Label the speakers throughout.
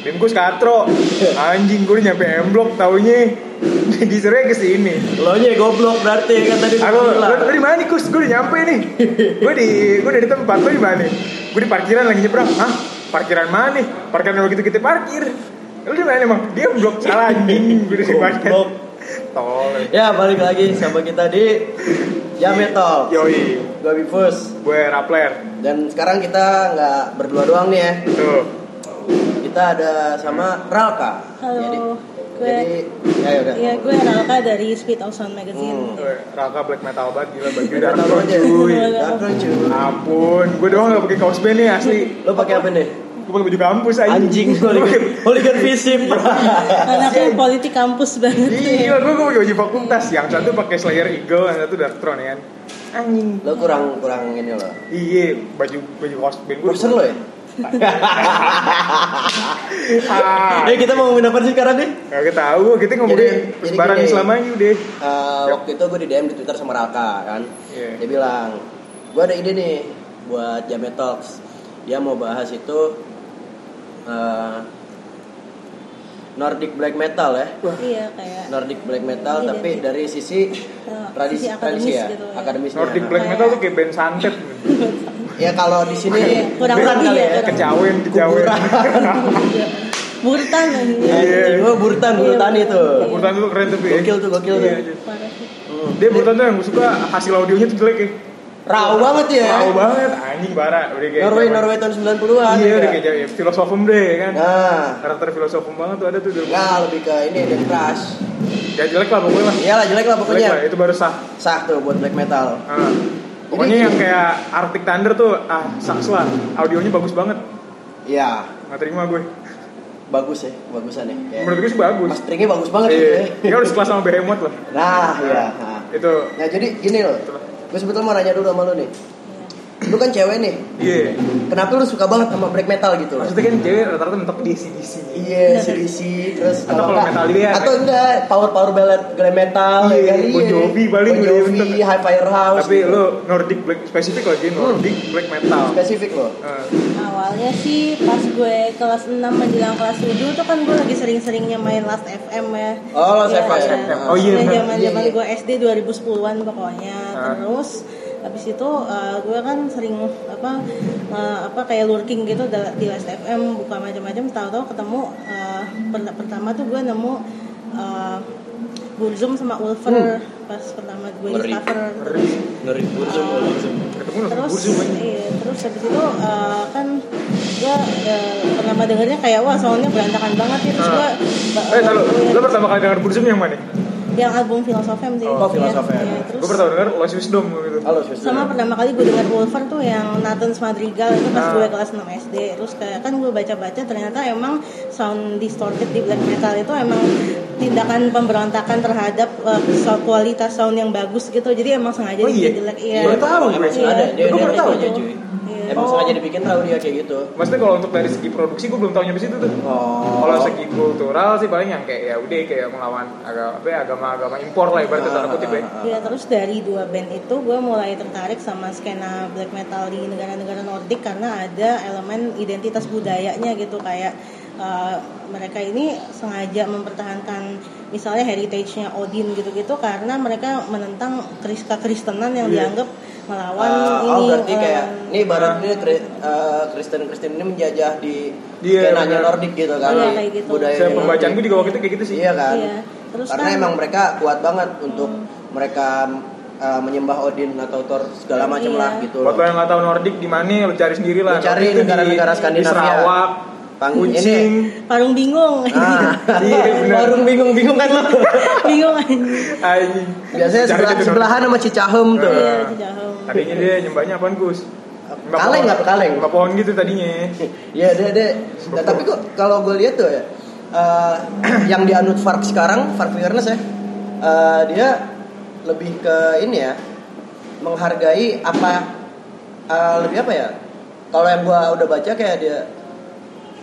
Speaker 1: gue skatro anjing gue nyampe M Block taunya disuruhnya ke sini
Speaker 2: Lo nya goblok berarti kan tadi gua
Speaker 1: aku
Speaker 2: bilang.
Speaker 1: gue di mana nih kus gue udah nyampe nih gue di gue udah di tempat gue di mana gue di parkiran lagi nyebrang ah parkiran mana nih parkiran begitu kita parkir lu di mana emang dia blok salah anjing gue udah di parkiran
Speaker 2: Goblok.
Speaker 1: tol
Speaker 2: Ya balik lagi sama kita di
Speaker 1: ya,
Speaker 2: Jametol
Speaker 1: yoi
Speaker 2: Gue Bifus
Speaker 1: gue rapler
Speaker 2: Dan sekarang kita nggak berdua doang nih ya
Speaker 1: tuh
Speaker 2: Kita ada sama Ralka
Speaker 3: Halo,
Speaker 2: Jadi,
Speaker 3: gue-
Speaker 2: jadi ya udah
Speaker 3: Iya, gue Ralka dari Speed of Sound Magazine.
Speaker 1: Tuh, Raka black metal banget gila baju
Speaker 2: Kita
Speaker 1: dark
Speaker 2: tahu
Speaker 1: road
Speaker 2: aja
Speaker 1: cuy
Speaker 2: Dark Road, cuy.
Speaker 1: ampun gue doang gak pakai kaos band nih asli
Speaker 2: Lo pakai apa nih?
Speaker 1: gue pakai baju kampus anjing
Speaker 2: Anjing
Speaker 1: Gua
Speaker 2: hooligan,
Speaker 1: pakai-
Speaker 2: hooligan visip
Speaker 3: Anaknya politik kampus banget.
Speaker 1: Iya, gue gue baju fakultas yang satu pakai Slayer Eagle, yang satu Darktron ya kan. Anjing.
Speaker 2: Lo kurang kurang ini lo
Speaker 1: Iya, baju baju cosplay gue.
Speaker 2: Boxer lo ya?
Speaker 1: Ah,
Speaker 2: Eh kita mau ngomongin apa sih sekarang nih?
Speaker 1: gak tahu, kita ngomongin
Speaker 2: Jadi- jadi
Speaker 1: persebaran
Speaker 2: gini.
Speaker 1: Islam aja udah.
Speaker 2: Eh, waktu itu gue di DM di Twitter sama Raka kan
Speaker 1: Iya.
Speaker 2: dia bilang gue ada ide nih buat Jamet Talks dia mau bahas itu eh, Nordic black metal ya
Speaker 3: Iya, kayak
Speaker 2: Nordic black metal tapi
Speaker 3: Identik.
Speaker 2: dari sisi
Speaker 3: eh,
Speaker 2: tradisi
Speaker 3: iya, sisi
Speaker 2: tradisi
Speaker 3: akademis
Speaker 2: ya
Speaker 3: gitu. ya.
Speaker 2: akademis
Speaker 1: Nordic Black Metal tuh kayak band santet.
Speaker 2: ya kalau di sini
Speaker 3: Iya, kurang
Speaker 2: bukan
Speaker 3: lebih
Speaker 2: kali
Speaker 3: ya, kurang
Speaker 1: Kejawen, kejawen.
Speaker 2: Kuburan.
Speaker 3: Iya. Murtan
Speaker 2: Ya,
Speaker 3: anjing.
Speaker 1: Iya.
Speaker 2: gue burtan burtan
Speaker 3: iya.
Speaker 2: itu
Speaker 1: Burtan tuh keren tapi. ya.
Speaker 2: Gokil tuh, gokil tuh.
Speaker 1: Iya, iya.
Speaker 3: Parah sih.
Speaker 2: Hmm.
Speaker 1: Dia Burtan tuh yang gue suka hasil audionya tuh jelek ya.
Speaker 2: raw banget ya
Speaker 1: Tahu banget, anjing bara. Udah kayak
Speaker 2: Norway
Speaker 1: zaman-
Speaker 2: Norway tahun 90-an
Speaker 1: Iya,
Speaker 2: ya.
Speaker 1: udah kayak jauh. Filosofum deh ya kan.
Speaker 2: nah
Speaker 1: Karakter filosofum banget tuh ada tuh. dulu.
Speaker 2: nggak lebih ke ini dan crush
Speaker 1: Ya jelek lah pokoknya lah.
Speaker 2: iyalah jelek lah
Speaker 1: Jelek
Speaker 2: pokoknya
Speaker 1: lah, iya. itu baru sah.
Speaker 2: sah tuh buat black metal
Speaker 1: Ah, pokoknya yang kayak Arctic Thunder tuh ah saks lah audionya bagus banget
Speaker 2: iya
Speaker 1: nggak terima gue
Speaker 2: bagus ya bagusan ya Kayak
Speaker 1: menurut gue sih bagus
Speaker 2: masteringnya bagus banget gitu
Speaker 1: iya
Speaker 2: ya
Speaker 1: dia harus kelas sama behemoth lah
Speaker 2: nah iya nah.
Speaker 1: itu
Speaker 2: nah jadi gini loh gue sebetulnya mau nanya dulu sama lu nih lu kan cewek nih
Speaker 1: iya
Speaker 2: kenapa lu suka banget sama black metal gitu loh
Speaker 1: maksudnya kan cewek rata-rata mentok di CDC
Speaker 2: Iya, sedisi terus
Speaker 1: Atau kalau
Speaker 2: enggak-
Speaker 1: metal dia,
Speaker 2: atau enggak power power ballad glam metal
Speaker 1: Iya,
Speaker 2: ya kan?
Speaker 1: Bon Jovi paling
Speaker 2: Bon
Speaker 1: udah
Speaker 2: Jovi,
Speaker 1: bentuk.
Speaker 2: High Firehouse.
Speaker 1: tapi
Speaker 2: gitu. Hmm.
Speaker 1: lo Nordic Black spesifik lagi Nordic Black Metal
Speaker 2: spesifik loh.
Speaker 1: Eh,
Speaker 3: Awalnya sih pas gue kelas 6 menjelang kelas 7 tuh kan gue lagi sering-seringnya main Last FM ya.
Speaker 2: Oh, Last
Speaker 3: Iya,
Speaker 2: FM.
Speaker 3: iya.
Speaker 1: Oh, iya,
Speaker 3: Nah,
Speaker 1: bener.
Speaker 3: zaman-zaman
Speaker 2: Iya, iya.
Speaker 3: gue SD 2010-an pokoknya.
Speaker 1: Ah.
Speaker 3: Terus habis itu eh, gue kan sering apa eh, apa kayak lurking gitu da- di Last FM buka macam-macam tahu-tahu ketemu eh, per- pertama tuh gue nemu eh, Burzum sama Ulver pas pertama gue
Speaker 2: Ngeri.
Speaker 3: discover
Speaker 1: ngeri
Speaker 2: Ngeri burzum, burzum.
Speaker 1: ketemu langsung
Speaker 3: terus
Speaker 1: burzum aja
Speaker 3: iya, terus habis itu eh, kan gue pertama dengernya kayak wah soalnya berantakan banget ya terus
Speaker 1: Ah.
Speaker 3: gue
Speaker 1: eh tahu lo pertama kali denger burzum yang mana
Speaker 3: yang album Filosofem sih
Speaker 2: Oh,
Speaker 3: Iya,
Speaker 2: Filosofem.
Speaker 3: iya,
Speaker 1: gue
Speaker 3: terus
Speaker 1: pertama denger Loisius Dom gitu
Speaker 2: Halo, Sus.
Speaker 3: sama pertama kali gue denger Wolver tuh yang Nathan Madrigal itu pas
Speaker 1: Ah.
Speaker 3: gue kelas 6 SD terus kayak kan gue baca-baca ternyata emang sound distorted di black metal itu emang tindakan pemberontakan terhadap eh, so- kualitas sound yang bagus gitu jadi emang sengaja
Speaker 1: Oh, iya?
Speaker 3: dibikin jelek
Speaker 1: Baru tahu gue.
Speaker 2: Emang sengaja, dia
Speaker 1: Gue
Speaker 2: dia
Speaker 1: baru tahu.
Speaker 2: aja cuy.
Speaker 3: Iya.
Speaker 2: Emang
Speaker 1: Oh.
Speaker 2: sengaja dibikin tahu dia kayak gitu.
Speaker 1: maksudnya kalau untuk dari segi produksi gue belum tahu nyampe situ tuh
Speaker 2: Oh.
Speaker 1: Kalau segi kultural sih paling yang kayak ya udah kayak melawan agama apa ya, agama-agama impor lah ibaratnya tanda kutip
Speaker 2: Iya,
Speaker 1: ya.
Speaker 3: Ya terus dari dua band itu gue mulai tertarik sama skena black metal di negara-negara Nordik karena ada elemen identitas budayanya gitu kayak eh, mereka ini sengaja mempertahankan misalnya heritage-nya Odin gitu-gitu karena mereka menentang keris- kekristenan yang
Speaker 1: Iya.
Speaker 3: dianggap melawan
Speaker 2: Ah,
Speaker 3: ini
Speaker 2: oh berarti kayak
Speaker 3: eh,
Speaker 2: ini barat ini Kri- eh, Kristen-Kristen ini menjajah di
Speaker 1: Iya,
Speaker 2: skenanya
Speaker 1: benar.
Speaker 2: Nordik gitu kan.
Speaker 3: Iya, kayak gitu.
Speaker 2: Budaya
Speaker 1: Saya
Speaker 2: di
Speaker 1: pembacaan gue
Speaker 2: Nordik.
Speaker 1: juga waktu itu kayak gitu sih.
Speaker 2: Iya kan.
Speaker 3: Iya. Terus
Speaker 2: Karena
Speaker 3: kan-
Speaker 2: emang mereka kuat banget untuk mereka eh, menyembah Odin atau Thor segala macam
Speaker 3: Iya.
Speaker 2: lah gitu loh.
Speaker 1: Buat lo yang nggak tahu Nordik di mana lo cari sendiri lah.
Speaker 2: Lo cari
Speaker 1: Nordik tuh
Speaker 2: negara-negara
Speaker 1: di-
Speaker 2: Skandinavia.
Speaker 1: Di Sarawak,
Speaker 2: Pang-
Speaker 1: Kucing.
Speaker 3: parung bingung
Speaker 2: Nah,
Speaker 1: Iya, benar.
Speaker 2: warung bingung-bingung kan lo.
Speaker 3: bingung anjing
Speaker 1: Anjing.
Speaker 2: Biasanya
Speaker 1: Cari
Speaker 2: sebelah,
Speaker 1: jati Nordik.
Speaker 2: sebelahan sama Cicahem tuh.
Speaker 3: Iya,
Speaker 1: Eh,
Speaker 3: jauh.
Speaker 1: Tadinya dia nyembahnya apaan Gus? Nyembah
Speaker 2: Kaleng
Speaker 1: pohon.
Speaker 2: apa kaleng?
Speaker 1: Nyembah pohon gitu tadinya.
Speaker 2: Iya, deh, deh. Nah, tapi kok kalau gue lihat tuh ya, eh, yang dianut Fark sekarang, Fark Fairness ya, eh, dia lebih ke ini ya, menghargai apa, eh, lebih apa ya? Kalau yang gue udah baca kayak dia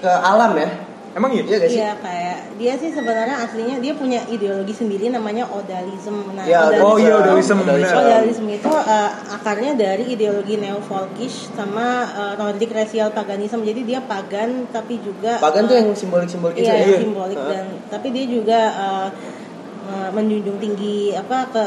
Speaker 2: ke alam ya,
Speaker 1: Emang iya?
Speaker 2: Iya gak sih?
Speaker 3: Iya kayak dia sih sebenarnya aslinya dia punya ideologi sendiri namanya odalism. Nah,
Speaker 2: Ya,
Speaker 1: Oh, iya, odalism, benar.
Speaker 3: Feudalisme itu eh, akarnya dari ideologi neo-folkish sama eh, Nordic racial paganism. Jadi dia pagan tapi juga
Speaker 2: Pagan tuh
Speaker 3: eh,
Speaker 2: yang simbolik-simbolik gitu ya.
Speaker 3: iya,
Speaker 1: iya.
Speaker 3: simbolik
Speaker 2: Hah?
Speaker 3: dan tapi dia juga eh, eh, menjunjung tinggi apa ke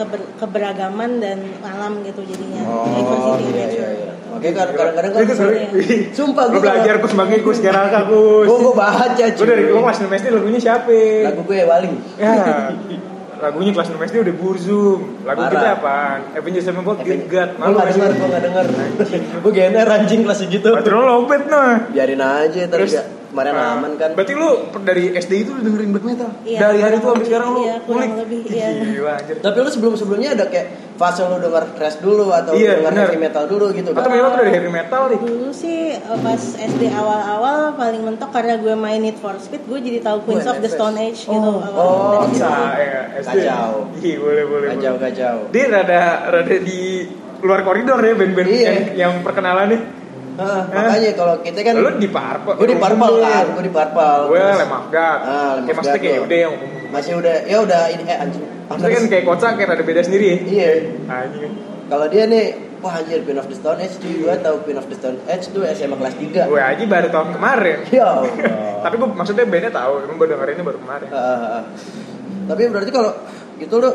Speaker 3: keber- keberagaman dan alam gitu jadinya.
Speaker 2: Oh, iya,
Speaker 3: in
Speaker 2: iya,
Speaker 3: nature.
Speaker 2: iya. Makanya kan kadang-kadang kan
Speaker 1: Itu sebenernya
Speaker 2: Sumpah
Speaker 1: Gue
Speaker 2: gue
Speaker 1: Iya, belajar pas banget gue sekarang kakus
Speaker 2: Gue baca cuy.
Speaker 1: Gue dari gue kelas 6 SD lagunya siapa?
Speaker 2: Lagu gue Wali.
Speaker 1: Ya Lagunya kelas 6 SD udah burzum Lagu
Speaker 2: Parah.
Speaker 1: kita apaan? Avengers Sevenfold Get God
Speaker 2: Gue gak denger, gue gak denger Gue GNR anjing kelas segitu
Speaker 1: Patron lopet nah
Speaker 2: Biarin aja, terus
Speaker 1: Terus,
Speaker 2: kemarin
Speaker 1: Ah,
Speaker 2: aman kan
Speaker 1: Berarti lu per- dari SD itu lu dengerin black metal?
Speaker 3: Iya,
Speaker 1: dari hari itu
Speaker 3: kurang
Speaker 1: sampai sekarang lu
Speaker 3: lebih, iya, kurang
Speaker 1: ngulik?
Speaker 3: lebih, iya.
Speaker 1: Gila anjir
Speaker 2: Tapi lu sebelum-sebelumnya ada kayak fase lu denger thrash dulu Atau lu
Speaker 1: Iya,
Speaker 2: denger
Speaker 1: bener.
Speaker 2: heavy metal dulu gitu
Speaker 1: Atau
Speaker 2: kan
Speaker 1: memang tuh dari heavy metal nih
Speaker 2: Iya.
Speaker 3: Dulu sih eh, pas SD awal-awal paling mentok karena gue main Need for Speed gue jadi tahu Queens
Speaker 2: Wah,
Speaker 3: of the
Speaker 2: nefes.
Speaker 3: Stone Age gitu.
Speaker 1: Oh,
Speaker 3: awal.
Speaker 2: oh,
Speaker 3: Dan-
Speaker 1: Bisa ya SD
Speaker 2: Kacau.
Speaker 1: Iya boleh boleh boleh.
Speaker 2: Kacau-kacau
Speaker 1: Dia rada rada di luar koridor ya band-band
Speaker 2: Iya.
Speaker 1: yang, yang perkenalan nih.
Speaker 2: Ah, Makanya kalau kita kan
Speaker 1: Lu di Parpol. ya.
Speaker 2: Gue di Parpal kan, gue di Parpal
Speaker 1: Gue
Speaker 2: Terus
Speaker 1: lemafgat.
Speaker 2: Ah, Lemah
Speaker 1: Kayak maksudnya
Speaker 2: Gat
Speaker 1: kayak
Speaker 2: lo.
Speaker 1: udah yang umum.
Speaker 2: Masih udah, ya udah ini eh anjing
Speaker 1: Maksudnya kan kayak kocak kayak rada beda sendiri ya.
Speaker 2: Iya,
Speaker 1: Anjing.
Speaker 2: kalau dia nih Wah anjir Queen of the Stone Age cuy Gue tau Queen of the Stone Age tuh SMA kelas 3
Speaker 1: Gue aja baru tahun kemarin.
Speaker 2: Ya Allah
Speaker 1: Tapi gue maksudnya bandnya tahu, emang baru dengerinnya baru kemarin.
Speaker 2: Heeh. Eh, tapi berarti kalau gitu lu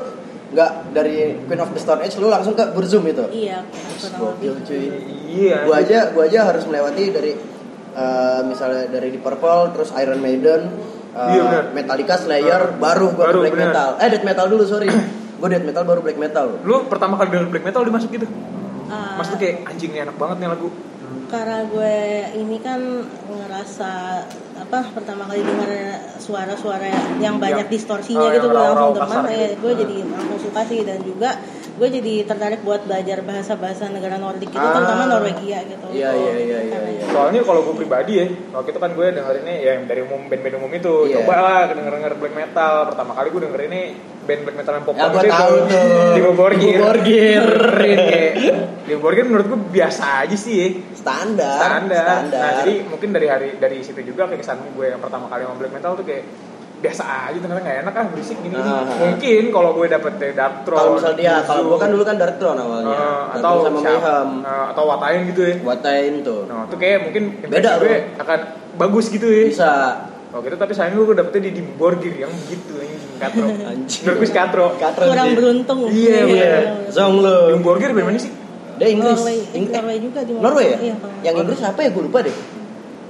Speaker 2: nggak dari Queen of the Stone Age lu langsung ke Burzum itu.
Speaker 3: Iya, kurang lebih.
Speaker 2: Gokil cuy.
Speaker 1: Iya.
Speaker 2: Gua aja gua aja harus melewati dari eh, misalnya dari di Purple terus Iron Maiden eh,
Speaker 1: Iya, benar. Ah,
Speaker 2: Metallica Slayer baru gua
Speaker 1: Baru,
Speaker 2: ke black
Speaker 1: benar.
Speaker 2: metal. Eh death metal dulu sorry. gua death metal baru black metal.
Speaker 1: Lu pertama kali denger black metal dimasukin gitu.
Speaker 3: Ah,
Speaker 1: Mas tuh kayak anjingnya enak banget nih lagu.
Speaker 3: karena gue ini kan ngerasa apa pertama kali dengar suara-suara yang banyak
Speaker 1: Yang-
Speaker 3: distorsinya
Speaker 1: oh, yang
Speaker 3: gitu gue langsung
Speaker 1: rawa-rawa
Speaker 3: demen
Speaker 1: kasar
Speaker 3: ya
Speaker 1: gitu.
Speaker 3: gue
Speaker 1: Hmm.
Speaker 3: jadi langsung suka sih dan juga gue jadi tertarik buat belajar bahasa-bahasa negara Nordik itu
Speaker 2: Ah.
Speaker 3: terutama Norwegia gitu
Speaker 2: Iya iya iya iya.
Speaker 3: Karena-
Speaker 2: iya.
Speaker 1: Soalnya kalau gue pribadi ya, waktu itu kan gue dengerinnya ya yang dari umum band-band umum itu.
Speaker 2: Iya.
Speaker 1: Coba lah denger-denger black metal. Pertama kali gue dengerinnya band black metal yang pop
Speaker 2: Ya
Speaker 1: punk
Speaker 2: gua
Speaker 1: itu
Speaker 2: tahu tuh.
Speaker 1: Di Borgir.
Speaker 2: Di Borgir.
Speaker 1: Keren kayak. Di Borgir Iya. menurut gue biasa aja sih ya.
Speaker 2: Standar.
Speaker 1: Standar.
Speaker 2: Standar.
Speaker 1: Nah, jadi mungkin dari hari dari situ juga kayak kesan gue yang pertama kali sama black metal tuh kayak biasa aja ternyata nggak enak ah berisik gini, gini.
Speaker 2: Ah.
Speaker 1: mungkin kalau gue dapet dari Dark Throne
Speaker 2: kalau misal dia, kalau gua
Speaker 1: Zoom,
Speaker 2: kan dulu kan Dark Throne awalnya.
Speaker 1: eh,
Speaker 2: Dark
Speaker 1: atau
Speaker 2: Throne sama
Speaker 1: siapa,
Speaker 2: Mayhem.
Speaker 1: eh, atau Watayan gitu ya
Speaker 2: Watain tuh.
Speaker 1: Nah, itu kayak mungkin
Speaker 2: Beda,
Speaker 1: impresi gue
Speaker 2: bro.
Speaker 1: akan bagus gitu ya.
Speaker 2: Bisa
Speaker 1: Oh gitu, tapi sayang gue dapetnya di Dim Borgir yang gitu yang katro.
Speaker 2: Anjing.
Speaker 1: Menurut gue si katro.
Speaker 2: Katro
Speaker 3: kurang
Speaker 2: sih.
Speaker 3: beruntung ya,
Speaker 1: Iya, bener.
Speaker 2: Zong lu.
Speaker 1: Dim Borgir bagaimana sih?
Speaker 2: Dia Inggris.
Speaker 3: Norway,
Speaker 2: Ing- eh,
Speaker 3: Norway juga di
Speaker 2: Norway ya?
Speaker 3: Iya, kalau-
Speaker 2: Yang Inggris apa ya gue lupa deh.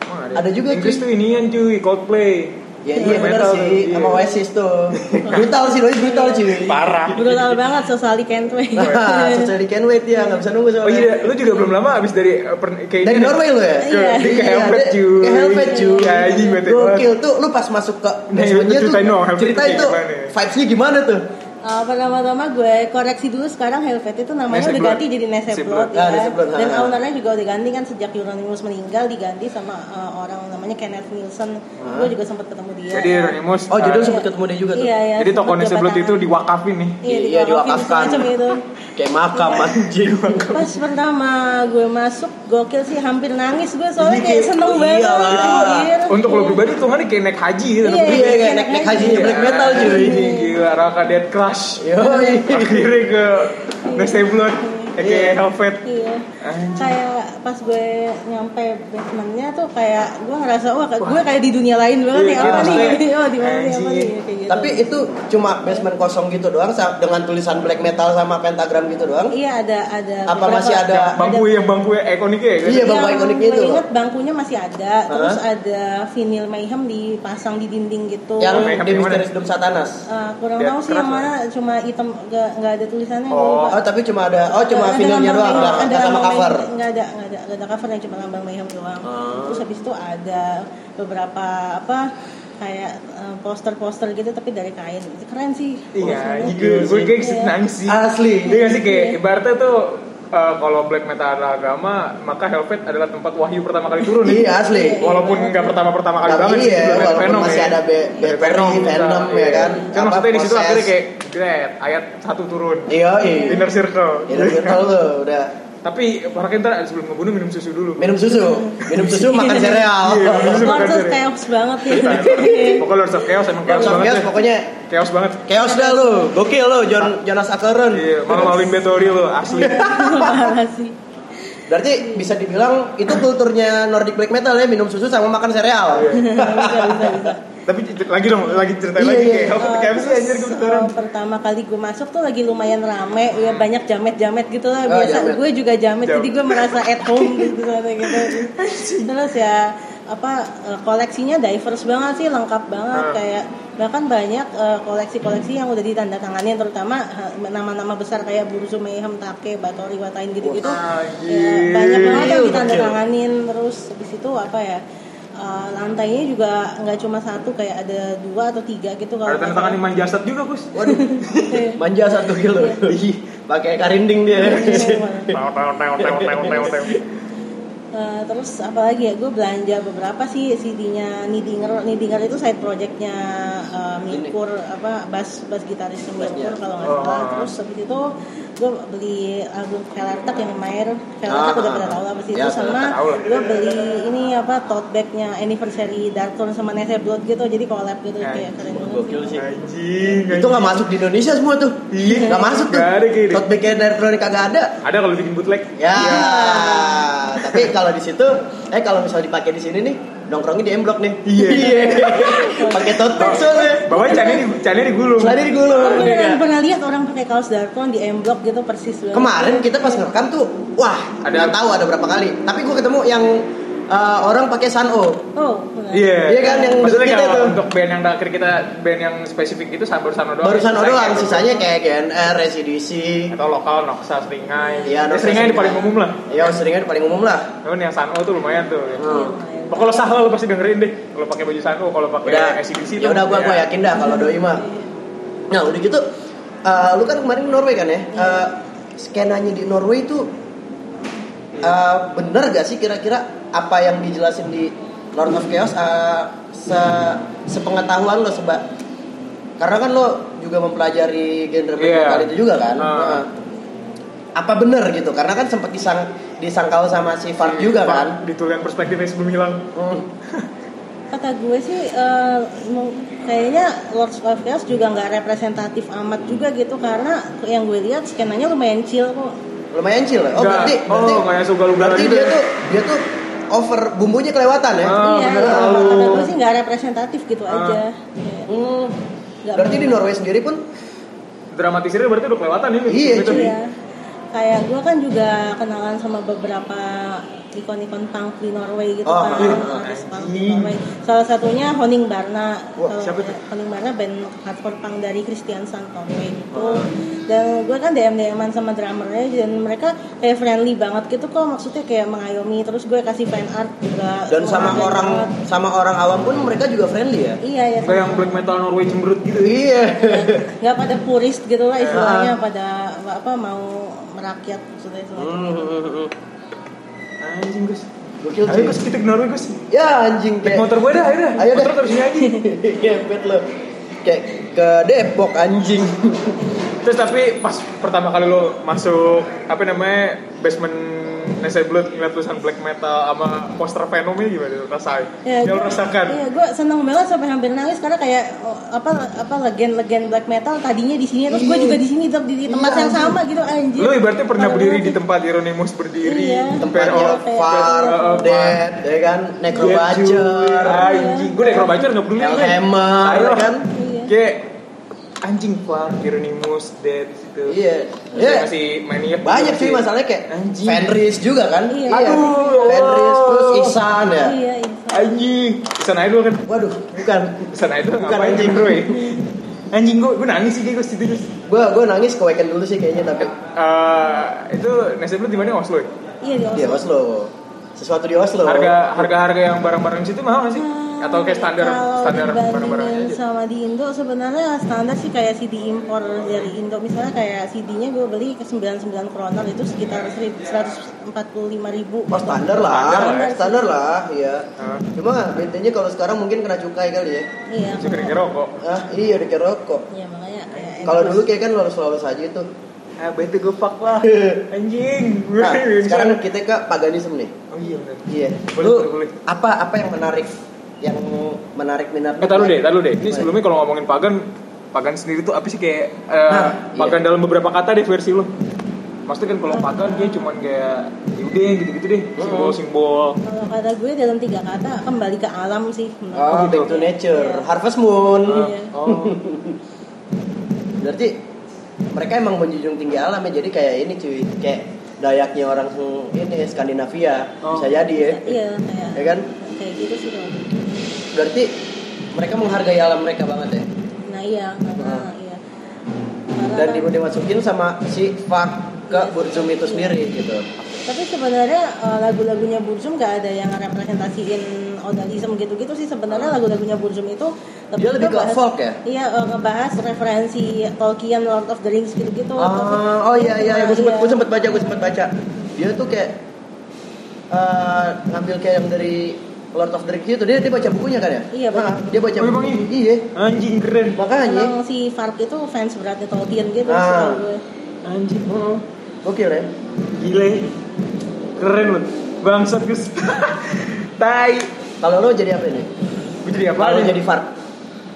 Speaker 1: Emang
Speaker 2: Ada juga,
Speaker 1: Inggris
Speaker 2: cuy.
Speaker 1: tuh inian cuy, Coldplay.
Speaker 2: Ya
Speaker 1: Black
Speaker 2: iya benar
Speaker 1: metal tuh,
Speaker 2: sih
Speaker 1: iya.
Speaker 2: sama Oasis tuh. brutal sih, Noise brutal cuy.
Speaker 1: Parah.
Speaker 3: brutal banget sesali Kentway
Speaker 2: Nah, socially can wait ya, nggak bisa nunggu
Speaker 1: Oh
Speaker 2: soalnya.
Speaker 1: iya, lu juga belum lama abis dari eh, per- kayak
Speaker 2: Dari
Speaker 1: ini.
Speaker 2: Norway lu ya?
Speaker 1: Ke,
Speaker 3: Iya.
Speaker 1: Di ke
Speaker 2: Iya,
Speaker 1: Helvet
Speaker 2: dia-
Speaker 1: cuy.
Speaker 2: Ke Helvet cuy.
Speaker 1: Ya anjing bete banget.
Speaker 2: Gokil tuh, lu pas masuk ke
Speaker 1: Nah,
Speaker 2: basementnya tuh
Speaker 1: ceritain dong, Helvet
Speaker 2: cerita
Speaker 1: itu kayak
Speaker 2: itu
Speaker 1: gimana ya?
Speaker 2: vibes-nya gimana tuh?
Speaker 3: Eh, pertama-tama gue koreksi dulu sekarang Helvet itu namanya udah
Speaker 1: Neseblot.
Speaker 3: ganti jadi
Speaker 1: Neseblot.
Speaker 3: Neseblot
Speaker 2: Ah,
Speaker 3: ya.
Speaker 2: Neseblot,
Speaker 3: dan
Speaker 2: ah.
Speaker 3: ownernya juga udah ganti kan sejak Euronymous meninggal diganti sama eh, orang namanya Kenneth Nielsen gue juga sempat ketemu dia
Speaker 1: Jadi Ronimus.
Speaker 2: Oh, jadi Ah. lu
Speaker 3: Iya.
Speaker 2: sempet ketemu dia juga tuh.
Speaker 3: Iya, iya,
Speaker 1: Jadi toko
Speaker 3: sempet
Speaker 1: Neseblut
Speaker 3: jabatan.
Speaker 1: itu diwakafin nih.
Speaker 3: Iya,
Speaker 2: Iya, diwakafkan.
Speaker 3: diwakafkan semacam itu.
Speaker 2: Kayak makam anjing.
Speaker 3: Pas pertama gue masuk, gokil sih hampir nangis gue soalnya kayak seneng banget.
Speaker 2: Iyalah.
Speaker 3: anjir.
Speaker 1: Untuk lo pribadi tuh kan kayak naik haji gitu.
Speaker 3: Iya,
Speaker 2: Iya, kayak naik-naik hajinya black metal cuy.
Speaker 1: Ini gila Raka Dead Crush.
Speaker 2: Yoi.
Speaker 1: akhirnya ke Neseblut aka Helvet
Speaker 3: Iya. Kayak pas gue nyampe basementnya tuh kayak gue ngerasa wah gue kayak di dunia lain banget
Speaker 1: Iya,
Speaker 3: nih apa
Speaker 1: gitu.
Speaker 3: nih? Oh di mana nih apa nih?
Speaker 1: Anjing.
Speaker 3: Kayak gitu.
Speaker 2: Tapi itu cuma basement kosong gitu doang sa- dengan tulisan black metal sama pentagram gitu doang.
Speaker 3: iya ada ada.
Speaker 2: Apa
Speaker 3: beberapa-
Speaker 2: masih ada?
Speaker 1: bangku yang bangku yang ikoniknya ya kan?
Speaker 2: Iya, bangku
Speaker 3: Yang
Speaker 2: ikoniknya itu.
Speaker 3: gue inget bangkunya masih ada, terus
Speaker 2: Hah?
Speaker 3: ada vinyl mayhem dipasang di dinding gitu.
Speaker 2: yang
Speaker 1: Yang
Speaker 2: di
Speaker 1: yang mana?
Speaker 2: Misterius Dom Satanas.
Speaker 3: Eh, kurang
Speaker 1: Dia
Speaker 3: tahu sih
Speaker 1: keras
Speaker 3: yang
Speaker 1: lah.
Speaker 3: mana cuma item nggak nggak ada tulisannya
Speaker 1: Oh,
Speaker 3: gua lupa.
Speaker 2: Oh, tapi cuma ada oh cuma
Speaker 3: Ada
Speaker 2: vinilnya
Speaker 3: lambang
Speaker 2: doang
Speaker 3: Mayhem,
Speaker 2: nggak nggak sama
Speaker 3: lambang
Speaker 2: cover.
Speaker 3: Mayhem, nggak ada nggak ada nggak ada covernya cuma lambang mayhem doang
Speaker 2: Ah.
Speaker 3: terus habis itu ada beberapa apa kayak eh, poster-poster gitu tapi dari kain keren sih
Speaker 1: iya
Speaker 3: posternya.
Speaker 1: gitu gue kayak kesit nangis Iya sih
Speaker 2: Oh, Asli.
Speaker 1: dia ngasih kayak ibaratnya tuh eh, kalau black metal adalah agama maka Helvet adalah tempat wahyu pertama kali turun
Speaker 2: Iya, asli.
Speaker 1: walaupun nggak pertama pertama kali
Speaker 2: Tapi
Speaker 1: banget
Speaker 2: iya,
Speaker 1: sebelum ada
Speaker 2: walaupun masih ada Be-
Speaker 1: ya. Ada
Speaker 2: Battery, Venom, ya kan?
Speaker 1: kan
Speaker 2: Apa,
Speaker 1: maksudnya di situ
Speaker 2: Possessed.
Speaker 1: akhirnya kayak great ayat satu turun
Speaker 2: Iya, iya.
Speaker 1: inner circle
Speaker 2: Inner Circle tuh udah
Speaker 1: Tapi makanya ntar sebelum ngebunuh minum susu dulu.
Speaker 2: minum susu minum susu makan sereal
Speaker 1: Iya, minum susu,
Speaker 3: Lords
Speaker 1: makan
Speaker 3: of
Speaker 1: sereal.
Speaker 3: Chaos banget ya.
Speaker 1: Iya. Pokoknya Lords of Chaos emang chaos
Speaker 2: Chaos of
Speaker 1: banget.
Speaker 2: Chaos
Speaker 1: ya.
Speaker 2: pokoknya.
Speaker 1: chaos banget.
Speaker 2: chaos dah lu gokil lu John Jonas Akeron
Speaker 1: Iya, malah maluin Betori lo
Speaker 2: Iya.
Speaker 1: asli. Iya.
Speaker 3: Parah sih.
Speaker 2: berarti bisa dibilang itu kulturnya Nordic black metal ya minum susu sama makan sereal
Speaker 1: Iya.
Speaker 3: bisa, bisa, bisa.
Speaker 1: Tapi c- lagi dong, lagi ceritain
Speaker 2: Iya,
Speaker 1: lagi
Speaker 2: iya.
Speaker 1: kayak apa
Speaker 3: Eh,
Speaker 1: kayak apa sih
Speaker 3: terus,
Speaker 1: anjir gue
Speaker 3: eh,
Speaker 1: beneran.
Speaker 3: pertama kali gue masuk tuh lagi lumayan rame ya banyak jamet-jamet gitu lah
Speaker 2: Oh,
Speaker 3: biasa
Speaker 2: jamet.
Speaker 3: gue juga jamet
Speaker 1: Ah, Jamet.
Speaker 3: jadi gue merasa at home gitu sana gitu terus ya apa eh, koleksinya diverse banget sih lengkap banget
Speaker 1: Hmm.
Speaker 3: kayak bahkan banyak eh, koleksi-koleksi yang udah ditandatangani terutama eh, nama-nama besar kayak Bursu Mayhem, Take, Batori, Watain gitu-gitu ya,
Speaker 1: Anjir.
Speaker 3: banyak banget yang
Speaker 2: Gokil.
Speaker 3: ditandatanganin terus habis itu apa ya eh, lantainya juga nggak cuma satu kayak ada dua atau tiga gitu kalau
Speaker 1: Ada tanda
Speaker 3: nggak
Speaker 1: tangan
Speaker 3: salah.
Speaker 1: iman jasad juga, Gus.
Speaker 2: waduh
Speaker 3: Iya.
Speaker 2: manja satu kilo Ih, pakai karinding dia
Speaker 1: Iya. Teot, teot, teot, teot, teot, teot, teot.
Speaker 3: Eh, terus apalagi ya gue belanja beberapa sih CD-nya Nidinger Nidinger itu side projectnya eh,
Speaker 2: Ini.
Speaker 3: Mikur apa bass bass gitaris
Speaker 2: Bassnya.
Speaker 3: Mikur kalau nggak
Speaker 1: Oh.
Speaker 3: salah terus habis itu gue beli album Velartek yang Mayer
Speaker 2: Ah,
Speaker 3: Velartek udah
Speaker 2: ah,
Speaker 3: pada
Speaker 2: ah.
Speaker 3: tahu lah habis
Speaker 2: Ya,
Speaker 3: itu
Speaker 2: Velartek
Speaker 3: sama
Speaker 1: tahu lah.
Speaker 3: gue beli ini apa tote bagnya anniversary Darkon sama Nese Blood gitu jadi collab gitu
Speaker 1: Ya.
Speaker 3: kayak keren banget
Speaker 2: gokil sih
Speaker 1: Anjing.
Speaker 2: Ya, itu nggak masuk di Indonesia semua tuh
Speaker 1: Iya.
Speaker 2: nggak masuk tuh
Speaker 1: Nggak ada kayak gitu. Iya.
Speaker 2: tote bagnya dari Kronik kagak ada
Speaker 1: Ada kalau bikin bootleg.
Speaker 2: ya tapi kalau di situ eh kalau misal dipakai di sini nih nongkrongnya di M Block nih
Speaker 1: Iya.
Speaker 2: pakai tote bag soalnya
Speaker 1: Bawa cannya di cannya digulung.
Speaker 2: Selain digulung
Speaker 3: Gue
Speaker 2: ya
Speaker 3: beneran
Speaker 2: kan?
Speaker 3: pernah lihat orang pakai kaos Darkon di M Block gitu persis banget.
Speaker 2: Kemarin kita pas ngerekam tuh, wah,
Speaker 1: Ada-
Speaker 2: ada tahu ada berapa kali. Tapi gue ketemu yang eh, orang pakai San'o.
Speaker 3: Oh, beneran.
Speaker 1: Iya.
Speaker 2: Iya kan, yang
Speaker 1: Maksudnya
Speaker 2: deket kita
Speaker 1: kalau
Speaker 2: tuh.
Speaker 1: untuk band yang terakhir kita band yang spesifik itu sa- baru Sano doang.
Speaker 2: Baru San'o
Speaker 1: Sisanya
Speaker 2: doang,
Speaker 1: kayak
Speaker 2: sisanya kayak GNR, Residc.
Speaker 1: atau lokal Noxa Seringai.
Speaker 2: Iya, Noxa,
Speaker 1: Seringai di
Speaker 2: Seringai.
Speaker 1: paling umum lah.
Speaker 2: Ya seringnya paling umum lah.
Speaker 1: Cuman yang Sano tuh lumayan tuh. Ya.
Speaker 2: Hmm.
Speaker 1: Pokoknya lo salah lo pasti dengerin deh. Kalau pakai baju Sano, kalau
Speaker 2: Udah,
Speaker 1: pakai SCDC
Speaker 2: ya udah gue gue
Speaker 1: Iya.
Speaker 2: yakin dah kalau doi mah. Nah udah gitu, eh, lu kan kemarin ke Norway kan ya? Eh, skenanya di Norway itu eh, bener gak sih kira-kira apa yang dijelasin di Lord of Chaos eh, se- sepengetahuan lo seba karena kan lo juga mempelajari genre black
Speaker 1: Iya.
Speaker 2: metal itu juga kan
Speaker 1: Ah.
Speaker 2: Nah, apa bener gitu karena kan sempat disang disangkal sama si Farb juga kan
Speaker 1: Ditulian perspektifnya sebelum hilang.
Speaker 2: Hmm.
Speaker 3: kata gue sih eh, mung- kayaknya Lords of Chaos juga nggak representatif amat juga gitu karena yang gue lihat skenanya lumayan chill kok
Speaker 2: lumayan chill ya? oh
Speaker 1: Enggak.
Speaker 2: berarti
Speaker 1: Oh,
Speaker 2: berarti
Speaker 1: kayak sugal-ugalan
Speaker 2: berarti
Speaker 1: gitu
Speaker 2: dia
Speaker 1: ya.
Speaker 2: tuh dia tuh over bumbunya kelewatan ya
Speaker 1: Ah,
Speaker 3: iya
Speaker 1: bener.
Speaker 3: kalau
Speaker 1: Oh.
Speaker 3: kata gue sih nggak representatif gitu
Speaker 1: Ah.
Speaker 3: aja
Speaker 2: Hmm.
Speaker 3: Nggak
Speaker 2: berarti di
Speaker 3: bener.
Speaker 2: Norway sendiri pun
Speaker 1: Dramatisirnya berarti udah kelewatan ini.
Speaker 2: Iya,
Speaker 1: Gitu.
Speaker 3: Iya. kayak gue kan juga kenalan sama beberapa ikon-ikon punk di Norway gitu
Speaker 2: Oh,
Speaker 3: kan
Speaker 2: iya.
Speaker 3: artis punk di
Speaker 1: Anjing.
Speaker 3: Norway salah satunya Honning Barna
Speaker 2: Wah,
Speaker 3: Kalau
Speaker 1: siapa tuh?
Speaker 3: Honning Barna band hardcore punk dari Kristiansand Norway gitu dan gue kan DM DMan sama drummernya dan mereka kayak friendly banget gitu kok maksudnya kayak mengayomi terus gue kasih fan art juga
Speaker 2: dan sama
Speaker 3: Menghargai
Speaker 2: orang
Speaker 3: banget.
Speaker 2: sama orang awam pun mereka juga friendly ya
Speaker 3: iya ya
Speaker 1: Kayak yang black metal Norway cemberut gitu.
Speaker 2: iya
Speaker 3: nggak pada purist gitu lah
Speaker 2: Ah.
Speaker 3: istilahnya pada apa mau merakyat maksudnya istilahnya.
Speaker 2: Hmm.
Speaker 1: Anjing Gus.
Speaker 2: Gokil
Speaker 1: Ayo
Speaker 2: sih.
Speaker 1: Gus kita ke Norway Gus.
Speaker 2: ya anjing
Speaker 1: Naik
Speaker 2: kayak
Speaker 1: motor gue dah, ayo dah.
Speaker 2: Ayo
Speaker 1: motor
Speaker 2: dah.
Speaker 1: terus sini lagi.
Speaker 2: Gebet lo kayak ke Depok anjing
Speaker 1: Terus tapi pas pertama kali lo masuk apa namanya basement Nese Blood ngeliat tulisan black metal sama poster Venomnya gimana lo rasain? yang lo
Speaker 3: gua-
Speaker 1: rasakan?
Speaker 3: Iya, gue seneng banget sampai hampir nangis karena kayak oh, apa apa legend-legend black metal tadinya di sini terus gue juga di sini tetap di, di tempat
Speaker 2: Iya,
Speaker 3: yang sama gitu anjir.
Speaker 1: Lo ibaratnya pernah
Speaker 3: Parah
Speaker 1: berdiri
Speaker 3: banget.
Speaker 1: di tempat Hieronymus berdiri,
Speaker 3: Iya.
Speaker 2: tempatnya
Speaker 3: Fair,
Speaker 2: Far,
Speaker 1: fair,
Speaker 2: Dead, ya kan,
Speaker 1: Iya,
Speaker 2: Necrobacer,
Speaker 1: Anjing, gue necrobacer nggak peduli kan?
Speaker 2: Hellhammer,
Speaker 1: Ayo
Speaker 2: ya
Speaker 1: lah.
Speaker 2: kan?
Speaker 3: Iya.
Speaker 1: Kayak anjing Far, Hieronymus, Dead gitu.
Speaker 2: Iya.
Speaker 1: Iya.
Speaker 2: Iya.
Speaker 1: Masih maniak.
Speaker 2: Banyak sih
Speaker 1: masih-
Speaker 2: masalahnya kayak
Speaker 1: Anjing.
Speaker 2: Fenris juga kan?
Speaker 3: Iya.
Speaker 1: Aduh.
Speaker 2: Fenris terus Isan ya.
Speaker 3: Iya, iya.
Speaker 1: Anjing, sana itu kan?
Speaker 2: Waduh, bukan.
Speaker 1: Sana itu
Speaker 2: Bukan
Speaker 1: ngapain
Speaker 2: anjing.
Speaker 1: anjing bro? ya? Anjing gue, gue nangis sih kayak gue situ. Gus.
Speaker 2: Gua gua nangis ke weekend dulu sih kayaknya tapi
Speaker 1: Eh, itu Nasi Blue di mana Oslo ya?
Speaker 3: Iya di
Speaker 2: di
Speaker 3: Oslo.
Speaker 2: Oslo. Sesuatu di Oslo.
Speaker 1: Harga harga harga yang barang-barang di situ mahal nggak sih?
Speaker 3: Nah,
Speaker 1: Atau kayak standar
Speaker 3: kalau
Speaker 1: standar barang-barangnya
Speaker 3: dibandingin
Speaker 1: aja?
Speaker 3: sama di Indo sebenarnya standar sih kayak CD impor dari Indo misalnya kayak CD-nya gue beli ke 99 kroner itu sekitar 145
Speaker 2: Oh,
Speaker 3: ribu
Speaker 1: Standar
Speaker 2: standar
Speaker 1: lah
Speaker 2: lah,
Speaker 1: ya.
Speaker 2: standar lah, iya.
Speaker 1: Hah?
Speaker 2: Cuma bedanya kalau sekarang mungkin kena cukai kali ya.
Speaker 3: iya
Speaker 1: Masih kira-kira rokok.
Speaker 2: Ah, iya udah kayak rokok.
Speaker 3: Iya, makanya kayak
Speaker 2: Kalau dulu kayak kan lulus-lulus aja itu.
Speaker 1: ah bete gue fuck lah anjing
Speaker 2: Nah, sekarang kita ke paganism nih.
Speaker 1: oh iya bener
Speaker 2: Iya.
Speaker 1: iya, Boleh,
Speaker 2: Lu
Speaker 1: boleh, boleh.
Speaker 2: apa apa yang menarik yang menarik minat?
Speaker 1: Eh, taruh deh, taruh deh. Ini
Speaker 2: Gimana?
Speaker 1: sebelumnya kalau ngomongin pagan, pagan sendiri tuh apa sih kayak eh,
Speaker 2: Nah,
Speaker 1: pagan
Speaker 2: iya.
Speaker 1: dalam beberapa kata deh versi lo. Maksudnya kan kalau pagan dia cuman kayak yaudah gitu-gitu deh, simbol-simbol.
Speaker 3: Kalau kata gue dalam tiga kata kembali ke alam sih.
Speaker 2: Oh,
Speaker 1: Oh, gitu.
Speaker 2: back to nature,
Speaker 3: Iya.
Speaker 2: harvest moon.
Speaker 1: Ah,
Speaker 3: Iya.
Speaker 1: oh.
Speaker 2: Berarti mereka emang menjunjung tinggi alam ya. Jadi kayak ini cuy, kayak dayaknya orang ini Skandinavia
Speaker 1: Oh.
Speaker 2: bisa jadi ya.
Speaker 3: Iya, kayak
Speaker 2: Ya kan?
Speaker 3: kayak gitu sih kalau gue.
Speaker 2: Berarti mereka menghargai alam mereka banget ya.
Speaker 3: Nah iya, karena iya. Karena
Speaker 2: Ah. Dan
Speaker 3: kan-
Speaker 2: di- dimasukin sama si Fak ke
Speaker 3: Iya.
Speaker 2: Burzum itu sendiri gitu.
Speaker 3: tapi sebenarnya eh, lagu-lagunya Burzum gak ada yang representasiin odalism gitu-gitu sih sebenarnya lagu-lagunya Burzum itu
Speaker 2: Ah. Dia lebih ke
Speaker 3: ngebahas-
Speaker 2: folk ya?
Speaker 3: iya eh, ngebahas referensi Tolkien Lord of the Rings gitu-gitu
Speaker 2: Ah, oh iya iya, gue sempet gue sempet baca gue sempet baca. Dia tuh kayak eh, ngambil kayak yang dari Lord of the Rings itu dia dia baca bukunya kan ya?
Speaker 3: Iya, baca.
Speaker 2: Ah, dia baca
Speaker 1: Oh, emang
Speaker 2: buku.
Speaker 1: iya?
Speaker 2: Iya.
Speaker 1: Anjing keren.
Speaker 2: Makanya
Speaker 3: Emang si Fark itu fans beratnya Tolkien gitu
Speaker 2: Ah.
Speaker 3: setahu gue.
Speaker 1: Anjing. Oh.
Speaker 2: Oke, Ren.
Speaker 1: Gile. Keren lo. Bangsat Gus. tai.
Speaker 2: Kalau lo jadi apa ini?
Speaker 1: Gue jadi
Speaker 2: Kalau
Speaker 1: apa?
Speaker 2: lo jadi Fark,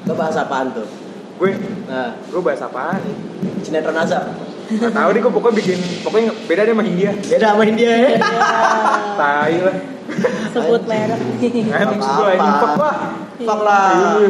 Speaker 2: lo bahas apaan tuh?
Speaker 1: gue
Speaker 2: Nah,
Speaker 1: gue bahas apaan nih?
Speaker 2: sinetron azab.
Speaker 1: Gak tau deh, gue pokoknya bikin, pokoknya beda deh sama India.
Speaker 2: Beda sama India ya.
Speaker 3: Ya,
Speaker 1: Tai lah.
Speaker 3: sebut merek.
Speaker 1: Eh, maksud gue anjing fuck lah.
Speaker 2: Fuck lah.
Speaker 1: Iya.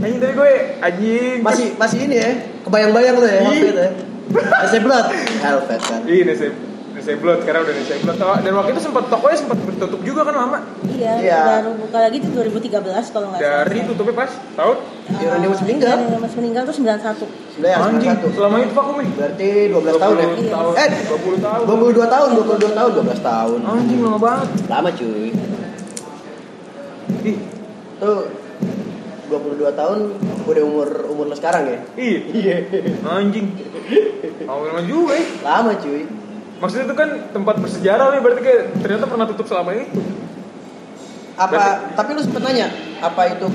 Speaker 1: Anjing tadi gue anjing.
Speaker 2: Masih masih ini ya, kebayang-bayang lo
Speaker 1: Ih.
Speaker 2: ya waktu itu ya. Masih blood. Helvet kan.
Speaker 1: Iya, Nese Neseblot, sekarang udah Neseblot Oh, Dan waktu itu sempat tokonya sempat tertutup juga kan lama
Speaker 3: Iya,
Speaker 2: Iya.
Speaker 3: baru buka lagi itu 2013 kalau nggak salah. Iya,
Speaker 1: Dari tutupnya pas, tahun
Speaker 2: Ironi Mas meninggal.
Speaker 3: Ironi Mas meninggal tuh 91.
Speaker 2: Sudah yang
Speaker 1: Anjing,
Speaker 2: satu.
Speaker 1: selama itu vakum nih
Speaker 2: Berarti 12 tahun ya.
Speaker 3: Iya.
Speaker 1: Iya, tahun,
Speaker 2: Eh.
Speaker 1: 20 tahun
Speaker 2: 22 tahun, 22 tahun, 12 tahun.
Speaker 1: Anjing lama banget
Speaker 2: Lama cuy.
Speaker 1: Ih,
Speaker 2: Tuh 22 tahun udah umur umur lo sekarang ya.
Speaker 1: ih,
Speaker 2: Iya.
Speaker 1: anjing Lama lama juga ya
Speaker 2: Lama cuy.
Speaker 1: Maksudnya itu kan tempat bersejarah nih berarti kayak ternyata pernah tutup selama ini
Speaker 2: Apa tapi lu sempet nanya apa itu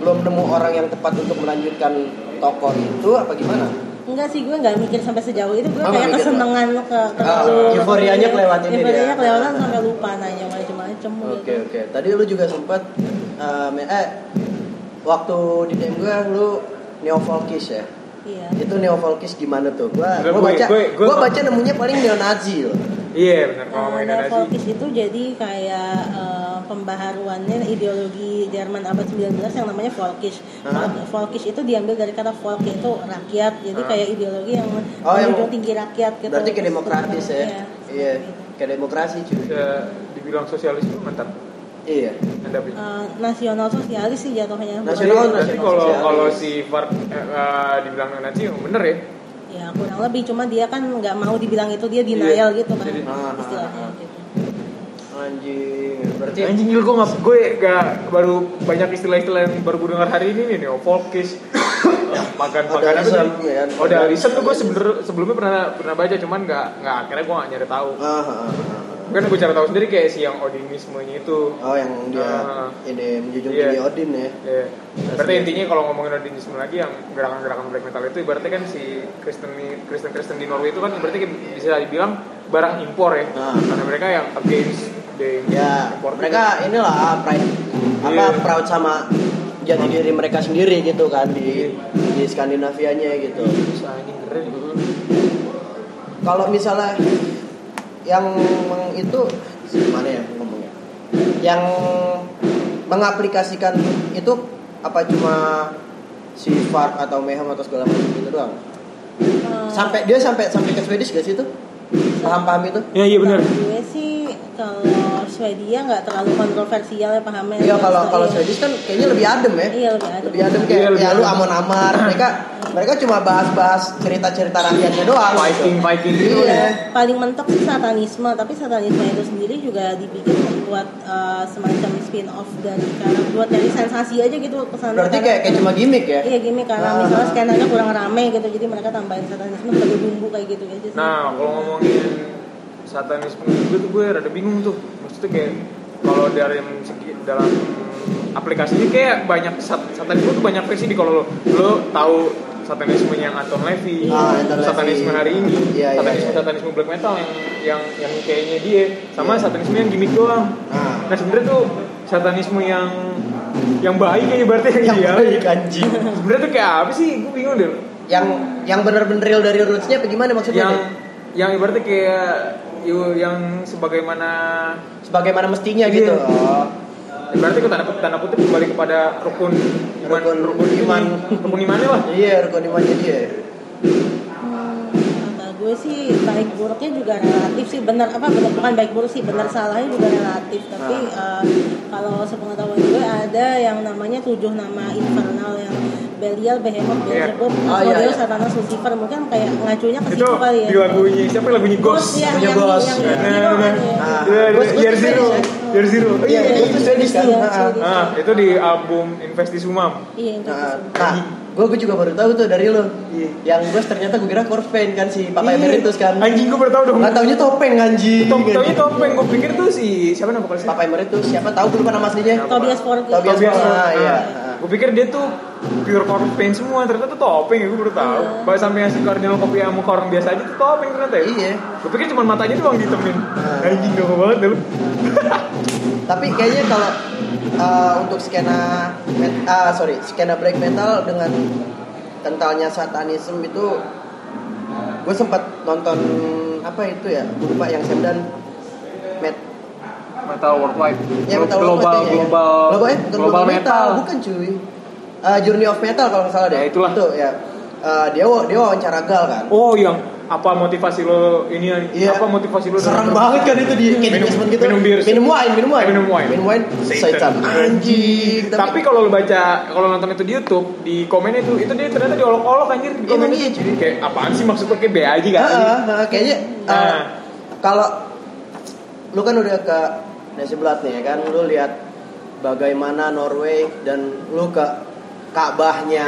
Speaker 2: belum nemu orang yang tepat untuk melanjutkan toko itu apa gimana?
Speaker 3: Enggak sih gue nggak mikir sampai sejauh itu gue
Speaker 2: Oh, nggak
Speaker 3: kayak
Speaker 2: mikir.
Speaker 3: kesenangan ke terlalu
Speaker 2: Ah, euforianya kelewatin ini
Speaker 3: euforianya
Speaker 2: dia.
Speaker 3: kelewatan sampai lupa nanya macam-macam
Speaker 2: Oke
Speaker 3: gitu.
Speaker 2: oke. Tadi lu juga sempet eh, me- eh waktu di DM gue lu neofolkis ya.
Speaker 3: Iya.
Speaker 2: Itu neofolkis gimana tuh? Gua
Speaker 1: Enggak,
Speaker 2: gua
Speaker 1: gue-
Speaker 2: baca
Speaker 1: gue- gue-
Speaker 2: gua baca nemunya paling neonazi loh.
Speaker 1: Iya benar kalau
Speaker 3: Nah,
Speaker 1: main nasi
Speaker 3: Folkis itu jadi kayak eh, pembaharuannya ideologi Jerman abad 19 yang namanya Folkish.
Speaker 2: Hah?
Speaker 3: Folk- Folkish itu diambil dari kata Volk itu rakyat. Jadi
Speaker 1: Hah?
Speaker 3: kayak ideologi yang
Speaker 2: Oh, yang-
Speaker 3: menjunjung tinggi rakyat gitu.
Speaker 2: Berarti kayak demokratis ya.
Speaker 3: Iya.
Speaker 2: Iya, kayak demokrasi cuy.
Speaker 1: Ya, dibilang sosialis itu mantap
Speaker 2: Iya.
Speaker 1: Anda beli
Speaker 3: Eh, nasional sosialis sih
Speaker 1: Jadi,
Speaker 3: jatuhnya.
Speaker 1: nanti
Speaker 2: Nasional- nasional
Speaker 1: kalau
Speaker 2: sosialis.
Speaker 1: kalau si Fark eh, eh, dibilang nanti yang bener ya
Speaker 3: Ya kurang lebih cuma dia kan nggak mau dibilang itu dia denial
Speaker 1: Iya.
Speaker 3: gitu kan.
Speaker 1: Jadi-
Speaker 2: Ah,
Speaker 3: Istilahnya
Speaker 2: ah, ah.
Speaker 3: gitu.
Speaker 2: Anjing. Berarti
Speaker 1: Anjing gila gue gak, gue gak baru banyak istilah-istilah yang baru gue dengar hari ini nih nih folkis
Speaker 2: Iya.
Speaker 1: makan makan apa
Speaker 2: Odalism,
Speaker 1: sih?
Speaker 2: ya.
Speaker 1: Oh dari tuh gue sebener- sebelumnya pernah pernah baca cuman gak nggak akhirnya gue gak nyari tahu.
Speaker 2: Ah, ah, ah.
Speaker 1: Kan gue cari tahu sendiri kayak si yang odinismenya itu.
Speaker 2: Oh, yang dia
Speaker 1: Ah.
Speaker 2: ini menjunjung
Speaker 1: Iya.
Speaker 2: tinggi Odin ya.
Speaker 1: Ya. Berarti
Speaker 2: Asli.
Speaker 1: intinya kalau ngomongin odinisme lagi yang gerakan-gerakan black metal itu berarti kan si Kristen Kristen Kristen di Norway itu kan berarti kayak bisa dibilang barang impor ya.
Speaker 2: Ah.
Speaker 1: Karena mereka yang against the
Speaker 2: Ya,
Speaker 1: import
Speaker 2: mereka inilah pride apa
Speaker 1: Iya.
Speaker 2: proud sama jati diri mereka sendiri gitu kan di di Skandinavianya gitu.
Speaker 1: Terus anjing Ah, keren.
Speaker 2: Kalau misalnya yang meng- itu mana ya ngomongnya? Yang mengaplikasikan itu apa cuma si Fark atau Mayhem atau segala macam gitu doang?
Speaker 3: Eh,
Speaker 2: Sampai dia sampai sampai ke Swedish gak sih itu? Paham-paham itu?
Speaker 1: Ya iya benar.
Speaker 3: Kalau Gue sih kalau Swedia nggak terlalu kontroversial ya pahamnya.
Speaker 2: Iya kalau kalau
Speaker 3: Iya.
Speaker 2: Swedish kan kayaknya lebih adem ya.
Speaker 3: Iya lebih adem.
Speaker 2: lebih adem kayak
Speaker 1: Iya, lebih
Speaker 2: ya lu
Speaker 1: adem.
Speaker 2: amon-amar mereka mereka cuma bahas-bahas cerita-cerita rakyatnya doang
Speaker 1: Fighting fighting gitu.
Speaker 2: Iya.
Speaker 3: Paling mentok sih satanisme, tapi satanisme itu sendiri juga dibikin buat eh, semacam spin off dari karena buat dari sensasi aja gitu
Speaker 2: gitu.
Speaker 3: pesan.
Speaker 2: berarti kayak kayak cuma gimmick ya
Speaker 3: Iya
Speaker 2: Ah.
Speaker 3: gini karena misalnya skenanya kurang rame gitu, jadi mereka tambahin satanisme sebagai bumbu kayak gitu aja sih.
Speaker 1: Nah, kalau ngomongin satanisme itu tuh gue rada bingung tuh. Maksudnya kayak kalau dari segi dalam aplikasinya kayak banyak sat- satanisme tuh banyak versi di kalau lo, lo tahu satanismenya Anton Levy,
Speaker 2: Ah, Anton Levy.
Speaker 1: satanisme hari ini,
Speaker 2: Iya, iya,
Speaker 1: satanisme
Speaker 2: iya.
Speaker 1: satanisme black metal yang yang yang kayaknya dia, sama satanisme yang gimmick doang.
Speaker 2: Ah.
Speaker 1: Nah sebenarnya tuh satanisme yang yang baik kayaknya berarti yang
Speaker 2: yang
Speaker 1: ideal.
Speaker 2: baik anjing
Speaker 1: Sebenarnya tuh kayak apa sih? Gue bingung deh.
Speaker 2: yang yang bener-bener real dari rootsnya apa gimana maksudnya
Speaker 1: Yang
Speaker 2: Dek?
Speaker 1: yang ibaratnya kayak yo- yang sebagaimana
Speaker 2: sebagaimana mestinya
Speaker 1: Iya.
Speaker 2: gitu oh.
Speaker 1: ibaratnya ke tanda, tanda kutip kembali kepada rukun iman
Speaker 2: Rukun- iman.
Speaker 1: rukun imannya lah
Speaker 2: iya rukun imannya dia ya.
Speaker 3: Hmm, kata gue sih baik buruknya juga relatif sih benar apa benar bukan baik buruk sih benar salahnya juga relatif tapi eh, kalau sepengetahuan gue ada yang namanya tujuh nama infernal yang Belial, Behemoth,
Speaker 1: Iya.
Speaker 3: Beelzebub,
Speaker 2: Oh, iya, iya.
Speaker 3: Asmodeus, Satanus, Lucifer mungkin kayak ngacunya ke
Speaker 1: itu
Speaker 3: situ kali ya.
Speaker 1: di lagunya siapa lagunya Ghost
Speaker 3: Iya,
Speaker 2: Punya
Speaker 3: yang,
Speaker 2: Ghost.
Speaker 3: yang,
Speaker 1: Nah,
Speaker 3: yang,
Speaker 1: nah,
Speaker 3: hero
Speaker 1: nah.
Speaker 3: kan ya.
Speaker 2: Ah.
Speaker 1: Iya, iya,
Speaker 2: Ghost tuh
Speaker 1: Year
Speaker 2: Swedish
Speaker 1: Zero
Speaker 2: kan?
Speaker 1: Year Zero
Speaker 2: Iya,
Speaker 1: Iya,
Speaker 2: Ghost tuh Swedish kan?
Speaker 3: Iya,
Speaker 2: Ah, ah.
Speaker 3: Swedish.
Speaker 1: Ah, itu di album Investi Sumam
Speaker 3: Iya, yang
Speaker 2: nah,
Speaker 3: Swedish.
Speaker 2: nah gue gue juga baru tahu tuh dari lo
Speaker 1: Iya.
Speaker 2: yang gue ternyata gue kira korban kan si papa
Speaker 1: Iya.
Speaker 2: emeritus kan
Speaker 1: anjing gue baru tau dong
Speaker 2: nggak taunya topeng anjing
Speaker 1: Top- taunya topeng gue pikir tuh si siapa nama vokalis
Speaker 2: papa emeritus siapa tahu gue lupa nama aslinya
Speaker 1: Apa?
Speaker 3: Tobias Forge.
Speaker 2: Tobias
Speaker 1: Tobias
Speaker 2: Forge.
Speaker 1: Forge.
Speaker 2: Ah, iya.
Speaker 1: Ah. Gue pikir dia tuh pure korban semua, ternyata tuh topeng ya gue baru tahu.
Speaker 3: Iya.
Speaker 1: Bahkan sampai ngasih kardinal kopi sama korong biasa aja tuh topeng ternyata ya.
Speaker 2: Iya.
Speaker 1: Gue pikir cuma matanya doang ditemin.
Speaker 2: Ah.
Speaker 1: Anjing gak banget deh lu.
Speaker 2: tapi kayaknya kalau uh, untuk skena met- ah, sorry skena black metal dengan kentalnya satanism itu gue sempat nonton apa itu ya gue lupa yang Sam dan Matt
Speaker 1: Metal worldwide.
Speaker 2: ya metal World Cup kayaknya ya. global, eh, bukan global metal. bukan cuy Ah, Journey of Metal kalau nggak salah deh
Speaker 1: Ya, itulah.
Speaker 2: itu ya Ah, dia wa- dia wawancara gal kan
Speaker 1: Oh yang apa motivasi lo ini
Speaker 2: Iya.
Speaker 1: apa motivasi lo
Speaker 2: Serem
Speaker 1: dalam-
Speaker 2: banget kan itu di kayak di
Speaker 1: Minum-
Speaker 2: basement gitu.
Speaker 1: minum bir.
Speaker 2: Minum wine, minum wine.
Speaker 1: Minum wine.
Speaker 2: Minum wine.
Speaker 1: Satan.
Speaker 2: Satan. Anjing.
Speaker 1: Tapi kalau lo baca, kalau lo nonton itu di YouTube, di komennya itu, itu dia ternyata diolok-olok anjir di
Speaker 2: Iya,
Speaker 1: komen.
Speaker 2: iya, cuy.
Speaker 1: Kayak apaan sih maksudnya kayak be aja kan?
Speaker 2: Heeh, heeh, kayaknya eh,
Speaker 1: Nah.
Speaker 2: kalau lu kan udah ke Nasi Blood nih ya kan, lu lihat bagaimana Norway dan lu ke Ka'bahnya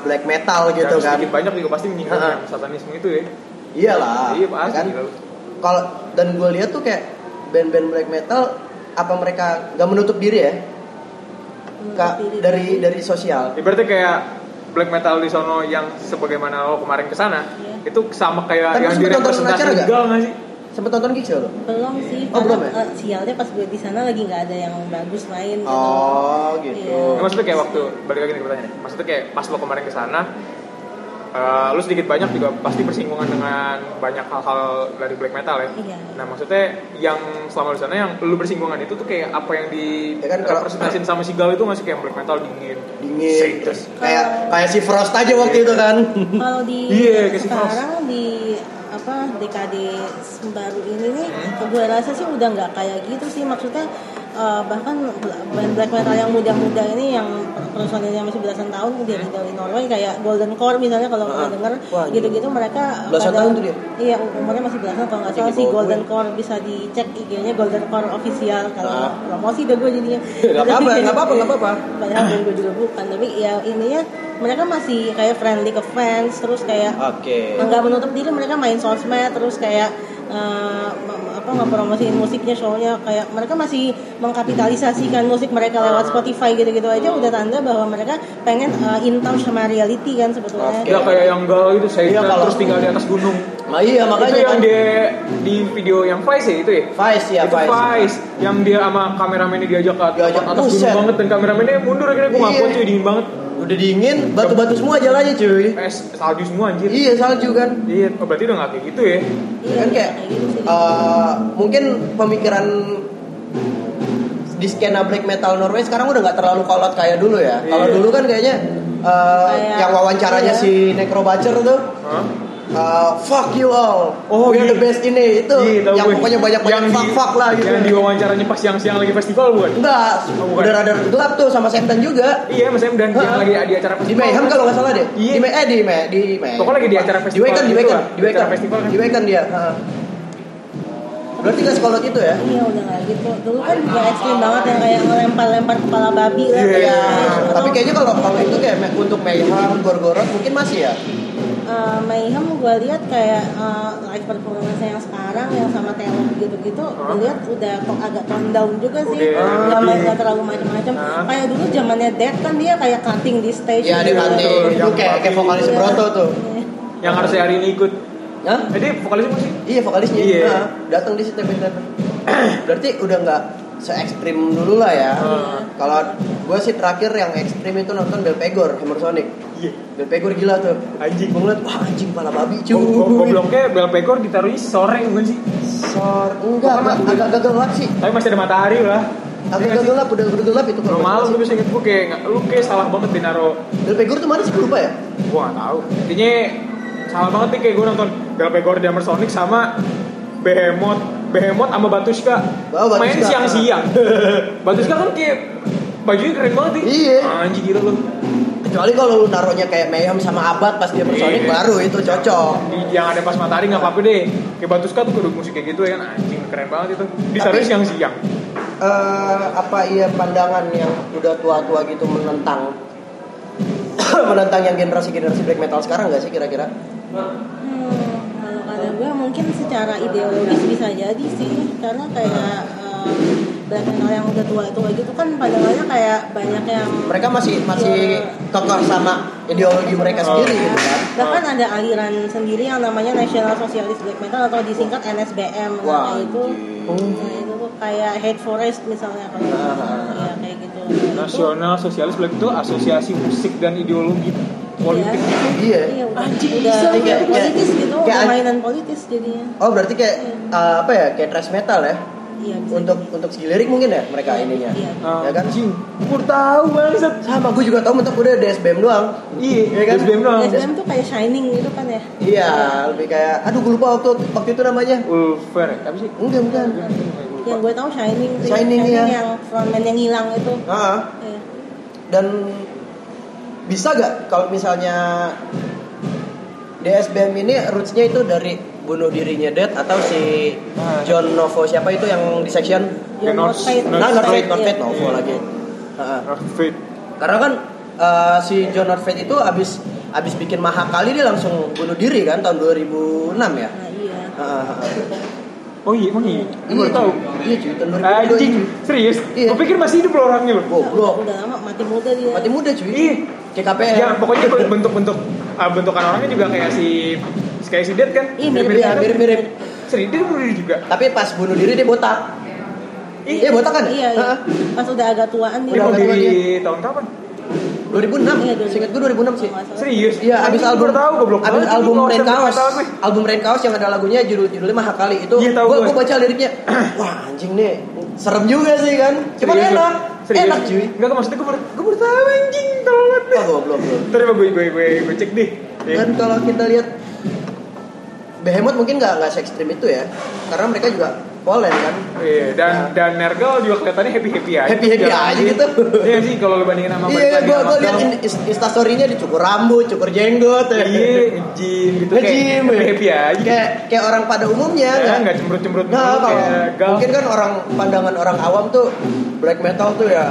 Speaker 2: black metal gitu
Speaker 1: Harus Iya.
Speaker 2: kan.
Speaker 1: sedikit banyak juga pasti menyinggung
Speaker 2: Heeh.
Speaker 1: yang satanisme itu ya.
Speaker 2: Iyalah.
Speaker 1: Iya pasti.
Speaker 2: kan?
Speaker 1: gitu.
Speaker 2: Kalau dan gue lihat tuh kayak band-band black metal apa mereka nggak menutup diri ya? Kak,
Speaker 3: Menutup diri.
Speaker 2: dari dari sosial.
Speaker 1: Ibaratnya kayak black metal di sono yang sebagaimana lo kemarin ke sana,
Speaker 3: Iya.
Speaker 1: itu sama kayak
Speaker 2: Tapi
Speaker 1: yang
Speaker 2: sempet nonton acara
Speaker 1: direpresentasi
Speaker 2: nggak?
Speaker 1: Gal nggak sih?
Speaker 2: Sempet nonton gigs nggak lo?
Speaker 3: belum sih
Speaker 2: Oh,
Speaker 3: karena
Speaker 2: belum ya?
Speaker 3: eh, sialnya pas gue di sana lagi nggak ada yang bagus main gitu.
Speaker 2: Oh gitu.
Speaker 1: Ya,
Speaker 3: Iya.
Speaker 1: maksudnya kayak waktu balik lagi nih pertanyaan. Maksudnya kayak pas lo kemarin ke sana, eh, lo sedikit banyak juga pasti bersinggungan dengan banyak hal-hal dari black metal ya.
Speaker 3: Iya.
Speaker 1: Nah maksudnya yang selama di sana yang lo bersinggungan itu tuh kayak apa yang di
Speaker 2: Ya kan, kalau-
Speaker 1: representasiin sama si Gal itu masih kayak black metal dingin,
Speaker 2: dingin terus kayak
Speaker 3: Kalau-
Speaker 2: kayak si Frost aja waktu itu kan
Speaker 3: kalau di
Speaker 1: Iya, ke Sipros.
Speaker 3: sekarang di apa DKD baru ini nih
Speaker 2: Iya.
Speaker 3: gue rasa sih udah nggak kayak gitu sih maksudnya eh, bahkan band black metal yang muda-muda ini yang perusahaannya masih belasan tahun dia dari Norway kayak Golden Core misalnya kalau
Speaker 2: Iya. Ah.
Speaker 3: nggak denger
Speaker 2: Wah,
Speaker 3: gitu-gitu mereka
Speaker 2: Belasan tahun tuh dia?
Speaker 3: iya umurnya masih belasan kalau nggak salah
Speaker 2: Tinggi
Speaker 3: sih
Speaker 2: bawah
Speaker 3: Golden
Speaker 2: gue.
Speaker 3: Core bisa dicek IG-nya Golden Core official
Speaker 2: Ah.
Speaker 3: kalau promosi deh gue jadinya
Speaker 2: nggak apa-apa nggak apa-apa nggak apa-apa
Speaker 3: padahal band gue juga bukan tapi ya ininya mereka masih kayak friendly ke fans terus kayak
Speaker 2: oke
Speaker 3: nggak menutup diri mereka main sosmed terus kayak eh, mem- apa ngepromosiin musiknya shownya kayak mereka masih mengkapitalisasikan musik mereka lewat Spotify gitu-gitu aja udah tanda bahwa mereka pengen eh, in touch sama reality kan sebetulnya
Speaker 2: Oke.
Speaker 1: ya kayak yang Gal itu saya
Speaker 2: Iya, kalau-
Speaker 1: terus tinggal di atas gunung.
Speaker 2: nah iya
Speaker 1: itu
Speaker 2: makanya
Speaker 1: yang
Speaker 2: kan
Speaker 1: dia di video yang Vice ya itu ya.
Speaker 2: Vice ya
Speaker 1: itu Vice. yang dia sama kameramennya diajak ke atas,
Speaker 2: Diajak,
Speaker 1: atas
Speaker 2: buset.
Speaker 1: gunung banget dan kameramennya mundur akhirnya gue ngaku
Speaker 2: Iya.
Speaker 1: cuy dingin banget
Speaker 2: udah dingin batu-batu semua jalannya cuy
Speaker 1: es salju semua anjir
Speaker 2: iya salju kan
Speaker 1: Iya, oh, berarti udah gak kayak gitu ya.
Speaker 3: Iya,
Speaker 2: kan kayak
Speaker 3: gitu sih.
Speaker 2: eh, mungkin pemikiran di skena black metal Norway sekarang udah nggak terlalu kolot kayak dulu ya kalau
Speaker 1: Iya.
Speaker 2: dulu kan kayaknya eh,
Speaker 3: Kayak-
Speaker 2: yang wawancaranya
Speaker 3: iya.
Speaker 2: si Necrobatcher tuh
Speaker 1: Hah?
Speaker 2: eh, fuck you all,
Speaker 1: Oh,
Speaker 2: we're
Speaker 1: iya.
Speaker 2: the best ini itu
Speaker 1: Iya, tahu
Speaker 2: yang
Speaker 1: gue.
Speaker 2: pokoknya banyak banyak
Speaker 1: Yang di-
Speaker 2: fuck fuck lah gitu.
Speaker 1: Yang diwawancaranya pas siang-siang lagi festival bukan?
Speaker 2: Enggak,
Speaker 1: Oh, bukan.
Speaker 2: udah rada gelap tuh sama Septen juga.
Speaker 1: Iya, Mas Em dan yang
Speaker 2: Hah?
Speaker 1: lagi di acara
Speaker 2: Di
Speaker 1: festival.
Speaker 2: Mayhem kalau nggak salah deh.
Speaker 1: Iya.
Speaker 2: Di May- eh di May, di May.
Speaker 1: Pokoknya lagi di acara
Speaker 2: Di
Speaker 1: festival
Speaker 2: Weekend, di
Speaker 1: gitu
Speaker 2: Weekend,
Speaker 1: lah.
Speaker 2: di
Speaker 1: Di acara
Speaker 2: Weekend.
Speaker 1: festival kan.
Speaker 2: Di Weekend dia. heeh. Berarti nggak sekolot itu ya?
Speaker 3: Iya udah nggak gitu. Dulu kan juga ekstrim banget yang kayak ngelempar-lempar kepala babi lah. gitu.
Speaker 1: Iya.
Speaker 2: Iya.
Speaker 3: Atau-
Speaker 2: Tapi kayaknya kalau kalau itu kayak me- untuk Mayhem, Gorgoroth mungkin masih ya.
Speaker 3: eh, Mayhem gue lihat kayak eh, live performance yang sekarang yang sama Taylor gitu-gitu gue lihat udah kok agak tone down juga sih
Speaker 1: Udah
Speaker 2: Ah,
Speaker 3: nggak
Speaker 1: lebih-
Speaker 2: iya.
Speaker 3: main- nggak terlalu macam-macam
Speaker 1: Ah.
Speaker 3: kayak dulu zamannya Dead kan dia kayak cutting di stage
Speaker 2: Iya, dia
Speaker 3: gitu.
Speaker 2: nanti
Speaker 1: betul.
Speaker 2: itu kayak kayak vokalis
Speaker 3: Iya.
Speaker 2: Broto tuh.
Speaker 3: Iya.
Speaker 1: yang harusnya hari ini ikut
Speaker 2: Hah?
Speaker 1: jadi vokalisnya masih
Speaker 2: Iya vokalisnya.
Speaker 1: Iya.
Speaker 2: Nah, datang di situ bener-bener. Berarti udah nggak se ekstrim dulu lah ya.
Speaker 1: Heeh.
Speaker 2: Kalau gue sih terakhir yang ekstrim itu nonton Belpegor, Hammer Sonic.
Speaker 1: iya
Speaker 2: Belpegor gila tuh.
Speaker 1: Anjing.
Speaker 2: Gue ngeliat, wah anjing pala babi cuy.
Speaker 1: Go- go- gobloknya bel pekor ditaruhnya sore bukan sih
Speaker 2: Sor, enggak,
Speaker 1: Bukan,
Speaker 2: agak,
Speaker 1: Bang.
Speaker 2: agak gelap sih.
Speaker 1: tapi masih ada matahari lah
Speaker 2: Agak agak gelap, udah Iya, udah gelap itu.
Speaker 1: Belum malam gue bisa inget gue kayak nggak- lu kayak salah banget di naro
Speaker 2: Belpegor tuh mana sih gue lupa ya?
Speaker 1: gue nggak tahu intinya salah banget nih kayak gue nonton bel pekor di Sonic sama Behemoth Behemoth sama Batushka
Speaker 2: Oh, Batushka.
Speaker 1: main siang-siang Batushka kan kayak bajunya keren banget nih
Speaker 2: Iya.
Speaker 1: anjing gila lu
Speaker 2: Kecuali kalau lu naruhnya kayak Mayhem sama Abad pas dia bersonik
Speaker 1: Iya.
Speaker 2: baru itu cocok.
Speaker 1: Di- yang ada pas matahari nggak apa-apa deh kayak Batushka tuh kudu musik kayak gitu ya kan anjing keren banget itu ditaruh
Speaker 2: Tapi-
Speaker 1: siang-siang
Speaker 2: eh apa iya pandangan yang udah tua-tua gitu menentang menentang yang generasi-generasi black metal sekarang nggak sih kira-kira?
Speaker 3: Hmm, kalau kata gue mungkin secara ideologis bisa jadi sih karena kayak eh, black metal yang udah tua-tua gitu kan pandangannya kayak banyak yang
Speaker 2: Mereka masih masih
Speaker 3: Iya.
Speaker 2: kokoh sama ideologi mereka
Speaker 1: Oh.
Speaker 2: sendiri gitu kan.
Speaker 3: bahkan ada aliran sendiri yang namanya National Socialist Black Metal atau disingkat NSBM
Speaker 2: Wah,
Speaker 3: nah, itu
Speaker 2: anjing.
Speaker 3: nah, itu tuh kayak Hate Forest misalnya kalau
Speaker 2: Ah.
Speaker 3: ya, kayak gitu Nah, itu-
Speaker 1: Nasional Sosialis Black itu asosiasi musik dan ideologi politik
Speaker 3: Iya.
Speaker 2: Iya.
Speaker 3: Iya, udah,
Speaker 1: Anjing,
Speaker 3: udah,
Speaker 2: bisa,
Speaker 3: udah
Speaker 2: kayak-
Speaker 3: politis
Speaker 2: kayak-
Speaker 3: gitu,
Speaker 2: kayak-
Speaker 3: udah mainan politis jadinya.
Speaker 2: Oh berarti kayak eh, apa ya kayak thrash metal ya?
Speaker 3: Iya, bisa
Speaker 2: Untuk
Speaker 3: jadi.
Speaker 2: untuk segi lirik mungkin ya mereka ininya.
Speaker 3: Iya.
Speaker 2: Ya kan?
Speaker 1: Anjing, gue tahu bangsat.
Speaker 2: Sama gue juga tahu mentok udah DSBM doang.
Speaker 1: Iya,
Speaker 2: Iya kan?
Speaker 1: SBM doang.
Speaker 3: SBM tuh kayak shining gitu kan ya.
Speaker 2: Iya, lebih kayak aduh gue lupa waktu waktu itu namanya.
Speaker 1: Ulver, ya? apa sih?
Speaker 2: Enggak, bukan.
Speaker 3: Yang gue tahu Shining sih.
Speaker 2: Shining, ya.
Speaker 3: yang frontman yang hilang itu.
Speaker 2: Heeh.
Speaker 3: Iya.
Speaker 2: Dan bisa gak kalau misalnya DSBM ini rootsnya itu dari bunuh dirinya Dead atau si
Speaker 1: Ah.
Speaker 2: John Novo siapa itu yang di section?
Speaker 1: Ya,
Speaker 3: Yang
Speaker 1: North-
Speaker 3: Fate.
Speaker 1: North
Speaker 2: Nah, North Fate,
Speaker 1: Fate,
Speaker 2: North Fate
Speaker 3: iya.
Speaker 2: Novo
Speaker 1: Iya.
Speaker 2: lagi. Ha-ha.
Speaker 1: Rafid.
Speaker 2: Karena kan eh, si John North Fate itu abis abis bikin mahakali dia langsung bunuh diri kan tahun 2006 ya.
Speaker 3: Nah, iya.
Speaker 2: Ha-ha.
Speaker 1: Oh iya, emang iya. Gue
Speaker 2: Iya,
Speaker 1: baru tahu.
Speaker 2: cuy. Iya cuy, tahun 2002
Speaker 1: Anjing, serius?
Speaker 2: Iya.
Speaker 1: Gue pikir masih hidup loh orangnya loh.
Speaker 2: Goblok.
Speaker 3: Udah lama mati muda dia.
Speaker 2: Oh, Mati muda cuy.
Speaker 1: Iya.
Speaker 2: KKPR.
Speaker 1: Ya pokoknya bentuk-bentuk ah, bentukan orangnya juga kayak si kayak si Dead kan?
Speaker 3: Iya,
Speaker 2: Mirip,
Speaker 3: mirip-mirip.
Speaker 2: ya, mirip-mirip.
Speaker 1: Serius dia bunuh diri juga.
Speaker 2: Tapi pas bunuh diri dia botak. Iya, botak kan?
Speaker 3: Iya, iya.
Speaker 2: Heeh. Iya,
Speaker 3: Pas udah agak tuaan
Speaker 1: Dia
Speaker 2: Udah
Speaker 1: bunuh
Speaker 2: nggak tua
Speaker 1: diri tahun kapan?
Speaker 2: 2006
Speaker 3: Iya,
Speaker 2: ya, seingat gue 2006 sih.
Speaker 1: Serius?
Speaker 2: Iya, abis
Speaker 1: Anjing,
Speaker 2: album
Speaker 1: baru tahu goblok.
Speaker 2: abis
Speaker 1: banget.
Speaker 2: album
Speaker 1: Ini nggak
Speaker 2: Rain
Speaker 1: usah
Speaker 2: Chaos.
Speaker 1: tahu gue.
Speaker 2: Album Rain Chaos yang ada lagunya judul judulnya Mahakali itu.
Speaker 1: Iya, tahu
Speaker 2: gua,
Speaker 1: gue.
Speaker 2: gua baca liriknya. Wah, anjing nih. Serem juga sih kan. Cuman
Speaker 1: Serius,
Speaker 2: enak.
Speaker 1: lu? Serius,
Speaker 2: Enak
Speaker 1: lu?
Speaker 2: cuy.
Speaker 1: Enggak maksudnya gue baru gue baru tahu anjing tolong banget.
Speaker 2: Wah, goblok lu.
Speaker 1: Ntar ya, gue gue gue gue cek deh. Iya.
Speaker 2: Dan kalau kita lihat Behemoth mungkin nggak nggak ekstrim itu ya. Karena mereka juga Poland kan.
Speaker 1: Iya, dan dan Nergal juga kelihatannya happy happy aja.
Speaker 2: Happy-happy
Speaker 1: Jalan
Speaker 2: aja
Speaker 1: aja.
Speaker 2: gitu.
Speaker 1: Iya sih kalau lu bandingin sama balik
Speaker 2: Iya,
Speaker 1: lagi
Speaker 2: gua
Speaker 1: sama
Speaker 2: gua lihat
Speaker 1: Nergal.
Speaker 2: in- is- instastory-nya dicukur rambut, cukur jenggot. ya.
Speaker 1: Iya, nge-gym gitu
Speaker 2: Nge-gym,
Speaker 1: kayak
Speaker 2: ya.
Speaker 1: happy happy aja.
Speaker 2: Kayak kayak orang pada umumnya
Speaker 1: Ya,
Speaker 2: kan.
Speaker 1: nggak cemberut-cemberut
Speaker 2: Nah,
Speaker 1: mulu
Speaker 2: kalau
Speaker 1: kayak Gal.
Speaker 2: mungkin kan orang pandangan orang awam tuh black metal tuh ya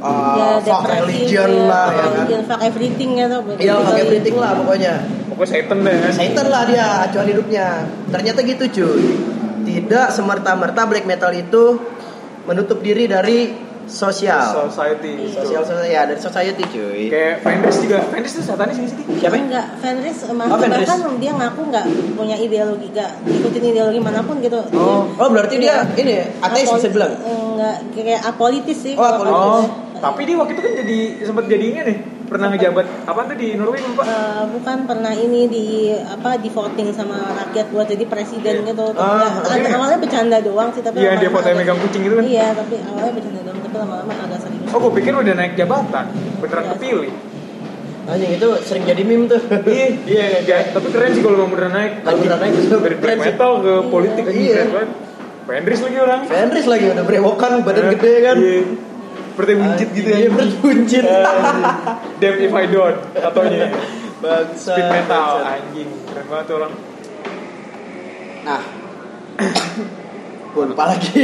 Speaker 2: uh, fuck
Speaker 3: depresif,
Speaker 2: religion
Speaker 3: Ya, iya,
Speaker 2: lah ya
Speaker 3: fuck
Speaker 2: kan.
Speaker 3: religion, fuck everything gitu.
Speaker 2: Iya, fuck everything lah pokoknya.
Speaker 1: Pokoknya setan deh.
Speaker 2: Satan lah dia acuan hidupnya. Ternyata gitu cuy. Tidak semerta-merta black metal itu menutup diri dari sosial.
Speaker 1: Society. gitu.
Speaker 2: Sosial sosial ya dari society cuy.
Speaker 1: Kayak Fenris juga. Fenris tuh satanis sih sih.
Speaker 2: Siapa? ya?
Speaker 3: Enggak, Fenris emang
Speaker 2: Oh, Fenris.
Speaker 3: bahkan dia ngaku nggak punya ideologi, nggak ikutin ideologi manapun gitu.
Speaker 2: Oh, oh berarti dia ini ya, ateis bisa bilang.
Speaker 3: Enggak, kayak apolitis sih.
Speaker 2: Oh,
Speaker 3: kalau
Speaker 2: apolitis.
Speaker 1: Oh,
Speaker 3: politis.
Speaker 1: tapi dia waktu itu kan jadi sempat jadinya nih pernah ngejabat apa tuh di Norway lupa.
Speaker 3: Eh, bukan pernah ini di apa di voting sama rakyat buat jadi presiden
Speaker 1: Iya.
Speaker 3: gitu. Tapi
Speaker 2: Ah,
Speaker 3: nggak-
Speaker 1: oke.
Speaker 3: agak- awalnya bercanda doang sih
Speaker 1: Iya,
Speaker 3: tapi
Speaker 1: dia
Speaker 3: lama-lama
Speaker 1: fotonya
Speaker 3: agak-
Speaker 1: megang kucing gitu kan.
Speaker 3: Iya, tapi awalnya bercanda doang tapi lama-lama agak serius.
Speaker 1: Oh, gue pikir udah naik jabatan, beneran
Speaker 3: Iya.
Speaker 1: kepilih.
Speaker 2: Anjing Ah, itu sering jadi meme tuh.
Speaker 1: Iya, iya, iya. Tapi keren sih kalau emang beneran naik.
Speaker 2: Kalau beneran naik, itu
Speaker 1: dari black
Speaker 2: keren sih.
Speaker 1: metal ke politik
Speaker 2: Iya.
Speaker 1: anjing, keren banget. Fenris lagi orang.
Speaker 2: Fenris lagi udah brewokan badan
Speaker 1: Eh,
Speaker 2: gede kan.
Speaker 1: Iya. Seperti buncit gitu ya.
Speaker 2: Iya, berbuncit.
Speaker 1: Damn if I don't, katanya.
Speaker 2: Bangsa.
Speaker 1: Speed metal,
Speaker 2: bangsa.
Speaker 1: anjing. Keren banget tuh orang.
Speaker 2: Nah. Gua lupa lagi.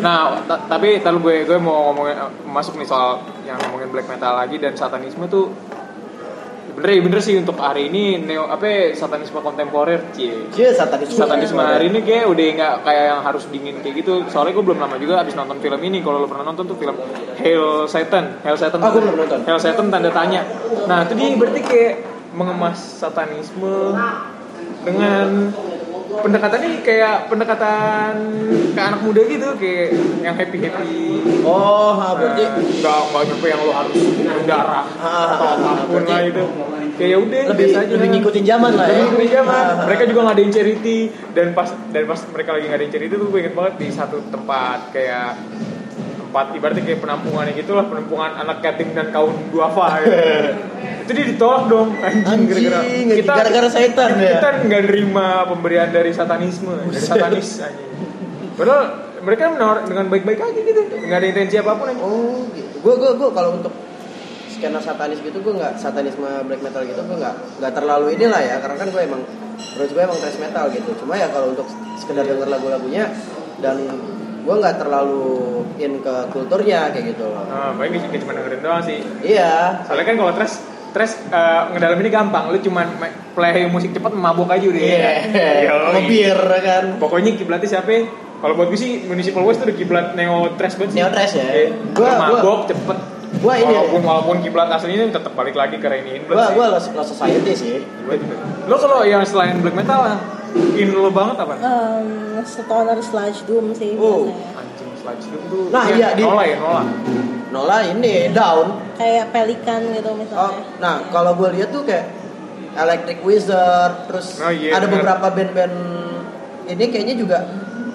Speaker 1: Nah, ta- tapi tadi gue gue mau ngomongin masuk nih soal yang ngomongin black metal lagi dan satanisme tuh Bener ya, bener sih untuk hari ini neo apa ya, satanisme kontemporer cie.
Speaker 2: Iya, satanisme.
Speaker 1: Satanisme hari ini kayak udah nggak kayak yang harus dingin kayak gitu. Soalnya gue belum lama juga abis nonton film ini. Kalau lo pernah nonton tuh film Hail Satan, Hail Satan.
Speaker 2: Oh, gua belum nonton.
Speaker 1: Hail Satan tanda tanya. Nah itu dia berarti kayak mengemas satanisme dengan pendekatannya kayak pendekatan ke anak muda gitu kayak yang happy happy
Speaker 2: Oh, ha, berarti
Speaker 1: nggak nggak nyampe yang lo harus berdarah
Speaker 2: Ah,
Speaker 1: atau apapun
Speaker 2: berarti
Speaker 1: lah itu kayak ya udah
Speaker 2: lebih
Speaker 1: biasa aja
Speaker 2: lebih ngikutin zaman lah ya.
Speaker 1: Lebih ngikutin zaman.
Speaker 2: Ah, ah.
Speaker 1: mereka juga ngadain charity dan pas dan pas mereka lagi ngadain charity tuh gue inget banget di satu tempat kayak tempat ibaratnya kayak penampungannya gitu lah penampungan anak yatim dan kaum duafa gitu. itu dia ditolak dong anjing gara-gara
Speaker 2: Anjing, gara-gara setan ya.
Speaker 1: kita nggak nerima pemberian dari satanisme dari
Speaker 2: Buset.
Speaker 1: satanis anjing padahal mereka menawar dengan baik-baik aja gitu nggak ada intensi apapun anjing
Speaker 2: Oh, gitu. Gue gue gue kalau untuk skena satanis gitu gue nggak satanisme black metal gitu gue nggak nggak terlalu inilah ya karena kan gue emang menurut gue emang thrash metal gitu cuma ya kalau untuk sekedar denger lagu-lagunya dan gue nggak terlalu in ke kulturnya kayak gitu loh
Speaker 1: Nah, paling dia- dia cuma dengerin doang sih.
Speaker 2: iya
Speaker 1: Soalnya kan kalau trash, trash eh, ngedalaminnya gampang. Lu cuma ma- play musik cepat mabok aja udah.
Speaker 2: iya
Speaker 1: Yoi.
Speaker 2: mobil kan
Speaker 1: Pokoknya kiblatnya siapa? ya? Kalau buat gue sih Municipal Waste tuh udah kiblat neo trash banget sih.
Speaker 2: Neo thrash ya?
Speaker 1: Iya.
Speaker 2: Gua-
Speaker 1: mabok cepet.
Speaker 2: Gua ini ya.
Speaker 1: walaupun walaupun kiblat aslinya tetap balik lagi ke Rainy Blood.
Speaker 2: gue
Speaker 1: sih.
Speaker 2: gue lost, lost society sih
Speaker 1: Gua juga. Lo kalau yang selain black metal, yang in lo banget apa?
Speaker 3: Em, stoner slash doom sih
Speaker 2: Oh.
Speaker 3: biasanya.
Speaker 1: Anjing Sludge Doom tuh.
Speaker 2: Nah,
Speaker 1: Ya,
Speaker 2: iya, di-
Speaker 1: Nola ya, Nola.
Speaker 2: Nola ini down
Speaker 3: Kayak pelikan gitu misalnya.
Speaker 2: Oh, nah kalau gue lihat tuh kayak Electric Wizard, terus
Speaker 1: Oh, iya,
Speaker 2: ada
Speaker 1: bener.
Speaker 2: beberapa band-band ini kayaknya juga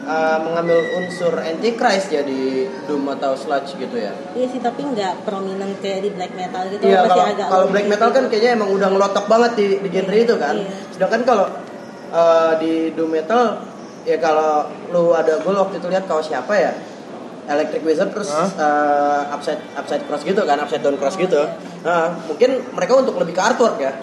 Speaker 2: uh, mengambil unsur Antichrist ya di doom atau sludge gitu ya.
Speaker 3: Iya sih tapi nggak prominent kayak di black metal gitu
Speaker 2: Iya
Speaker 3: masih
Speaker 2: kalau
Speaker 3: agak
Speaker 2: kalau
Speaker 3: lebih gitu.
Speaker 2: black metal kan kayaknya emang udah ngelotok banget di, di genre itu kan.
Speaker 3: Iya.
Speaker 2: Sedangkan kalau uh, di doom metal ya kalau lu ada gue waktu itu lihat kaos siapa ya Electric Wizard terus
Speaker 1: Hah?
Speaker 2: uh, upside upside cross gitu kan upside down cross gitu. Nah, mungkin mereka untuk lebih ke artwork ya.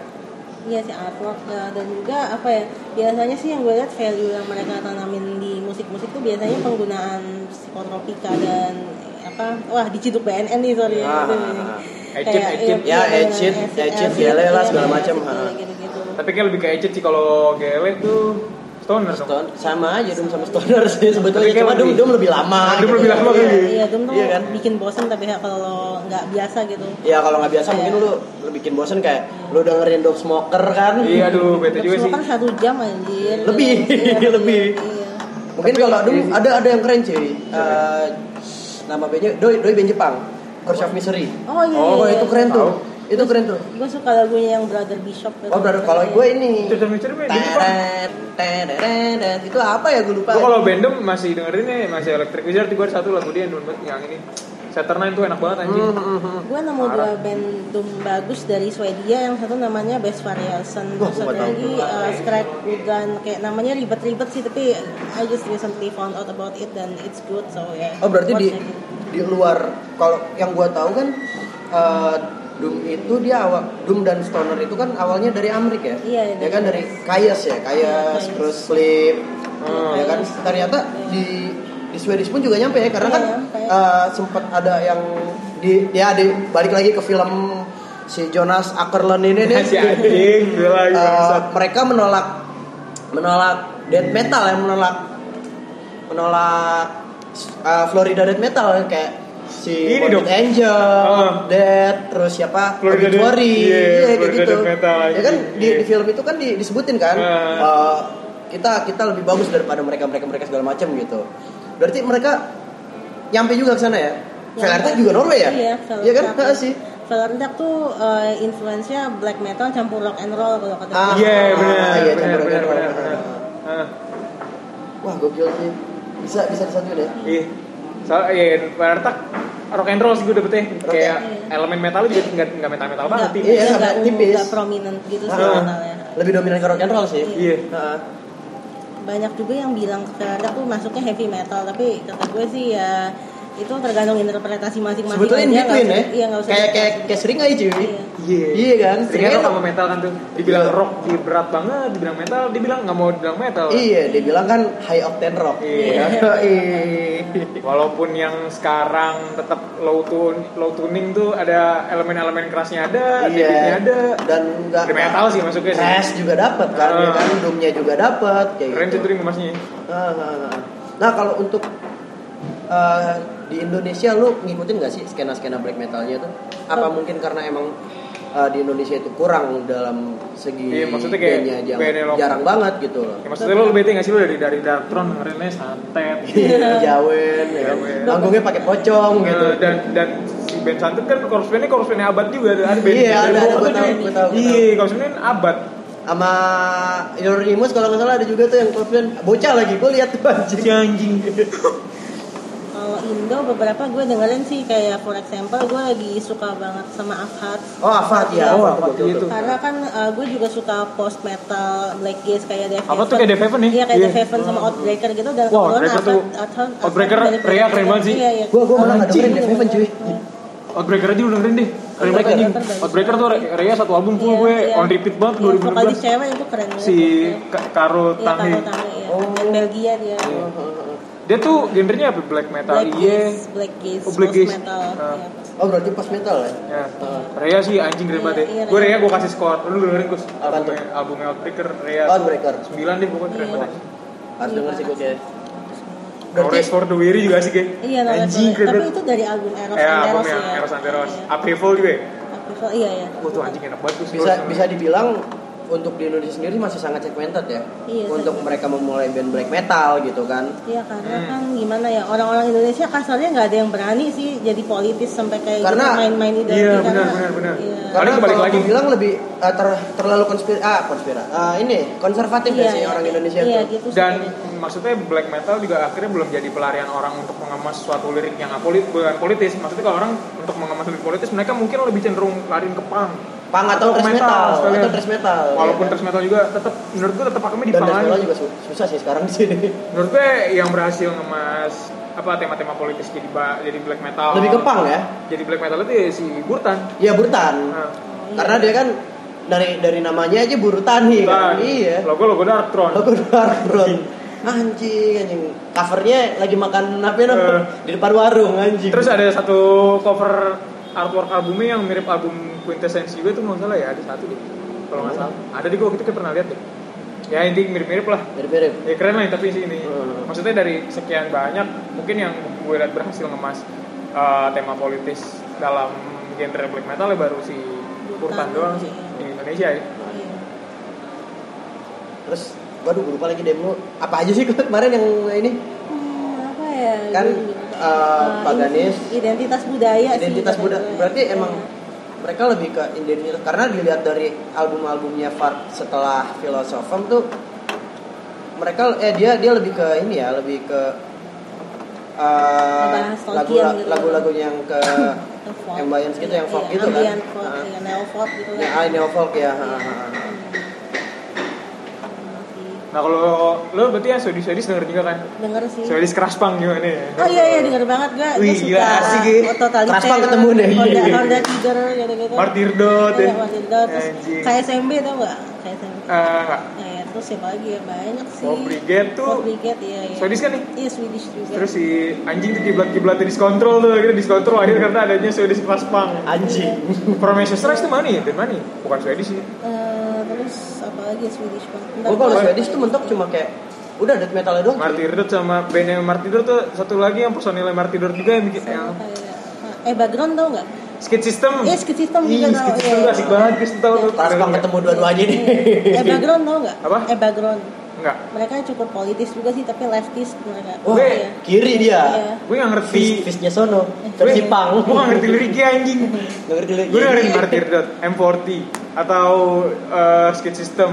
Speaker 3: Iya sih artwork eh, dan juga apa ya biasanya sih yang gue lihat value yang mereka tanamin di musik-musik tuh biasanya penggunaan psikotropika dan eh, apa wah diciduk BNN nih sorry
Speaker 2: Ah,
Speaker 3: Gitu.
Speaker 2: ah, ah.
Speaker 1: Acid,
Speaker 3: Kayak,
Speaker 1: acid.
Speaker 3: iya,
Speaker 2: Ya,
Speaker 3: iya,
Speaker 2: acid,
Speaker 3: acid,
Speaker 2: acid,
Speaker 3: acid,
Speaker 2: gele lah,
Speaker 3: iya,
Speaker 2: segala macam,
Speaker 3: acid,
Speaker 2: ah.
Speaker 3: gitu-gitu.
Speaker 1: Tapi kayak lebih kayak ecet sih kalau gele tuh stoner dong.
Speaker 2: Stone, sama aja Doom sama Stoner sih sebetulnya
Speaker 1: Tapi kayak
Speaker 2: cuma Doom
Speaker 1: lebih- Ah,
Speaker 2: Doom lebih lama.
Speaker 1: Doom lebih lama
Speaker 2: Iya.
Speaker 1: kali.
Speaker 3: Iya, Doom tuh
Speaker 2: Iya kan?
Speaker 3: bikin bosen tapi ya kalau nggak biasa gitu.
Speaker 2: Ya kalau nggak biasa mungkin lu lu bikin bosen kayak lu dengerin Dope Smoker kan.
Speaker 1: Iya, aduh, bete juga sih.
Speaker 3: Terus kan satu jam anjir.
Speaker 2: Lebih,
Speaker 3: Iya,
Speaker 2: lebih.
Speaker 3: Iya.
Speaker 2: Mungkin
Speaker 1: Tapi-
Speaker 2: kalau Doom
Speaker 1: iya.
Speaker 2: ada ada yang keren cuy. Eh, nama bandnya Doi Doi band Jepang. Curse of Misery.
Speaker 3: Oh iya.
Speaker 2: Oh, itu keren tuh.
Speaker 1: Tahu.
Speaker 2: Itu keren tuh.
Speaker 3: Gue suka lagunya yang Brother Bishop. gitu.
Speaker 2: Oh, brother, kalau gue ini
Speaker 1: Cerita Misery band Jepang.
Speaker 2: Teret, teret, teret. itu apa ya gue lupa.
Speaker 1: Gue kalau bandem masih dengerin nih, masih Electric Wizard gue ada satu lagu dia yang demen banget, yang ini. Saturn Nine tuh enak banget anjing.
Speaker 2: Hmm, hmm, hmm.
Speaker 3: Gue nemu dua band doom bagus dari Swedia yang satu namanya Best Variation
Speaker 2: Wah, gua
Speaker 3: terus satu
Speaker 2: nggak
Speaker 3: lagi uh, Scrap Ugan kayak namanya ribet-ribet sih tapi I just recently found out about it dan it's good so ya.
Speaker 2: Oh berarti di
Speaker 3: worth checking.
Speaker 2: di luar kalau yang gua tahu kan eh, Doom itu dia awal Doom dan Stoner itu kan awalnya dari Amrik ya.
Speaker 3: Iya,
Speaker 2: Ya kan dari Kayas ya, Kayas
Speaker 3: Kayas.
Speaker 2: terus Sleep.
Speaker 1: Hmm.
Speaker 2: Ya kan ternyata di di Swedish pun juga nyampe ya karena kan
Speaker 3: Iya, nyampe.
Speaker 2: eh, sempat ada yang di ya di balik lagi ke film si Jonas Ackerlund ini nih.
Speaker 1: Si anjing, gila lagi
Speaker 2: Eh,
Speaker 1: bangsat.
Speaker 2: mereka menolak menolak death metal ya menolak menolak uh, Florida death metal kayak si
Speaker 1: Ini
Speaker 2: Morbid
Speaker 1: dong.
Speaker 2: Angel,
Speaker 1: Ah.
Speaker 2: Dead, terus siapa?
Speaker 1: Florida Death-
Speaker 2: Obituary,
Speaker 1: iya,
Speaker 2: iya, kayak
Speaker 1: Florida
Speaker 2: gitu.
Speaker 1: Death Metal,
Speaker 2: ya kan di,
Speaker 1: iya.
Speaker 2: di film itu kan di- disebutin kan
Speaker 1: Ah.
Speaker 2: uh, kita kita lebih bagus daripada mereka mereka mereka segala macam gitu. Berarti mereka nyampe juga ke sana ya. Velarde juga Norway ya?
Speaker 3: Nah, Iya,
Speaker 2: Iya kan?
Speaker 3: Velarde.
Speaker 2: Heeh sih.
Speaker 3: Velarde tuh uh, influence-nya black metal campur rock and roll kalau kata
Speaker 2: Ah.
Speaker 3: gue.
Speaker 1: Iya, benar,
Speaker 2: Ah, iya,
Speaker 1: benar,
Speaker 2: campur
Speaker 1: benar,
Speaker 2: campur.
Speaker 1: benar, benar. Ah,
Speaker 2: Wah, gokil sih. Bisa bisa disatuin ya.
Speaker 1: Iya. Soal iya, Bartak rock and roll sih gue dapetnya
Speaker 2: Rock
Speaker 1: kayak
Speaker 3: and-
Speaker 1: elemen metal juga nggak nggak metal metal banget.
Speaker 3: Nggak-
Speaker 1: sih.
Speaker 2: Iya,
Speaker 3: nggak-
Speaker 2: agak
Speaker 3: nggak-
Speaker 2: tipis.
Speaker 3: nggak prominent gitu sih
Speaker 1: Nah.
Speaker 2: Ah.
Speaker 3: metalnya.
Speaker 2: Lebih dominan ke rock and roll sih.
Speaker 1: Iya.
Speaker 2: Heeh.
Speaker 3: Nah, banyak juga yang bilang Velardak tuh masuknya heavy metal tapi kata gue sih ya itu tergantung interpretasi masing-masing
Speaker 2: Sebetulnya
Speaker 3: aja, nggak
Speaker 2: gituin
Speaker 3: usah-
Speaker 2: ya.
Speaker 3: iya nggak usah
Speaker 2: Kayak kayak kayak sering aja cuy.
Speaker 3: Iya.
Speaker 4: Iya.
Speaker 2: Iya kan?
Speaker 1: Ringan
Speaker 2: Sering
Speaker 1: sama metal kan tuh. Dibilang
Speaker 2: Iya.
Speaker 1: rock, dia berat banget, dibilang metal, dibilang nggak mau dibilang metal.
Speaker 2: Iya, dia bilang kan high octane rock.
Speaker 1: Iya.
Speaker 2: Iya.
Speaker 1: Walaupun yang sekarang tetap low tune, low tuning tuh ada elemen-elemen kerasnya ada, dikitnya ada.
Speaker 2: Dan Iya. enggak
Speaker 1: Di metal sih masuknya sih.
Speaker 2: Crash juga dapat kan, ya
Speaker 1: Ah.
Speaker 2: kan Doom-nya juga dapat kayak
Speaker 1: Keren sih
Speaker 2: gitu.
Speaker 1: tuh ngemasnya.
Speaker 2: Ah, ah, ah. Nah, kalau untuk eh, di Indonesia lu ngikutin gak sih skena-skena black metalnya tuh? Apa
Speaker 3: Oh.
Speaker 2: mungkin karena emang eh, di Indonesia itu kurang dalam segi
Speaker 1: Iya, maksudnya kayak
Speaker 2: bandnya yang
Speaker 1: bandnya lokal.
Speaker 2: jarang banget gitu loh.
Speaker 1: Ya, maksudnya lo bete nggak sih lo dari dari Darktron ngerinnya santet.
Speaker 2: Iya. Jawen, ya kan?
Speaker 1: Jawen.
Speaker 2: panggungnya pakai pocong gitu.
Speaker 1: Eh, dan dan si band santet kan chorus bandnya chorus bandnya abad juga ada ada band
Speaker 2: Iya,
Speaker 1: band
Speaker 2: ada,
Speaker 1: rock
Speaker 2: ada,
Speaker 1: tuh,
Speaker 2: gua tahu,
Speaker 1: cuy.
Speaker 2: gua tahu, gua
Speaker 1: iya chorus bandnya abad
Speaker 2: sama Euronymous kalau nggak salah ada juga tuh yang kemudian bocah lagi gue lihat tuh anjing
Speaker 1: si anjing
Speaker 3: Kalau Indo beberapa gue dengerin sih kayak for example gue lagi suka banget sama Afhat
Speaker 2: oh Afat ya
Speaker 1: Oh,
Speaker 2: oh
Speaker 1: Afat itu.
Speaker 2: betul, betul, betul.
Speaker 3: karena kan uh, gue juga suka post metal black gaze kayak Def
Speaker 1: Apa tuh kayak Def Heaven ya?
Speaker 3: Iya kayak
Speaker 1: Iya.
Speaker 3: Def Heaven sama Outbreaker gitu dan
Speaker 1: Wah, Outbreaker
Speaker 3: Afat-
Speaker 1: tuh-
Speaker 3: Afat- Afat
Speaker 1: Outbreaker
Speaker 3: dari
Speaker 1: Rea keren
Speaker 3: Def
Speaker 1: banget sih.
Speaker 3: Iya, iya.
Speaker 2: Gua- gua malah nggak dengerin
Speaker 3: Anjing.
Speaker 2: Def Heaven, cuy.
Speaker 3: Iya.
Speaker 1: Outbreaker aja udah dengerin deh Keren banget
Speaker 2: Outbreaker.
Speaker 1: anjing Outbreaker tuh Re- Rea satu album full
Speaker 3: Iya,
Speaker 1: gue
Speaker 3: iya.
Speaker 1: on repeat banget
Speaker 3: Iya, vokalis
Speaker 1: 2016
Speaker 3: cewek itu keren banget
Speaker 1: si Ka- Karo
Speaker 3: Iya, Tangi
Speaker 1: Tange
Speaker 3: iya.
Speaker 2: Oh.
Speaker 3: Dan Belgia dia
Speaker 1: dia tuh gendernya apa black metal
Speaker 3: Black
Speaker 1: iya
Speaker 3: gaze, black gaze,
Speaker 1: Oh, black
Speaker 3: post
Speaker 1: gaze.
Speaker 3: metal
Speaker 1: Ah.
Speaker 3: iya.
Speaker 2: oh berarti post metal ya
Speaker 1: Ya. Rea sih anjing keren
Speaker 3: Iya,
Speaker 1: banget
Speaker 3: iya,
Speaker 1: ya. Gue
Speaker 3: Rea.
Speaker 1: Rea gue kasih skor. Lu dengerin Gus
Speaker 2: Apa tuh? Oh,
Speaker 1: albumnya, albumnya Outbreaker Rea.
Speaker 2: Outbreaker
Speaker 1: 9 deh pokoknya keren
Speaker 3: Iya.
Speaker 1: banget.
Speaker 2: harus denger sih gue kayak
Speaker 1: No Rest
Speaker 2: berarti
Speaker 1: for the Weary juga sih kayak.
Speaker 3: Iya, Nolet
Speaker 1: anjing
Speaker 3: Nolet.
Speaker 1: keren
Speaker 3: tapi
Speaker 1: banget.
Speaker 3: itu dari album Eros
Speaker 1: Ya,
Speaker 3: and Eros
Speaker 1: albumnya
Speaker 3: ya.
Speaker 1: Eros and Eros.
Speaker 3: Iya.
Speaker 1: Upheaval juga. ya?
Speaker 3: Upheaval, Iya, iya.
Speaker 1: Wah tuh anjing enak banget Gus.
Speaker 2: bisa
Speaker 1: Terus,
Speaker 2: bisa dibilang untuk di Indonesia sendiri masih sangat segmented ya
Speaker 3: Iya,
Speaker 2: untuk
Speaker 3: segmented.
Speaker 2: mereka memulai band black metal gitu kan
Speaker 3: Iya karena
Speaker 1: Hmm.
Speaker 3: kan gimana ya orang-orang Indonesia kasarnya nggak ada yang berani sih jadi politis sampai kayak
Speaker 2: Karena-
Speaker 3: gitu, main-main identitas.
Speaker 1: Iya, benar, benar, benar.
Speaker 3: Iya.
Speaker 1: Paling
Speaker 2: karena
Speaker 1: kebalik
Speaker 2: kalau
Speaker 1: lagi.
Speaker 2: aku bilang lebih eh, ter- terlalu konspirasi ah konspirasi ini konservatif ya
Speaker 3: Iya,
Speaker 2: sih
Speaker 3: iya,
Speaker 2: orang Indonesia
Speaker 3: Iya
Speaker 2: tuh
Speaker 3: gitu sih.
Speaker 1: Dan
Speaker 3: kayaknya.
Speaker 1: maksudnya black metal juga akhirnya belum jadi pelarian orang untuk mengemas suatu lirik yang apolit, bukan politis. Maksudnya kalau orang untuk mengemas lirik politis, mereka mungkin lebih cenderung lariin ke punk.
Speaker 2: pang atau
Speaker 1: Atau
Speaker 2: thrash
Speaker 1: metal,
Speaker 2: metal
Speaker 1: sekalian.
Speaker 2: atau thrash metal
Speaker 1: Walaupun
Speaker 2: ya kan?
Speaker 1: thrash metal juga tetap menurut gue tetap akhirnya di
Speaker 2: dan
Speaker 1: punk
Speaker 2: thrash metal
Speaker 1: lagi.
Speaker 2: juga su- susah sih sekarang di sini
Speaker 1: Menurut gue yang berhasil ngemas apa tema-tema politis jadi ba- jadi black metal.
Speaker 2: lebih ke punk ya
Speaker 1: Jadi black metal itu ya si Burtan.
Speaker 2: ya burutan
Speaker 1: Nah,
Speaker 2: karena dia kan dari dari namanya aja burutani kan iya
Speaker 1: Logo logo Darktron.
Speaker 2: logo dark brown anjing anjing covernya lagi makan apa ya Nom?
Speaker 1: Eh.
Speaker 2: di depan warung anjing
Speaker 1: Terus ada satu cover artwork albumnya yang mirip album Quintessence juga tuh nggak salah ya ada satu deh kalau nggak salah ada di gua waktu itu kita pernah lihat deh ya inti mirip-mirip lah
Speaker 2: mirip-mirip
Speaker 1: ya keren lah tapi sih ini
Speaker 2: Hmm.
Speaker 1: maksudnya dari sekian banyak mungkin yang gue lihat berhasil ngemas eh, tema politis dalam genre black metal ya baru si Kurtan doang sih di Indonesia ya
Speaker 3: Iya.
Speaker 2: terus waduh gue lupa lagi demo apa aja sih kemarin yang ini
Speaker 3: Hmm, apa ya?
Speaker 2: kan
Speaker 3: Gue juga.
Speaker 2: eh,
Speaker 3: Eh,
Speaker 2: Paganis
Speaker 3: ini identitas budaya Iya sih.
Speaker 2: identitas
Speaker 3: kata
Speaker 2: budaya
Speaker 3: gue.
Speaker 2: berarti
Speaker 3: Iya.
Speaker 2: emang mereka lebih ke identitas karena dilihat dari album-albumnya Fark setelah Filosofem tuh mereka eh dia dia lebih ke ini ya lebih ke eh,
Speaker 3: Ngebahas
Speaker 2: lagu
Speaker 3: Tolkien gitu.
Speaker 2: lagu-lagunya yang ke
Speaker 3: Yang folk.
Speaker 2: ambience gitu yang folk
Speaker 3: Iya,
Speaker 2: gitu kan
Speaker 3: ambient folk,
Speaker 2: Ah.
Speaker 3: iya, neo folk gitu
Speaker 2: ya
Speaker 3: kan.
Speaker 2: ah, neo folk ya ha, ha, ha.
Speaker 1: nah kalau lo berarti ya Swedish Swedish denger juga kan
Speaker 3: Denger sih.
Speaker 1: Swedish crash punk gimana ya
Speaker 3: Iya. Oh iya iya denger banget gak?
Speaker 1: Wih, gila, asik, ya.
Speaker 3: Totaliter.
Speaker 2: Keras banget ketemu deh.
Speaker 3: Honda
Speaker 2: Iya.
Speaker 3: Honda Tiger gitu-gitu.
Speaker 1: Martyr Dot
Speaker 3: Iya, Martyr Dot. Terus
Speaker 1: Anjing.
Speaker 3: KSMB tau gak? KSMB.
Speaker 1: Eh, nggak.
Speaker 3: Nah, ya, terus siapa lagi ya? Banyak sih.
Speaker 1: Bob Brigade tuh-
Speaker 3: Bob Brigade, iya iya.
Speaker 1: Swedish kan nih?
Speaker 3: Iya Swedish juga.
Speaker 1: Terus si anjing tuh kiblat-kiblatnya diskontrol tuh akhirnya diskontrol akhirnya karena adanya Swedish Crash Punk.
Speaker 3: Iya.
Speaker 2: anjing
Speaker 1: Prometheus Strikes tuh mana ya? Dan mana? ya? Bukan Swedish sih.
Speaker 3: Eh, terus apa lagi ya, Swedish Bang? Bentar,
Speaker 2: gue Oh, kalau
Speaker 3: gua-
Speaker 2: Swedish tuh mentok cuma kayak udah death metal doang
Speaker 1: Martyr Dot sama bandnya Martyr Dot tuh satu lagi yang personilnya Martyr Dot juga yang bikin yang
Speaker 3: Sama kayak- Eh background tau gak?
Speaker 1: Skid System.
Speaker 3: Iya skit system
Speaker 1: Ih,
Speaker 3: juga tau.
Speaker 1: Skid System
Speaker 3: iya,
Speaker 1: tuh
Speaker 3: iya.
Speaker 1: asik banget guys tahu tuh.
Speaker 2: keras banget ketemu dua-duanya nih
Speaker 3: Eh background tau gak?
Speaker 1: Apa?
Speaker 3: Eh background.
Speaker 1: Enggak.
Speaker 3: Mereka cukup politis juga sih tapi leftist mereka.
Speaker 2: wah
Speaker 1: Gue-
Speaker 3: Iya.
Speaker 2: kiri dia
Speaker 3: Iya.
Speaker 1: Gue nggak ngerti.
Speaker 2: fish fishnya sono
Speaker 1: Gue
Speaker 2: versi pang
Speaker 1: Gue nggak ngerti liriknya anjing.
Speaker 2: Gak ngerti lagi.
Speaker 1: Gue dengerin
Speaker 3: Iya.
Speaker 1: Martyr Dot, M40 atau eh, Skid System.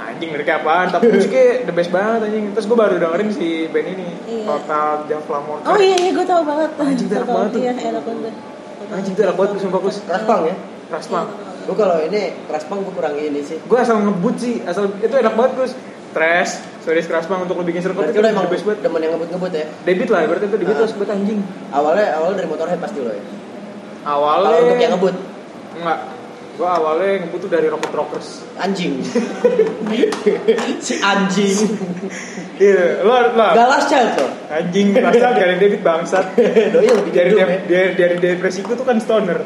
Speaker 1: Anjing liriknya apaan? Tapi musiknya the best banget anjing. Terus gue baru dengerin si band ini.
Speaker 3: Iya.
Speaker 1: Total Jafla Mortar.
Speaker 3: Oh iya iya gue tau banget.
Speaker 1: Anjing, itu enak
Speaker 3: Tau,
Speaker 1: banget tuh.
Speaker 3: Iya enak banget. Iya,
Speaker 1: Anjing, itu enak banget, Gus, sumpah, Gus.
Speaker 2: Keras punk ya?
Speaker 1: Keras banget.
Speaker 2: Gue kalau ini keras punk gue kurang ini sih.
Speaker 1: gue asal ngebut sih asal itu enak banget Gus trash Sorry keras banget untuk lo bikin circle
Speaker 2: Berarti
Speaker 1: itu
Speaker 2: lo
Speaker 1: udah
Speaker 2: emang
Speaker 1: the best banget.
Speaker 2: demen yang ngebut-ngebut ya?
Speaker 1: Debit lah, berarti itu debit
Speaker 2: Ah.
Speaker 1: lah sebut anjing.
Speaker 2: Awalnya awalnya dari motorhead pasti lo ya?
Speaker 1: Awalnya
Speaker 2: Kalau untuk yang ngebut,
Speaker 1: enggak. Gua awalnya ngebut tuh dari Rocket Rockers.
Speaker 2: anjing Si anjing
Speaker 1: Iya, lo harus lah.
Speaker 2: Galas child lo
Speaker 1: Anjing, bangsat, dari David bangsat.
Speaker 2: Doi lebih
Speaker 1: Dari
Speaker 2: hidup
Speaker 1: dari,
Speaker 2: Iya, ya.
Speaker 1: dari, dari depresi itu kan stoner.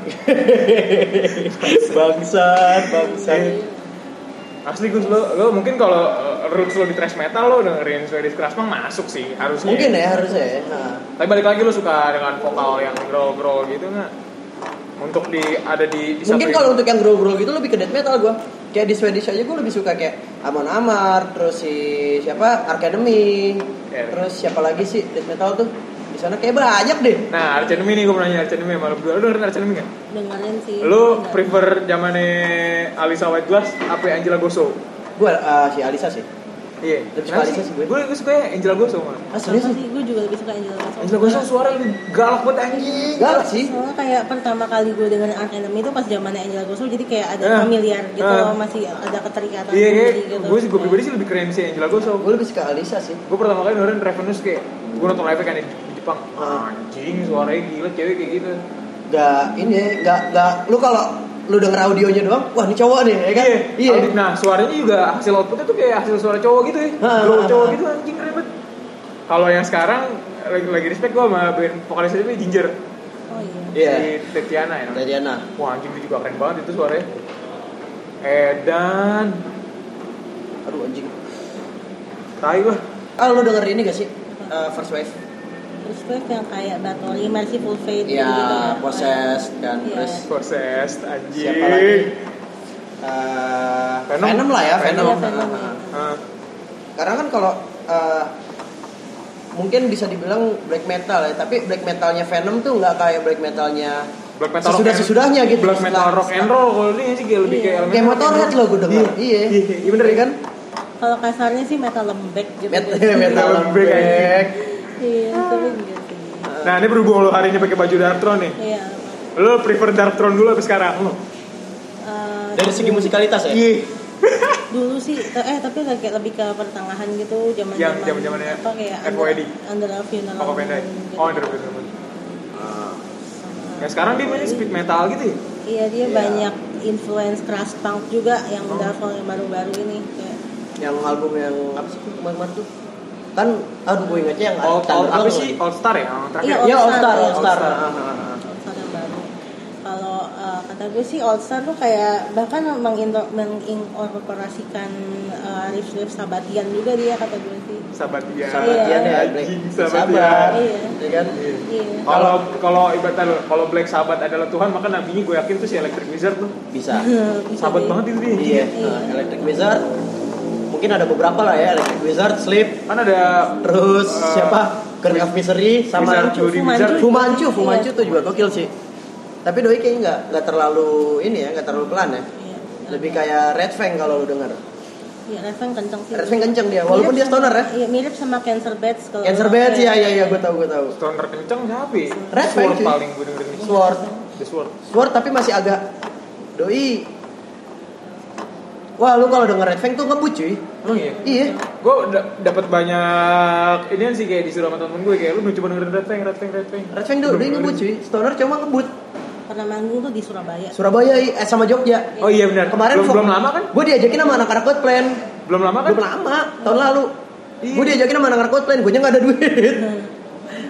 Speaker 2: Bangsat, bangsat
Speaker 1: Asli gue lo, lo mungkin kalau uh, roots lo di thrash metal lo dengerin Swedish Crash Bang masuk sih harusnya.
Speaker 2: Mungkin ya harusnya ya Ha.
Speaker 1: Tapi balik lagi lo suka dengan vokal yang growl-growl gitu nggak? Untuk di ada di, di
Speaker 2: Mungkin
Speaker 1: satu-
Speaker 2: kalau untuk yang growl-growl gitu lebih ke death metal gua Kayak di Swedish aja gua lebih suka kayak Amon Amar, terus si siapa? Academy
Speaker 1: Iya.
Speaker 2: Terus siapa lagi sih death metal tuh? Di sana kayak banyak deh
Speaker 1: Nah, Arcanemi nih gue mau nanya Arcanemi sama lo berdua. Lo dengerin Arcanemi nggak?
Speaker 3: dengerin sih
Speaker 1: Lo
Speaker 3: Enggak.
Speaker 1: prefer zamannya Alisa White Glass apa Angela Gosso?
Speaker 2: Gua eh, si Alisa sih
Speaker 1: Iya.
Speaker 2: Lebih suka
Speaker 1: Kenapa
Speaker 2: Alisa sih gue.
Speaker 1: Gue gue suka ya Angela Gosso malah.
Speaker 2: Ah
Speaker 3: Sama
Speaker 2: serius
Speaker 3: sih gue juga lebih suka Angela Bassett.
Speaker 1: Angela Gosso suara lu galak banget anjing.
Speaker 2: Galak sih
Speaker 3: Soalnya kayak pertama kali gue dengan Ark Enemy itu pas zamannya Angela Gosso jadi kayak ada
Speaker 1: Ah.
Speaker 3: familiar gitu
Speaker 1: Ah.
Speaker 3: loh, masih ada keterikatan
Speaker 1: Iya, kayak
Speaker 3: sendiri gitu.
Speaker 1: gue sih gue pribadi sih lebih keren sih Angela Gosso.
Speaker 2: Gua lebih suka Alisa sih
Speaker 1: gue pertama kali dengerin Revenus kayak gue nonton live kan di di Jepang
Speaker 2: Ah.
Speaker 1: anjing suaranya gila cewek kayak gitu
Speaker 2: Gak ini ya, gak, gak, lu kalau lu denger audionya doang, wah ini cowok nih, ya kan?
Speaker 1: iya Aldi- nah suaranya juga hasil outputnya tuh kayak hasil suara cowok gitu ya
Speaker 2: Ah,
Speaker 1: Lo
Speaker 2: ah,
Speaker 1: cowok
Speaker 2: ah.
Speaker 1: gitu anjing keren banget kalau yang sekarang lagi, lagi respect gue sama band vokalisnya itu Ginger
Speaker 3: Oh iya.
Speaker 2: Iya.
Speaker 1: si Tetiana ya namanya.
Speaker 2: Tatiana.
Speaker 1: wah anjing itu juga keren banget itu suaranya eh dan
Speaker 2: Aduh anjing.
Speaker 1: tai lah
Speaker 2: Ah lu denger ini gak sih? Eh, first wave.
Speaker 3: Terus gue yang kayak Bathory, Merciful Fate
Speaker 2: Iya,
Speaker 3: gitu-gitu kan.
Speaker 2: Possessed dan
Speaker 3: Iya.
Speaker 2: terus
Speaker 1: proses
Speaker 2: siapa lagi?
Speaker 1: anjing
Speaker 2: Eh, Venom.
Speaker 1: Venom.
Speaker 2: lah ya, Venom.
Speaker 3: Iya, Venom.
Speaker 2: Ah, ah.
Speaker 1: Ah,
Speaker 2: Karena kan kalau eh, mungkin bisa dibilang black metal ya, tapi black metalnya Venom tuh nggak kayak black metalnya
Speaker 1: black metal rock
Speaker 2: sesudah
Speaker 1: and-
Speaker 2: sesudahnya gitu.
Speaker 1: black metal
Speaker 2: setelah-
Speaker 1: rock and roll kalau ini sih kayak lebih
Speaker 3: Iya.
Speaker 1: kayak elemen
Speaker 2: Kayak
Speaker 1: rock and
Speaker 2: Motorhead
Speaker 1: roll.
Speaker 2: loh gue denger.
Speaker 1: iya
Speaker 2: Iya.
Speaker 1: iya bener ya kan
Speaker 3: Kalau kasarnya sih metal lembek gitu.
Speaker 2: Met-
Speaker 3: Gitu.
Speaker 2: metal
Speaker 1: Lembek,
Speaker 2: lembek.
Speaker 3: Iya, tapi gitu sih.
Speaker 1: Nah ini berhubung lo hari ini pakai baju Darktron nih
Speaker 3: Iya.
Speaker 1: Lo prefer Darktron dulu apa sekarang?
Speaker 3: Eh,
Speaker 2: Dari segi musikalitas ya.
Speaker 1: Iya
Speaker 3: dulu sih eh tapi kayak lebih ke pertengahan gitu zaman
Speaker 1: Yang zaman-zamannya
Speaker 3: apa kayak
Speaker 1: FYD.
Speaker 3: under, under a funeral
Speaker 1: Apa pendek?
Speaker 3: Moon
Speaker 1: Oh
Speaker 3: gitu.
Speaker 1: Underwood Underwood
Speaker 3: Sama-
Speaker 1: Nah sekarang dia mainnya speed metal gitu ya?
Speaker 3: Iya dia
Speaker 2: Iya.
Speaker 3: banyak influence crash punk juga yang
Speaker 1: Oh.
Speaker 3: Dark yang baru-baru ini kayak
Speaker 2: yang album yang apa sih kemarin tuh kan aduh gue ingatnya yang
Speaker 1: All, all,
Speaker 2: Thunder
Speaker 1: apa
Speaker 2: Love
Speaker 1: sih?
Speaker 2: kan?
Speaker 1: All Star ya? Yang terakhir
Speaker 3: Iya,
Speaker 2: ya All
Speaker 3: All
Speaker 2: Star All
Speaker 3: Star,
Speaker 2: Star
Speaker 1: All Star.
Speaker 2: Ah, ah, ah.
Speaker 3: All-Star yang baru. Kalau eh, kata gue sih All Star tuh kayak bahkan mengindo- menginkorporasikan eh, riff-riff Sabatian juga dia kata gue sih.
Speaker 1: Sabatia
Speaker 2: Sabatian ya Black
Speaker 1: Iya. Anjing,
Speaker 2: Sabar
Speaker 1: Sabatian
Speaker 3: Iya.
Speaker 2: ya kan
Speaker 3: Iya.
Speaker 1: Kalau kalau ibaratnya lo, kalau Black Sabat adalah Tuhan, maka nabinya gue yakin tuh si Electric Wizard tuh
Speaker 2: bisa
Speaker 3: Bisa
Speaker 1: sahabat
Speaker 3: jadi.
Speaker 1: banget itu dia.
Speaker 2: iya nah, Electric Wizard mungkin ada beberapa lah ya Electric Wizard Sleep
Speaker 1: Kan ada
Speaker 2: terus
Speaker 1: Eh,
Speaker 2: siapa Curse of Misery sama
Speaker 1: Wizard, Jody
Speaker 3: Fumanchu.
Speaker 1: Wizard.
Speaker 2: Fu Manchu Fu
Speaker 3: Iya.
Speaker 2: Manchu tuh juga gokil sih tapi doi kayaknya nggak nggak terlalu ini ya nggak terlalu pelan ya
Speaker 3: Iya.
Speaker 2: lebih kayak Red Fang kalau lu denger
Speaker 3: Iya, Raven kenceng sih.
Speaker 2: Red Fang kenceng dia walaupun dia
Speaker 3: Mirip
Speaker 2: stoner
Speaker 3: sama-
Speaker 2: ya
Speaker 3: Iya, mirip sama Cancer Bats kalau
Speaker 1: Oh,
Speaker 2: Cancer
Speaker 1: iya,
Speaker 2: Bats ya ya ya gue tahu gue tahu
Speaker 1: Stoner kenceng siapa ya?
Speaker 2: Red
Speaker 1: Sword
Speaker 2: Band, cuy.
Speaker 1: paling gue dengerin nih
Speaker 2: Sword
Speaker 1: The Sword
Speaker 2: Sword tapi masih agak doi Wah lu kalau denger Red Fang tuh ngebut cuy
Speaker 1: Emang iya?
Speaker 2: Iya
Speaker 1: gue dapat banyak ini sih kayak disuruh sama temen gue kayak lu coba dengerin Red Fang, Red Fang, Red Fang.
Speaker 2: Red Fang tuh doi ngebut cuy Stoner cuma ngebut
Speaker 3: Pernah manggung tuh di Surabaya.
Speaker 2: Surabaya i- eh sama Jogja
Speaker 1: Oh iya benar.
Speaker 2: Kemarin
Speaker 1: belum, belum lama kan?
Speaker 2: Gue diajakin sama anak-anak Godplan
Speaker 1: Belum lama kan?
Speaker 2: Belum lama tahun lalu
Speaker 1: Iya.
Speaker 2: Gue diajakin sama anak-anak Godplan Gue nya gak ada duit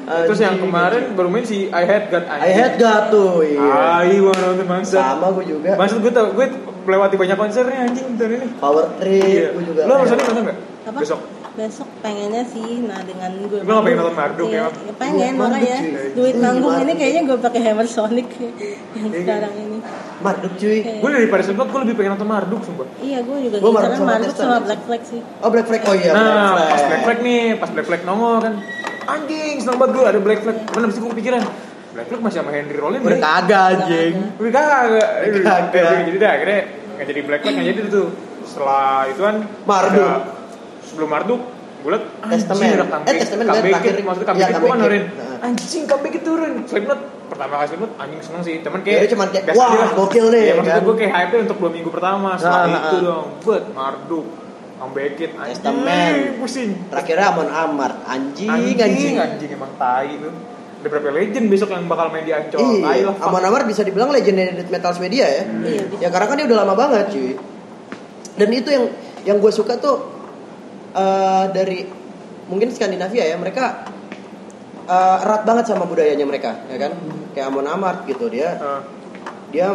Speaker 1: Terus yang kemarin Ah, baru main si I Had God
Speaker 2: I had God tuh iya.
Speaker 1: Ai wanna nonton bangsa.
Speaker 2: Sama gue juga
Speaker 1: Maksud gue tau gue melewati banyak konsernya anjing tahun ini.
Speaker 2: Power Trip gue juga
Speaker 1: Iya. Lu harus nonton nggak?
Speaker 3: Apa?
Speaker 1: Besok.
Speaker 3: Besok pengennya sih, nah dengan gue.
Speaker 1: Lu nggak pengen
Speaker 3: manggung-
Speaker 1: nonton Marduk
Speaker 3: Iya,
Speaker 1: ya?
Speaker 3: iya, Pengen
Speaker 2: Marduk,
Speaker 3: makanya
Speaker 2: cuy.
Speaker 3: duit
Speaker 2: Ih,
Speaker 3: manggung ini
Speaker 2: Marduk.
Speaker 3: kayaknya gue pakai Hammer Sonic ya, yang
Speaker 1: Iya,
Speaker 3: sekarang ini.
Speaker 2: Marduk cuy
Speaker 3: Kayak-
Speaker 1: Gue dari Paris Slipknot gue lebih pengen nonton Marduk sumpah.
Speaker 3: Iya, gue juga
Speaker 2: Gua
Speaker 3: gua
Speaker 2: Marduk sama
Speaker 3: Marduk
Speaker 2: Tristan
Speaker 3: sama
Speaker 2: ya.
Speaker 3: Black Flag sih.
Speaker 2: Oh Black Flag Oh iya
Speaker 1: Nah,
Speaker 2: Black
Speaker 1: pas
Speaker 2: Flag.
Speaker 1: Black Flag nih, pas Black Flag nongol kan. Anjing, seneng banget gue ada Black Flag. Mana sih gue kepikiran? Black Flag masih sama Henry Rollins.
Speaker 2: Udah
Speaker 1: nih.
Speaker 2: kagak anjing
Speaker 1: Wih kagak
Speaker 2: Kagak.
Speaker 1: Kagak Jadi dah akhirnya Gak jadi black Flag, gak jadi tuh Setelah itu kan
Speaker 2: Marduk.
Speaker 1: ada- Sebelum Marduk Gue liat
Speaker 2: Testament. Eh, Testament liat terakhir.
Speaker 1: Maksudnya comeback
Speaker 2: Iya,
Speaker 1: itu kan
Speaker 2: comeback
Speaker 1: Norin
Speaker 2: it. Nah.
Speaker 1: Anjing comeback itu turun Slipknot Pertama kali Slipknot Anjing seneng sih Cuman kayak
Speaker 2: Jadi Ya, cuman kayak,
Speaker 1: biasa
Speaker 2: wah,
Speaker 1: aja lah.
Speaker 2: gokil nih,
Speaker 1: Iya maksudnya
Speaker 2: kan?
Speaker 1: gue kayak hype untuk 2 minggu pertama Setelah
Speaker 2: Nah, nah,
Speaker 1: itu
Speaker 2: nah.
Speaker 1: dong Buat Marduk Ambekit
Speaker 2: Testament.
Speaker 1: anjing pusing.
Speaker 2: Terakhirnya Amon Amart, anjing anjing.
Speaker 1: Anjing anjing emang tai itu. Ada berapa legend besok yang bakal main di Ancol? Tai
Speaker 2: Iya,
Speaker 1: lah. fuck.
Speaker 2: Amon Amart bisa dibilang legendary death metal Swedia ya.
Speaker 3: Iya, bisa.
Speaker 2: Ya karena kan dia udah lama banget cuy. Dan itu yang yang gue suka tuh eh, dari mungkin Skandinavia ya mereka eh, erat banget sama budayanya mereka ya kan kayak Amon Amart gitu dia
Speaker 1: Eh,
Speaker 2: dia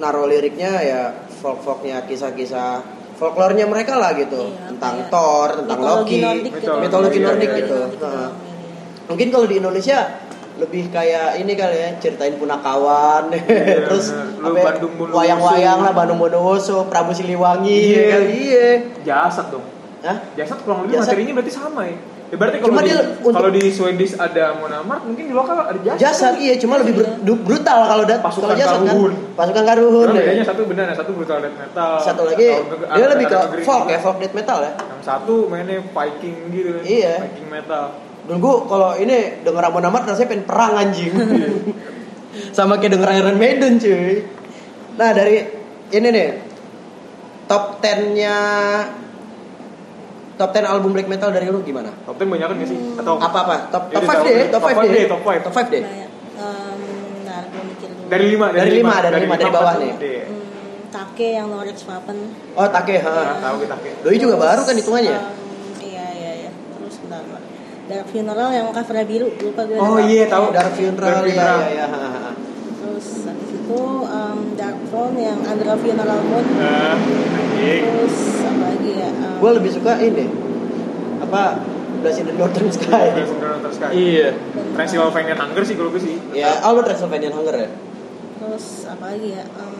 Speaker 2: naruh liriknya ya folk folknya kisah-kisah folklornya mereka lah gitu
Speaker 3: Iya,
Speaker 2: tentang
Speaker 3: kayak
Speaker 2: Thor tentang
Speaker 3: mitologi
Speaker 2: Loki
Speaker 3: Nordik gitu.
Speaker 1: mitologi
Speaker 2: Mitologi Nordik
Speaker 3: Mitologi
Speaker 2: gitu.
Speaker 3: Nordik gitu.
Speaker 2: Heeh. mungkin kalau di Indonesia lebih kayak ini kali ya ceritain punakawan terus
Speaker 1: Iya, Lu
Speaker 2: apa ya,
Speaker 1: Bandung Bondowoso.
Speaker 2: wayang-wayang lah Bandung Bondowoso Prabu Siliwangi
Speaker 1: Iya.
Speaker 2: ya kali, iya
Speaker 1: jasad dong.
Speaker 2: Hah?
Speaker 1: Jasad kurang lebih
Speaker 2: Jasad.
Speaker 1: materinya berarti sama ya. Ya berarti kalau
Speaker 2: Cuma
Speaker 1: di,
Speaker 2: dia untuk-
Speaker 1: kalau di Swedish ada Monamart, mungkin di lokal ada jasad.
Speaker 2: jasad iya cuma lebih br- du- brutal kalau dat
Speaker 1: Pasukan
Speaker 2: kalau jasad kan
Speaker 1: Karuhun.
Speaker 2: pasukan karuhun
Speaker 1: Karena
Speaker 2: ya.
Speaker 1: bedanya satu benar, satu brutal death metal.
Speaker 2: satu lagi
Speaker 1: Atau nge-
Speaker 2: dia
Speaker 1: ada-
Speaker 2: lebih ke
Speaker 1: ada green
Speaker 2: folk ya
Speaker 1: juga.
Speaker 2: folk death metal ya
Speaker 1: Yang satu mainnya Viking gitu.
Speaker 2: Iya.
Speaker 1: Viking metal.
Speaker 2: Dan gue kalau ini denger Amon Amart rasanya pengen perang anjing. Sama kayak denger Iron Maiden cuy. Nah dari ini nih top 10-nya top 10 album black metal dari lu gimana?
Speaker 1: Top 10 banyak kan nggak sih? Atau
Speaker 2: Hmm. Apa apa? Top
Speaker 1: Ini
Speaker 2: top
Speaker 1: tahu
Speaker 2: 5 deh,
Speaker 1: nih.
Speaker 2: top
Speaker 1: Top
Speaker 2: 5
Speaker 1: five
Speaker 2: deh.
Speaker 1: deh, top five.
Speaker 2: Top 5 deh.
Speaker 3: Kayak, em, bentar, gue mikir dulu.
Speaker 1: dari lima
Speaker 2: Dari lima, dari lima, dari
Speaker 1: empat
Speaker 2: bawah
Speaker 1: tuh.
Speaker 2: nih.
Speaker 1: Iya.
Speaker 3: Hmm, Take yang Norwich Wapen.
Speaker 2: Oh, Take. Ha.
Speaker 1: Nah, tahu kita kayak.
Speaker 2: Doi juga baru kan hitungannya ya?
Speaker 3: em, iya iya iya. Terus bentar. bentar. Dark Funeral yang covernya biru, lupa gue.
Speaker 1: Oh, iya, tahu.
Speaker 2: Dark Funeral
Speaker 1: Dark
Speaker 2: ya
Speaker 1: Funeral.
Speaker 2: ya ya. ha, ha, ha.
Speaker 3: Terus habis itu em, Dark Throne yang Under a Funeral
Speaker 1: Eh,
Speaker 3: Moon.
Speaker 1: anjing.
Speaker 3: Terus apa lagi ya? em,
Speaker 2: Gue lebih suka ini. Apa? Blast in the Northern
Speaker 1: Gue
Speaker 2: Sky.
Speaker 1: sebenarnya nonton sekali.
Speaker 2: Iya.
Speaker 1: Transylvania Hunger sih kalau gue sih.
Speaker 2: Ya, oh, lu Transylvanian Hunger ya?
Speaker 3: Terus apa lagi ya? Em,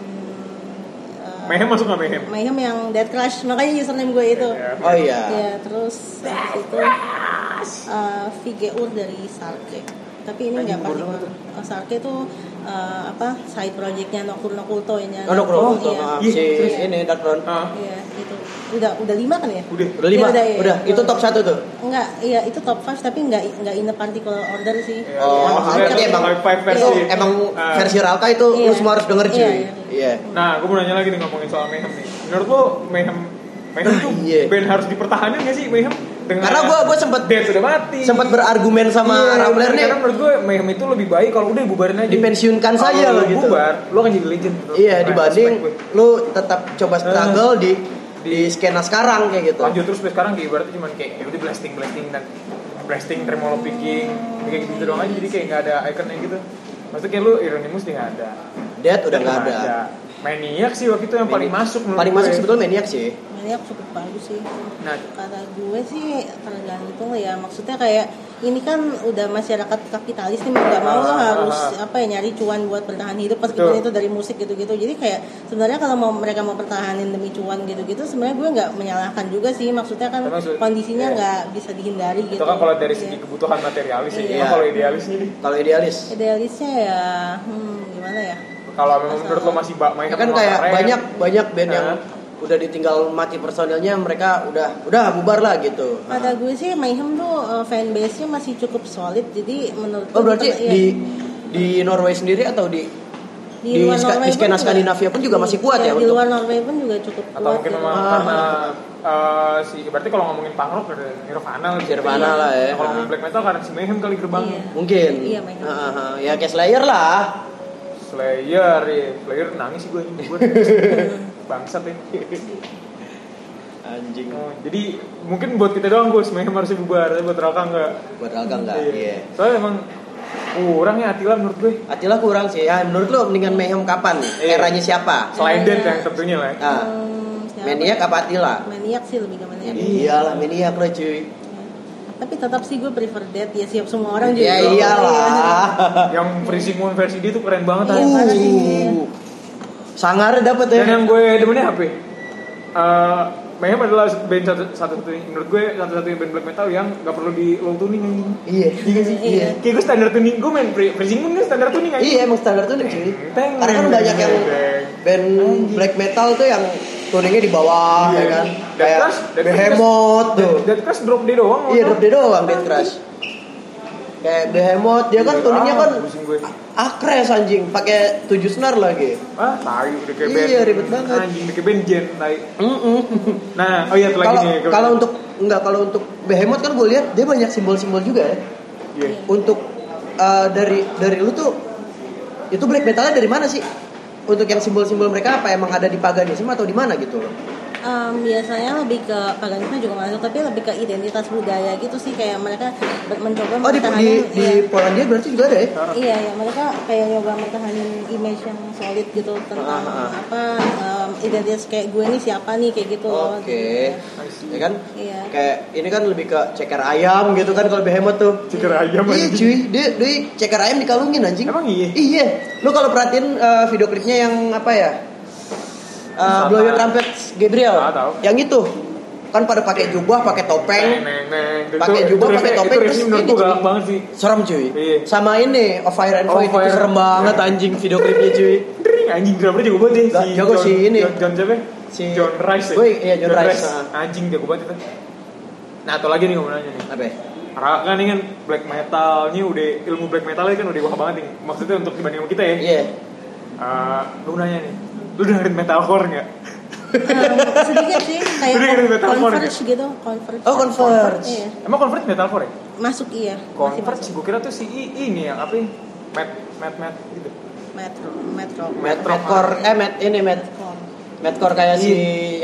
Speaker 3: eh,
Speaker 1: Mayhem masuk nggak Mayhem?
Speaker 3: Mayhem yang Dead Crush, makanya username gue itu.
Speaker 1: Iya.
Speaker 2: Oh iya.
Speaker 3: Ya, terus habis itu eh Vigeur dari Sarke. Tapi ini nggak
Speaker 1: Anjing, bodoh
Speaker 3: particular. Oh, Sarke itu eh, apa side projectnya Nocturne Occulto ini.
Speaker 2: Oh, Dokter
Speaker 3: Nocturne,
Speaker 2: Occulto,
Speaker 3: iya.
Speaker 2: maaf.
Speaker 1: Iya,
Speaker 2: Si
Speaker 1: terus.
Speaker 2: ini Dark Throne.
Speaker 1: Ah,
Speaker 3: Iya, gitu. Udah udah lima kan ya?
Speaker 1: udah.
Speaker 2: Udah lima,
Speaker 3: Iya, udah,
Speaker 2: udah,
Speaker 3: iya.
Speaker 2: Itu top satu tuh.
Speaker 3: Enggak, iya itu top 5 tapi enggak enggak in a particular order sih.
Speaker 1: Iya, Oh,
Speaker 3: maksudnya
Speaker 2: tapi
Speaker 3: emang-
Speaker 1: high five versi.
Speaker 2: Itu Iya. emang
Speaker 1: Ah.
Speaker 2: versi Ralka itu lu
Speaker 3: Iya.
Speaker 2: semua harus denger cuy.
Speaker 3: Iya,
Speaker 2: Iya.
Speaker 3: iya.
Speaker 1: Nah, gue mau nanya lagi nih ngomongin soal Mayhem nih. Menurut lo Mayhem Mayhem
Speaker 2: Ah,
Speaker 1: tuh
Speaker 2: iya.
Speaker 1: band harus dipertahankan gak sih Mayhem? Dengan
Speaker 2: Karena gua- gua sempet-
Speaker 1: Dead sudah mati.
Speaker 2: Sempat berargumen sama
Speaker 1: Iya,
Speaker 2: Rambler nih
Speaker 1: Karena menurut gue Mayhem itu lebih baik kalau udah bubarin aja.
Speaker 2: dipensiunkan
Speaker 1: Kalau
Speaker 2: saja
Speaker 1: lu
Speaker 2: lo gitu.
Speaker 1: Bubar, lo kan jadi legend. gitu.
Speaker 2: Iya,
Speaker 1: Nah,
Speaker 2: dibanding
Speaker 1: respect gue.
Speaker 2: lu tetap coba struggle di di
Speaker 1: Di-
Speaker 2: skena sekarang kayak gitu.
Speaker 1: lanjut terus sampai sekarang kayak ibaratnya cuman kayak ya udah blasting blasting dan blasting tremolo picking kayak gitu doang aja jadi kayak nggak ada ikonnya gitu maksudnya kayak lu Ironimus dia nggak ada
Speaker 2: Dead udah nggak ada.
Speaker 1: Maniac sih waktu itu Nah, iya. yang paling
Speaker 2: Maniac.
Speaker 1: masuk menurut ya.
Speaker 2: Paling
Speaker 1: gue.
Speaker 2: masuk sebetulnya maniak sih.
Speaker 3: Ini aku cukup bagus sih.
Speaker 1: Nah.
Speaker 3: Kata gue sih tergantung ya. Maksudnya kayak ini kan udah masyarakat kapitalis nih mau nggak mau lo
Speaker 1: Ah.
Speaker 3: harus apa ya nyari cuan buat bertahan hidup meskipun
Speaker 1: Betul.
Speaker 3: itu dari musik gitu-gitu. Jadi kayak sebenarnya kalau mau mereka mau pertahanin demi cuan gitu-gitu sebenarnya gue nggak menyalahkan juga sih. Maksudnya kan
Speaker 1: Tapi maksud- iya.
Speaker 3: kondisinya nggak bisa dihindari gitu.
Speaker 1: itu kan kalau dari
Speaker 3: Iya.
Speaker 1: segi kebutuhan materialis ya
Speaker 2: Iya.
Speaker 1: Cuma kalau idealis nih
Speaker 2: Kalau idealis.
Speaker 3: idealisnya ya hmm, gimana ya?
Speaker 1: kalau memang menurut lo masih bak main
Speaker 2: Iya. Ya kan
Speaker 1: sama
Speaker 2: kayak
Speaker 1: keren,
Speaker 2: banyak banyak band
Speaker 1: Nah.
Speaker 2: yang udah ditinggal mati personilnya mereka udah udah bubar lah gitu.
Speaker 1: Ah.
Speaker 3: Kata gue sih Mayhem tuh uh, fanbase-nya masih cukup solid. Jadi menurut
Speaker 2: Oh
Speaker 3: gue
Speaker 2: berarti
Speaker 3: bukan- iya.
Speaker 2: di di Norway sendiri atau di di
Speaker 3: luar
Speaker 2: ska-
Speaker 3: Norway
Speaker 2: di skena
Speaker 3: pun juga- Iya,
Speaker 2: Skandinavia pun juga masih kuat ya
Speaker 3: Di
Speaker 2: untuk-
Speaker 3: luar Norway pun juga cukup kuat.
Speaker 1: atau mungkin
Speaker 3: gitu.
Speaker 1: memang
Speaker 2: Ah.
Speaker 1: karena eh, si berarti kalau ngomongin punk rock ada Nirvana lah
Speaker 2: Nirvana lah ya.
Speaker 1: kalau ngomongin black metal karena si Mayhem kali gerbangnya
Speaker 3: Iya.
Speaker 2: mungkin
Speaker 3: Iya, banyak.
Speaker 2: Ah, ah, ah. ya kayak Slayer lah
Speaker 1: Slayer ya Slayer nangis sih gue anjing gue bangsat ya
Speaker 2: anjing
Speaker 1: Oh, jadi mungkin buat kita doang bos Mayhem harus bubar tapi buat Raka enggak
Speaker 2: buat Alka enggak iya
Speaker 1: soalnya emang kurang ya Attila menurut gue
Speaker 2: Attila kurang sih ya menurut lo mendingan Mayhem kapan nih
Speaker 1: Iya.
Speaker 2: eranya siapa
Speaker 1: selain
Speaker 3: Iya.
Speaker 1: Dead yang tentunya lah ya.
Speaker 2: ah
Speaker 3: Hmm, siapa?
Speaker 2: Maniac Iya. apa Attila
Speaker 3: Maniac sih lebih ke Maniac.
Speaker 2: Ya, iyalah Maniac lo cuy
Speaker 3: Tapi tetap sih gue prefer Dead ya siap semua orang juga.
Speaker 2: ya iyalah
Speaker 1: yang Freezing Moon versi dia tuh keren banget
Speaker 3: Iya,
Speaker 1: anjing.
Speaker 3: parah sih, iya.
Speaker 2: uh sangar dapet ya
Speaker 1: dan yang gue demennya HP Eh, Mayhem adalah band satu, satu satunya menurut gue satu satunya band black metal yang gak perlu di low tuning anjing.
Speaker 2: iya
Speaker 1: Iya sih.
Speaker 3: Iya.
Speaker 1: Kayak gue standar tuning, gue main Fre- Freezing Moon kan standar tuning aja.
Speaker 2: iya emang standar tuh cuy
Speaker 1: Teng,
Speaker 2: karena kan
Speaker 1: teng,
Speaker 2: banyak yang
Speaker 1: teng.
Speaker 2: band black metal tuh yang tuningnya di bawah
Speaker 1: Iya.
Speaker 2: ya kan
Speaker 1: Dead
Speaker 2: kayak
Speaker 1: Crush, Dead Crush.
Speaker 2: Behemoth tuh
Speaker 1: Dead Crush drop D doang.
Speaker 2: Iya
Speaker 1: waktu
Speaker 2: drop D doang Dead Crush kayak Behemoth dia kan
Speaker 1: Iya,
Speaker 2: tuningnya
Speaker 1: ah,
Speaker 2: kan
Speaker 1: pusing gue.
Speaker 2: akres anjing pakai tujuh senar lagi
Speaker 1: ah tai udah kayak
Speaker 2: Iya,
Speaker 1: band-
Speaker 2: ribet banget.
Speaker 1: anjing udah kayak band jen tai
Speaker 2: Mm-mm.
Speaker 1: nah oh iya satu lagi
Speaker 2: kalau
Speaker 1: nih gue-
Speaker 2: kalau untuk enggak kalau untuk Behemoth kan gue lihat dia banyak simbol-simbol juga ya
Speaker 1: Iya.
Speaker 2: untuk eh, dari dari lu tuh itu black metalnya dari mana sih untuk yang simbol-simbol mereka apa emang ada di paganisme atau di mana gitu loh
Speaker 3: Em, biasanya lebih ke paganisme juga masuk tapi lebih ke identitas budaya gitu sih kayak mereka ber-
Speaker 2: oh di
Speaker 3: mencoba
Speaker 2: di,
Speaker 3: mempertahankan-
Speaker 2: di
Speaker 3: iya.
Speaker 2: Polandia berarti juga ada ya
Speaker 3: Iya, ya mereka kayak nyoba mempertahankan image yang solid gitu tentang
Speaker 2: Ah, ah.
Speaker 3: apa em, identitas kayak gue nih siapa nih kayak gitu. loh.
Speaker 2: Oke, ya kan?
Speaker 3: Iya.
Speaker 2: Kayak ini kan lebih ke ceker ayam gitu kan kalau behemoth tuh.
Speaker 1: Ceker ayam,
Speaker 2: Iya
Speaker 1: anjing.
Speaker 2: cuy, dia dia ceker ayam dikalungin anjing.
Speaker 1: Emang iya?
Speaker 2: Iya. Lu kalau perhatiin eh, video klipnya yang apa ya? Eh
Speaker 1: Satan.
Speaker 2: Blow Your Trumpets Gabriel.
Speaker 1: Ah, tahu.
Speaker 2: Yang itu. Kan pada pakai jubah, pakai
Speaker 1: Neng,
Speaker 2: topeng.
Speaker 1: neng, neng. Itu-
Speaker 2: Pakai
Speaker 1: itu-
Speaker 2: jubah,
Speaker 1: itu-
Speaker 2: pakai
Speaker 1: itu-
Speaker 2: topeng,
Speaker 1: itu
Speaker 2: terus
Speaker 1: ini menurut
Speaker 2: ini, gitu.
Speaker 1: gue
Speaker 2: cuy.
Speaker 1: galak banget sih
Speaker 2: Serem cuy.
Speaker 1: Iya.
Speaker 2: Sama ini of Fire and
Speaker 1: Of
Speaker 2: Void
Speaker 1: Fire
Speaker 2: itu serem
Speaker 1: and-
Speaker 2: banget
Speaker 1: Iya.
Speaker 2: anjing video klipnya cuy.
Speaker 1: Dering, anjing drummer jago banget ya
Speaker 2: Gak, jago
Speaker 1: John-
Speaker 2: si ini.
Speaker 1: John, John siapa ya?
Speaker 2: Si-
Speaker 1: John Rice ya?
Speaker 2: Gue- iya, John Rice, ah.
Speaker 1: anjing jago banget itu nah atau lagi nih gue mau nanya nih
Speaker 2: Apa? ya?
Speaker 1: Ra- kan ini kan black metal ini udah ilmu black metalnya kan udah wah banget nih maksudnya untuk dibanding sama kita ya
Speaker 2: Iya.
Speaker 1: Eh, lu nanya nih lu dengerin metalcore nggak
Speaker 3: Em, Eh, sedikit sih kayak
Speaker 1: Jadi kayak metalcore
Speaker 3: converge gitu,
Speaker 1: ya?
Speaker 3: converge.
Speaker 2: Oh, Converge.
Speaker 3: Iya.
Speaker 1: emang convert metalcore ya
Speaker 3: Masuk iya. masih
Speaker 1: convert
Speaker 3: masuk.
Speaker 1: gue kira tuh si I- ini yang apa ya met met met gitu
Speaker 3: Metro, metro. Oh,
Speaker 1: Metro.
Speaker 2: Madcore, eh Mad ini Mad Madcore kayak si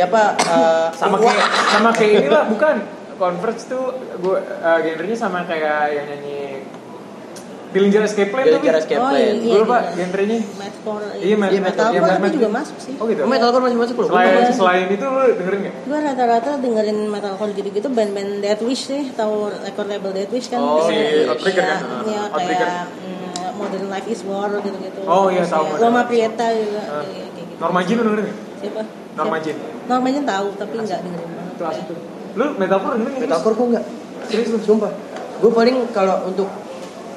Speaker 2: apa eh,
Speaker 1: Iya. sama
Speaker 2: Wah.
Speaker 1: kayak sama kayak inilah bukan Converge tuh gue eh, genrenya sama kayak yang nyanyi Dillinger Escape Plan tapi
Speaker 2: Dillinger Escape
Speaker 3: Oh,
Speaker 2: Plan.
Speaker 3: iya.
Speaker 1: gue lupa genrenya
Speaker 3: Metro.
Speaker 1: Iya, met-
Speaker 3: metal.
Speaker 1: metal. Iya, met-
Speaker 3: tapi
Speaker 1: met-
Speaker 3: juga masuk sih.
Speaker 1: oh gitu
Speaker 2: Oh, metalcore masih masuk loh.
Speaker 1: selain
Speaker 3: Iya.
Speaker 1: selain itu lu dengerin nggak
Speaker 3: Gue rata-rata dengerin metalcore gitu-gitu band-band Deathwish sih, tahu record label Deathwish kan?
Speaker 2: Oh,
Speaker 3: Iya,
Speaker 1: si Outrigger
Speaker 3: iya,
Speaker 1: kan?
Speaker 3: Iya,
Speaker 1: Outrigger.
Speaker 3: kayak mm, Modern Life is War gitu-gitu.
Speaker 1: Oh, iya,
Speaker 3: Terus
Speaker 1: tahu
Speaker 3: ya,
Speaker 1: Modern
Speaker 3: Loma
Speaker 1: Life is
Speaker 3: Prieta
Speaker 1: Ah.
Speaker 3: juga. kayak- kayak gitu.
Speaker 1: Norma Jean lu dengerin nggak
Speaker 3: Siapa?
Speaker 1: Norma
Speaker 3: Siapa?
Speaker 1: Jean
Speaker 3: Norma Jean tahu, tapi nggak dengerin banget.
Speaker 1: itu asik tuh lu metalcore dengerin nggak
Speaker 2: Metalcore kok enggak?
Speaker 1: serius lu
Speaker 2: Sumpah. Gue paling kalau untuk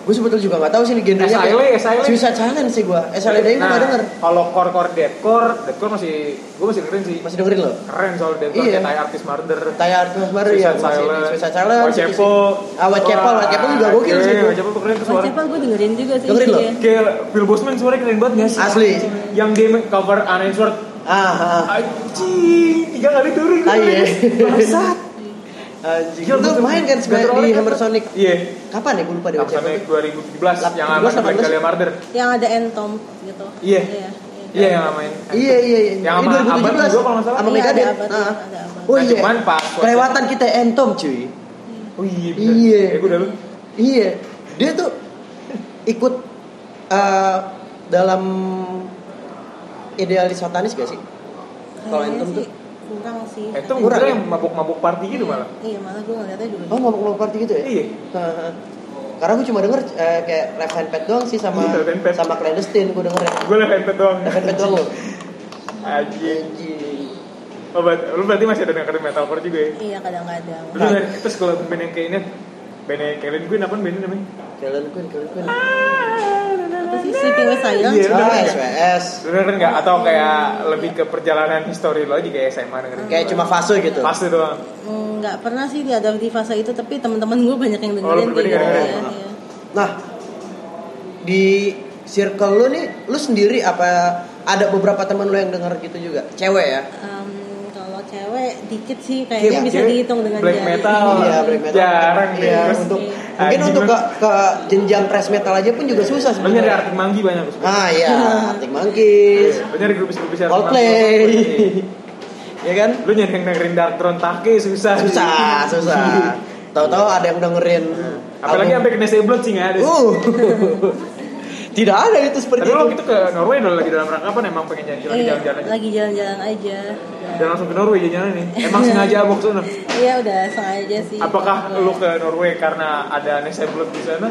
Speaker 2: gue sebetulnya juga nggak tahu sih ini genrenya.
Speaker 1: SILE,
Speaker 2: kayak-
Speaker 1: SILE.
Speaker 2: Suicide Silence sih gue. SILE
Speaker 1: Nah.
Speaker 2: dari gue E nggak denger.
Speaker 1: kalau core core deadcore deadcore masih gue masih dengerin sih
Speaker 2: Masih dengerin loh.
Speaker 1: keren soal deadcore
Speaker 2: Iya.
Speaker 1: kayak Tai Artist Murder
Speaker 2: Tayar terus baru ya
Speaker 1: Suicide
Speaker 2: masih
Speaker 1: Silence,
Speaker 2: Suicide Silence. gitu
Speaker 1: White Chapel.
Speaker 2: Ah, White Chapel, White Chapel juga gokil sih
Speaker 1: Iya,
Speaker 2: gua.
Speaker 1: White Chapel tuh keren tuh
Speaker 3: Oh,
Speaker 1: suara.
Speaker 3: siapa gue dengerin juga sih.
Speaker 2: Dengerin loh?
Speaker 3: iya.
Speaker 1: Kayak Phil Bosman suaranya keren banget gak sih?
Speaker 2: Asli.
Speaker 1: Yang dia cover Unanswered
Speaker 2: Ah, ah.
Speaker 1: Anjing, tiga kali turun
Speaker 2: Ah, iya.
Speaker 1: Bangsat
Speaker 2: Anjing. Itu main kan sebenarnya di Hammer Sonic.
Speaker 1: Iya
Speaker 2: Kapan ya gue lupa deh.
Speaker 1: Sama
Speaker 2: White Chapel.
Speaker 1: 2017 yang lama
Speaker 2: 18,
Speaker 1: Black Dahlia Murder
Speaker 3: Yang ada Entom gitu.
Speaker 1: Iya.
Speaker 3: iya.
Speaker 1: Iya yang lamain
Speaker 2: Iya iya iya.
Speaker 1: Yang sama
Speaker 2: Ini 2017
Speaker 1: Abad juga kalau nggak salah.
Speaker 2: sama
Speaker 3: Iya,
Speaker 2: Megadeth.
Speaker 3: ada Abad,
Speaker 2: Ah.
Speaker 3: ada Abad.
Speaker 2: Oh
Speaker 1: Nah,
Speaker 2: iya.
Speaker 1: cuman pas
Speaker 2: Kelewatan kita entom cuy.
Speaker 1: Oh iya bener.
Speaker 2: Iya.
Speaker 1: Eh gue udah lu
Speaker 2: Iya. Dia tuh ikut eh, dalam idealis satanis gak sih? Kalau
Speaker 3: Kayaknya
Speaker 2: Anthem
Speaker 3: sih
Speaker 2: tuh-
Speaker 3: kurang sih.
Speaker 1: Eh itu
Speaker 2: Kurang
Speaker 1: gue kira
Speaker 2: ya?
Speaker 1: yang mabok-mabok party gitu malah
Speaker 3: Iya, malah gue ngeliatnya juga.
Speaker 2: Oh ngomong-ngomong party gitu ya?
Speaker 1: Iya.
Speaker 2: Heeh. Karena gue cuma denger eh, kayak Left Hand Pad doang sih sama
Speaker 1: Iya, Left Hand Pad.
Speaker 2: sama clandestine gue denger ya.
Speaker 1: Gue liat handphone doang
Speaker 2: Left Hand Pad doang loh.
Speaker 1: Anjing
Speaker 2: Anjing.
Speaker 1: Oh, ber- Lu berarti masih ada dengerin metalcore juga ya?
Speaker 3: Iya, kadang-kadang.
Speaker 1: Lu
Speaker 2: Nah.
Speaker 1: dengerin- Terus kalau band yang kayak ini Band yang Kellen Queen apa bandnya namanya?
Speaker 2: Jalan Queen, Jalan Queen.
Speaker 3: Apa sih Sleeping with Silence?
Speaker 1: Iya,
Speaker 2: Ah,
Speaker 1: udah.
Speaker 2: SWS.
Speaker 1: Lu dengerin nggak? Atau kayak lebih ke perjalanan histori lo aja kayak SMA dengerin
Speaker 2: Kayak cuma fase gitu.
Speaker 1: Pas itu doang
Speaker 3: Mm, nggak pernah sih di ada di fase itu tapi teman-teman gue banyak yang
Speaker 1: Oh, lu
Speaker 3: dengerin
Speaker 1: pribadi
Speaker 3: kayak
Speaker 1: nggak
Speaker 3: gitu
Speaker 1: dengerin?
Speaker 3: ya, iya.
Speaker 2: Nah, di circle lu nih, lu sendiri apa ada beberapa teman lu yang denger gitu juga? Cewek ya?
Speaker 3: Em, kalau cewek dikit sih
Speaker 1: Iya,
Speaker 3: kayaknya bisa
Speaker 1: cewek
Speaker 3: dihitung dengan
Speaker 1: black
Speaker 3: jari.
Speaker 1: metal.
Speaker 2: Iya, black
Speaker 1: Oh,
Speaker 2: metal.
Speaker 1: Jarang deh,
Speaker 2: Iya,
Speaker 1: Mas.
Speaker 2: untuk
Speaker 1: Anjing,
Speaker 2: mungkin untuk ke,
Speaker 1: Mas.
Speaker 2: ke jenjang thrash metal aja pun juga susah
Speaker 1: Lu nyari
Speaker 2: sebenarnya.
Speaker 1: Arctic Monkey banyak Gus.
Speaker 2: Ah iya, Arctic Monkeys,
Speaker 1: Lu nyari grupis-grupis Arctic
Speaker 2: Coldplay.
Speaker 1: Monkey.
Speaker 2: ya kan?
Speaker 1: Lu nyari yang dengerin Dark Throne Take susah
Speaker 2: Susah, susah. Tahu-tahu ada yang dengerin.
Speaker 1: Apalagi
Speaker 2: album-
Speaker 1: sampai ke Nese Blood sih nggak ada
Speaker 2: Uh. Tidak ada itu seperti
Speaker 1: Tapi lo
Speaker 2: itu.
Speaker 1: gitu ke Norway udah lagi dalam rangka apa nih? Emang pengen jadi lagi
Speaker 3: Iya,
Speaker 1: jalan-jalan aja?
Speaker 3: lagi jalan-jalan aja
Speaker 1: Dan langsung ke Norway jalan-jalan nih Emang sengaja abok sana?
Speaker 3: iya udah sengaja sih
Speaker 1: Apakah lu ke Norway karena ada Nese Blood di sana?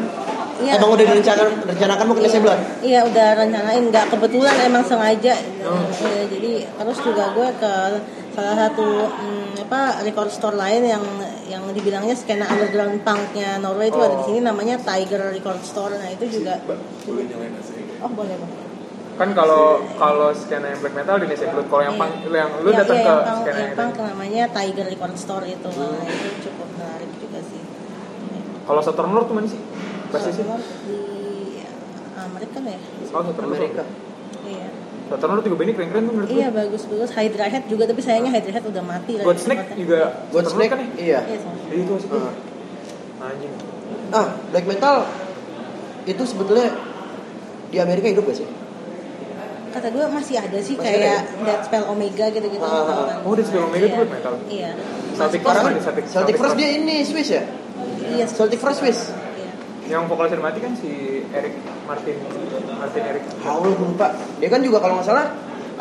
Speaker 3: iya
Speaker 2: Emang udah direncanakan rencanakan mau ke Neseblan?
Speaker 3: iya udah rencanain nggak kebetulan emang sengaja
Speaker 1: Oh.
Speaker 3: Iya, jadi terus juga gue ke salah satu mm, apa record store lain yang yang dibilangnya skena underground punknya Norway itu ada
Speaker 1: Oh.
Speaker 3: di sini namanya Tiger Record Store nah itu juga oh boleh Bang.
Speaker 1: kan kalau kalau skena yang black metal di Indonesia Blood kalau yang punk yang lu
Speaker 3: Ya,
Speaker 1: datang
Speaker 3: iya,
Speaker 1: ke
Speaker 3: yang punk-
Speaker 1: skena Hmm.
Speaker 3: yang
Speaker 1: yang
Speaker 3: punk namanya Tiger Record Store itu nah, itu cukup menarik juga sih
Speaker 1: kalau Southern Lord tuh mana sih basisnya
Speaker 3: di Amerika nggak ya?
Speaker 1: oh Saturn
Speaker 2: Amerika.
Speaker 3: Iya.
Speaker 1: Saturn lu tiga bandnya keren keren tuh menurut
Speaker 3: Iya bagus bagus. Hydra Head juga tapi sayangnya Hydra Head udah mati.
Speaker 1: gue
Speaker 3: lah
Speaker 1: God
Speaker 3: ya,
Speaker 1: Snake
Speaker 3: tempatnya.
Speaker 1: juga
Speaker 2: God
Speaker 1: Saturn
Speaker 2: Snake
Speaker 1: kan ya
Speaker 2: iya.
Speaker 3: Iya sama.
Speaker 1: jadi itu asik
Speaker 2: Ah.
Speaker 1: anjing
Speaker 2: Ah, black metal itu sebetulnya di Amerika hidup gak sih?
Speaker 3: Kata gue masih ada sih
Speaker 2: Masih
Speaker 3: kayak
Speaker 2: ada ya?
Speaker 3: Dead Spell Omega gitu-gitu.
Speaker 2: Ah, ah, ah.
Speaker 1: oh, Dead Spell Omega
Speaker 3: Iya.
Speaker 1: tuh black metal.
Speaker 3: Iya.
Speaker 1: Celtic
Speaker 3: Mas-
Speaker 1: Frost
Speaker 2: Sekarang
Speaker 1: kan? Celtic-
Speaker 2: Celtic
Speaker 1: Celtic
Speaker 2: Frost
Speaker 1: Frost.
Speaker 2: dia ini Swiss ya?
Speaker 3: Iya.
Speaker 2: Celtic Frost Swiss.
Speaker 3: Iya.
Speaker 1: yang vokalisnya mati kan si Eric Martin Martin Eric
Speaker 2: Haul gue lupa. Dia kan juga kalau nggak salah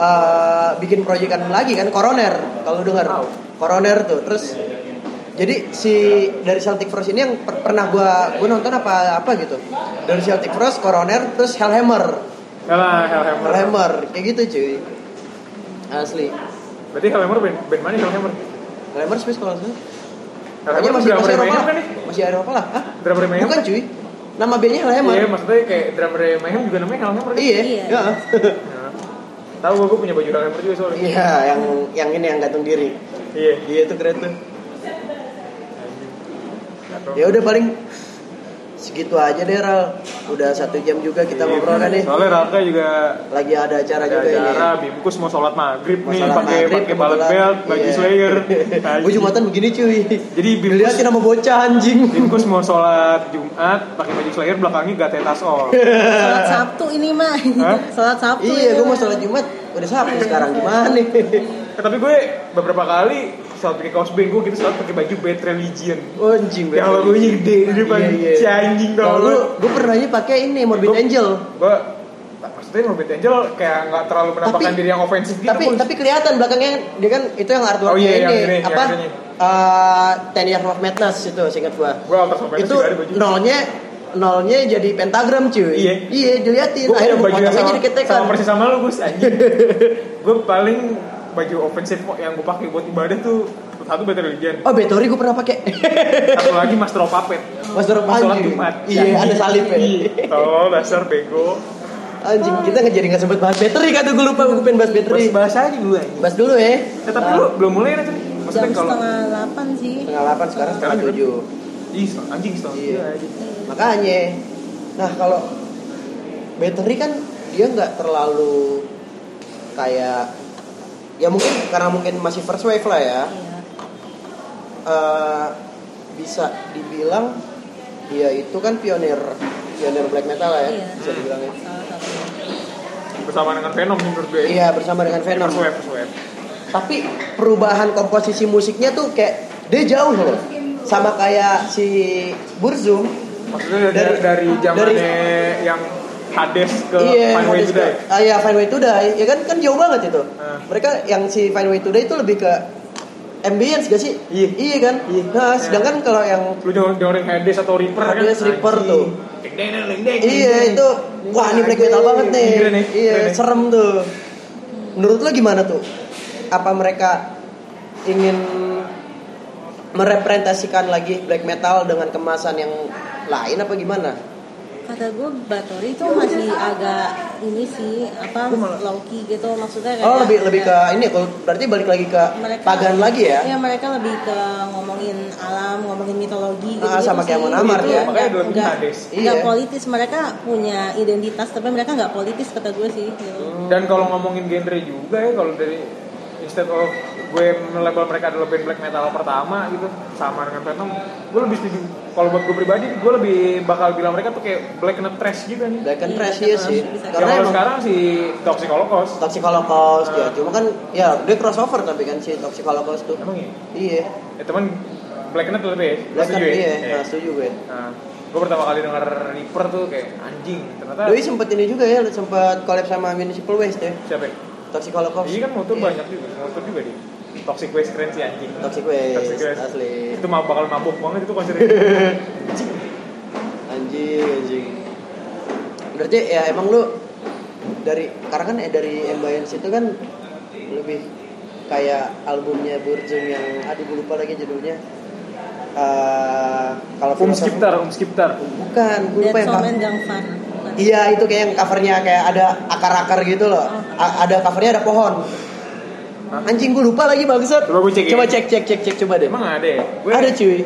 Speaker 2: eh, bikin proyekan lagi kan Coroner kalau lu dengar.
Speaker 1: Tahu.
Speaker 2: Coroner tuh. Terus jadi si dari Celtic Frost ini yang per- pernah gua gua nonton apa apa gitu. Dari Celtic Frost, Coroner, terus Hellhammer.
Speaker 1: Hella Hellhammer
Speaker 2: Hellhammer kayak gitu cuy. Asli.
Speaker 1: berarti Hellhammer band, band mana Hellhammer
Speaker 2: Hellhammer Swiss kalau nggak salah.
Speaker 1: Hellhammer
Speaker 2: masih
Speaker 1: drummer
Speaker 2: masih Eropa
Speaker 1: Mayhem
Speaker 2: lah.
Speaker 1: kan nih
Speaker 2: Masih Eropa lah. Hah?
Speaker 1: drummer Mayhem
Speaker 2: Bukan cuy. Nama bandnya Hellhammer.
Speaker 1: iya maksudnya kayak drummer Mayhem juga namanya Hellhammer kan?
Speaker 2: Iya.
Speaker 3: Iya.
Speaker 2: Iya.
Speaker 1: Nah. tahu gue gue punya baju Hellhammer juga soalnya
Speaker 2: Iya, yang yang ini yang gantung diri.
Speaker 1: iya
Speaker 2: Iya itu keren tuh.
Speaker 1: Nggak tahu.
Speaker 2: Ya udah paling segitu aja deh Ral. Udah satu jam juga kita ngobrol kan nih.
Speaker 1: Iya. soalnya Raka juga
Speaker 2: Lagi ada acara
Speaker 1: ada
Speaker 2: juga ini.
Speaker 1: acara Bimkus mau sholat maghrib
Speaker 2: Mau
Speaker 1: nih
Speaker 2: sholat
Speaker 1: pakai
Speaker 2: maghrib,
Speaker 1: pakai balet
Speaker 2: kebetulan.
Speaker 1: belt baju
Speaker 2: Iya.
Speaker 1: Slayer
Speaker 2: Gue jumatan begini cuy.
Speaker 1: jadi Bimkus
Speaker 2: Dilihatin sama bocah anjing.
Speaker 1: Bimkus mau sholat Jumat pakai baju Slayer belakangnya gate tas all
Speaker 3: Sholat Sabtu ini mah.
Speaker 1: Hah?
Speaker 3: Sholat Sabtu.
Speaker 2: Iya,
Speaker 3: ini,
Speaker 2: gue mau
Speaker 3: Mak.
Speaker 2: sholat Jumat. Udah Sabtu sekarang gimana nih?
Speaker 1: Eh, tapi gue beberapa kali sholat pakai kaos band gue gitu sholat pakai baju bad religion
Speaker 2: Anjing
Speaker 1: yang logonya gede di depan
Speaker 2: Iya,
Speaker 1: si
Speaker 2: iya.
Speaker 1: anjing tau
Speaker 2: Kalau
Speaker 1: lu
Speaker 2: lu, gue pernahnya pakai ini Morbid
Speaker 1: Gua-
Speaker 2: Angel.
Speaker 1: gue maksudnya Morbid Angel kayak nggak terlalu menampakkan
Speaker 2: Tapi-
Speaker 1: diri yang ofensif gitu
Speaker 2: tapi
Speaker 1: Bos.
Speaker 2: tapi kelihatan belakangnya dia kan itu yang artwork
Speaker 1: Oh, iya,
Speaker 2: ini
Speaker 1: yang ini, yang
Speaker 2: apa
Speaker 1: ini.
Speaker 2: eh Ten Years of Madness itu singkat gua.
Speaker 1: gue atas ofensif
Speaker 2: itu
Speaker 1: juga ada baju
Speaker 2: nolnya nolnya jadi pentagram cuy.
Speaker 1: Iya.
Speaker 2: diliatin
Speaker 1: gue
Speaker 2: akhirnya
Speaker 1: punya baju yang
Speaker 2: potongnya
Speaker 1: sama,
Speaker 2: jadi ketekan.
Speaker 1: sama persis sama lu gus anjing gue paling baju ofensif yang gue pakai buat ibadah tuh satu bad religion
Speaker 2: Oh, Betori gua pernah pakai.
Speaker 1: satu lagi master of puppet
Speaker 2: Mas Doro
Speaker 1: Mas sholat
Speaker 2: anjing.
Speaker 1: Jumat.
Speaker 2: Iya, ada salib ya.
Speaker 1: oh dasar bego
Speaker 2: Anjing, kita nggak jadi nggak sempet bahas bateri kan tuh gua lupa gua pengen bahas bateri.
Speaker 1: bahasa aja dulu anjing
Speaker 2: Bahas dulu ya.
Speaker 1: Eh, tapi lu belum mulai aja
Speaker 3: Jam
Speaker 1: maksudnya kalau
Speaker 3: setengah delapan sih.
Speaker 2: Tengah 8 sekarang setengah
Speaker 1: Sekarang jam
Speaker 2: 7.
Speaker 1: Ih, anjing setengah
Speaker 2: Iya.
Speaker 1: iya. anjing.
Speaker 2: Makanya. Nah, kalau bateri kan dia nggak terlalu kayak ya mungkin karena mungkin masih first wave lah ya.
Speaker 3: Iya.
Speaker 2: Eh, bisa dibilang dia itu kan pionir pionir black metal lah ya
Speaker 3: Iya.
Speaker 2: bisa dibilangnya.
Speaker 3: Salah satunya.
Speaker 1: Bersama dengan Venom menurut gue.
Speaker 2: Iya, bersama dengan Venom.
Speaker 1: Swab, swab.
Speaker 2: Tapi perubahan komposisi musiknya tuh kayak dia jauh loh. Sama kayak si Burzum
Speaker 1: Maksudnya dari
Speaker 2: Dari-
Speaker 1: dari zamannya
Speaker 2: dari-
Speaker 1: yang Hades ke
Speaker 2: iya,
Speaker 1: Fine Way
Speaker 2: Hades
Speaker 1: to Die.
Speaker 2: Ke, ah, iya, Fine Way to Die. Ya kan kan jauh banget itu.
Speaker 1: Ah.
Speaker 2: Mereka yang si Fine Way to Die itu lebih ke ambience gak sih?
Speaker 1: Iya.
Speaker 2: Iya kan? Nah, sedangkan kalau yang
Speaker 1: Lu denger- dengerin Hades atau Reaper kan?
Speaker 2: Hades, Reaper
Speaker 1: Anjing.
Speaker 2: tuh.
Speaker 1: Ding, ding, ding, ding, ding,
Speaker 2: iya
Speaker 1: ding.
Speaker 2: itu wah ini black metal banget nih.
Speaker 1: Gila nih,
Speaker 2: Iya,
Speaker 1: gila nih.
Speaker 2: serem tuh. Menurut lo gimana tuh? Apa mereka ingin merepresentasikan lagi black metal dengan kemasan yang lain apa gimana?
Speaker 3: Kata gue Batori itu masih agak ini sih apa low key gitu maksudnya kayak
Speaker 2: Oh lebih lebih ke ini kalau berarti balik lagi ke
Speaker 3: Iya. mereka
Speaker 2: pagan lagi ya?
Speaker 3: Iya mereka lebih ke ngomongin alam, ngomongin mitologi
Speaker 2: Ah, sama kayak Mon Amar
Speaker 3: Gitu,
Speaker 2: ya.
Speaker 1: Makanya dua
Speaker 3: enggak,
Speaker 1: Hades.
Speaker 2: Iya.
Speaker 3: politis mereka punya identitas tapi mereka nggak politis kata gue sih. Gitu.
Speaker 1: Dan kalau ngomongin genre juga ya kalau dari instead of gue melabel mereka adalah band black metal pertama gitu sama dengan Venom gue lebih setuju kalau buat gue pribadi gue lebih bakal bilang mereka tuh kayak black and trash gitu nih
Speaker 2: Black and
Speaker 3: Iya,
Speaker 2: trash
Speaker 3: bisa
Speaker 2: iya
Speaker 3: banget,
Speaker 2: sih.
Speaker 3: bisa.
Speaker 1: Karena
Speaker 2: Karena
Speaker 1: kalau
Speaker 2: emang
Speaker 1: sekarang si Toxic Holocaust
Speaker 2: Toxic Holocaust ya. Cuma kan ya dia crossover tapi kan si Toxic Holocaust tuh.
Speaker 1: emang ya?
Speaker 2: Iya.
Speaker 1: Ya teman Black Knight lebih ya?
Speaker 2: Black
Speaker 1: Setuju
Speaker 2: and
Speaker 1: ya?
Speaker 2: iya.
Speaker 1: Iya.
Speaker 2: Nah, setuju gue.
Speaker 1: Nah, gue pertama kali denger Reaper tuh kayak anjing ternyata
Speaker 2: Doi sempet ini juga ya, sempet collab sama Municipal Waste ya.
Speaker 1: siapa ya?
Speaker 2: Toxic Holocaust.
Speaker 1: Iya kan motor
Speaker 2: Iya.
Speaker 1: banyak juga, motor juga dia Toxic Waste keren sih anjing
Speaker 2: Toxic Waste,
Speaker 1: Toxic Waste.
Speaker 2: asli.
Speaker 1: Itu mah bakal mabuk banget itu konsernya
Speaker 2: Anjing, anjing. Berarti ya emang lu dari karena kan eh, dari ambience itu kan lebih kayak albumnya Burjum yang aduh gue lupa lagi judulnya. Eh, kalau
Speaker 1: Um
Speaker 2: filosof-
Speaker 1: Skiptar, Um Skiptar
Speaker 2: Bukan, gue lupa yang
Speaker 3: Dead Soul
Speaker 2: cover-
Speaker 3: and Gangfar. bukan.
Speaker 2: Iya itu kayak yang covernya kayak ada akar-akar gitu loh. A- ada covernya ada pohon.
Speaker 1: Hah?
Speaker 2: Anjing gue lupa lagi bangsat.
Speaker 1: Coba gua cek ya.
Speaker 2: Coba cek cek cek cek coba deh.
Speaker 1: Emang ada ya? Gue
Speaker 2: Ada cuy.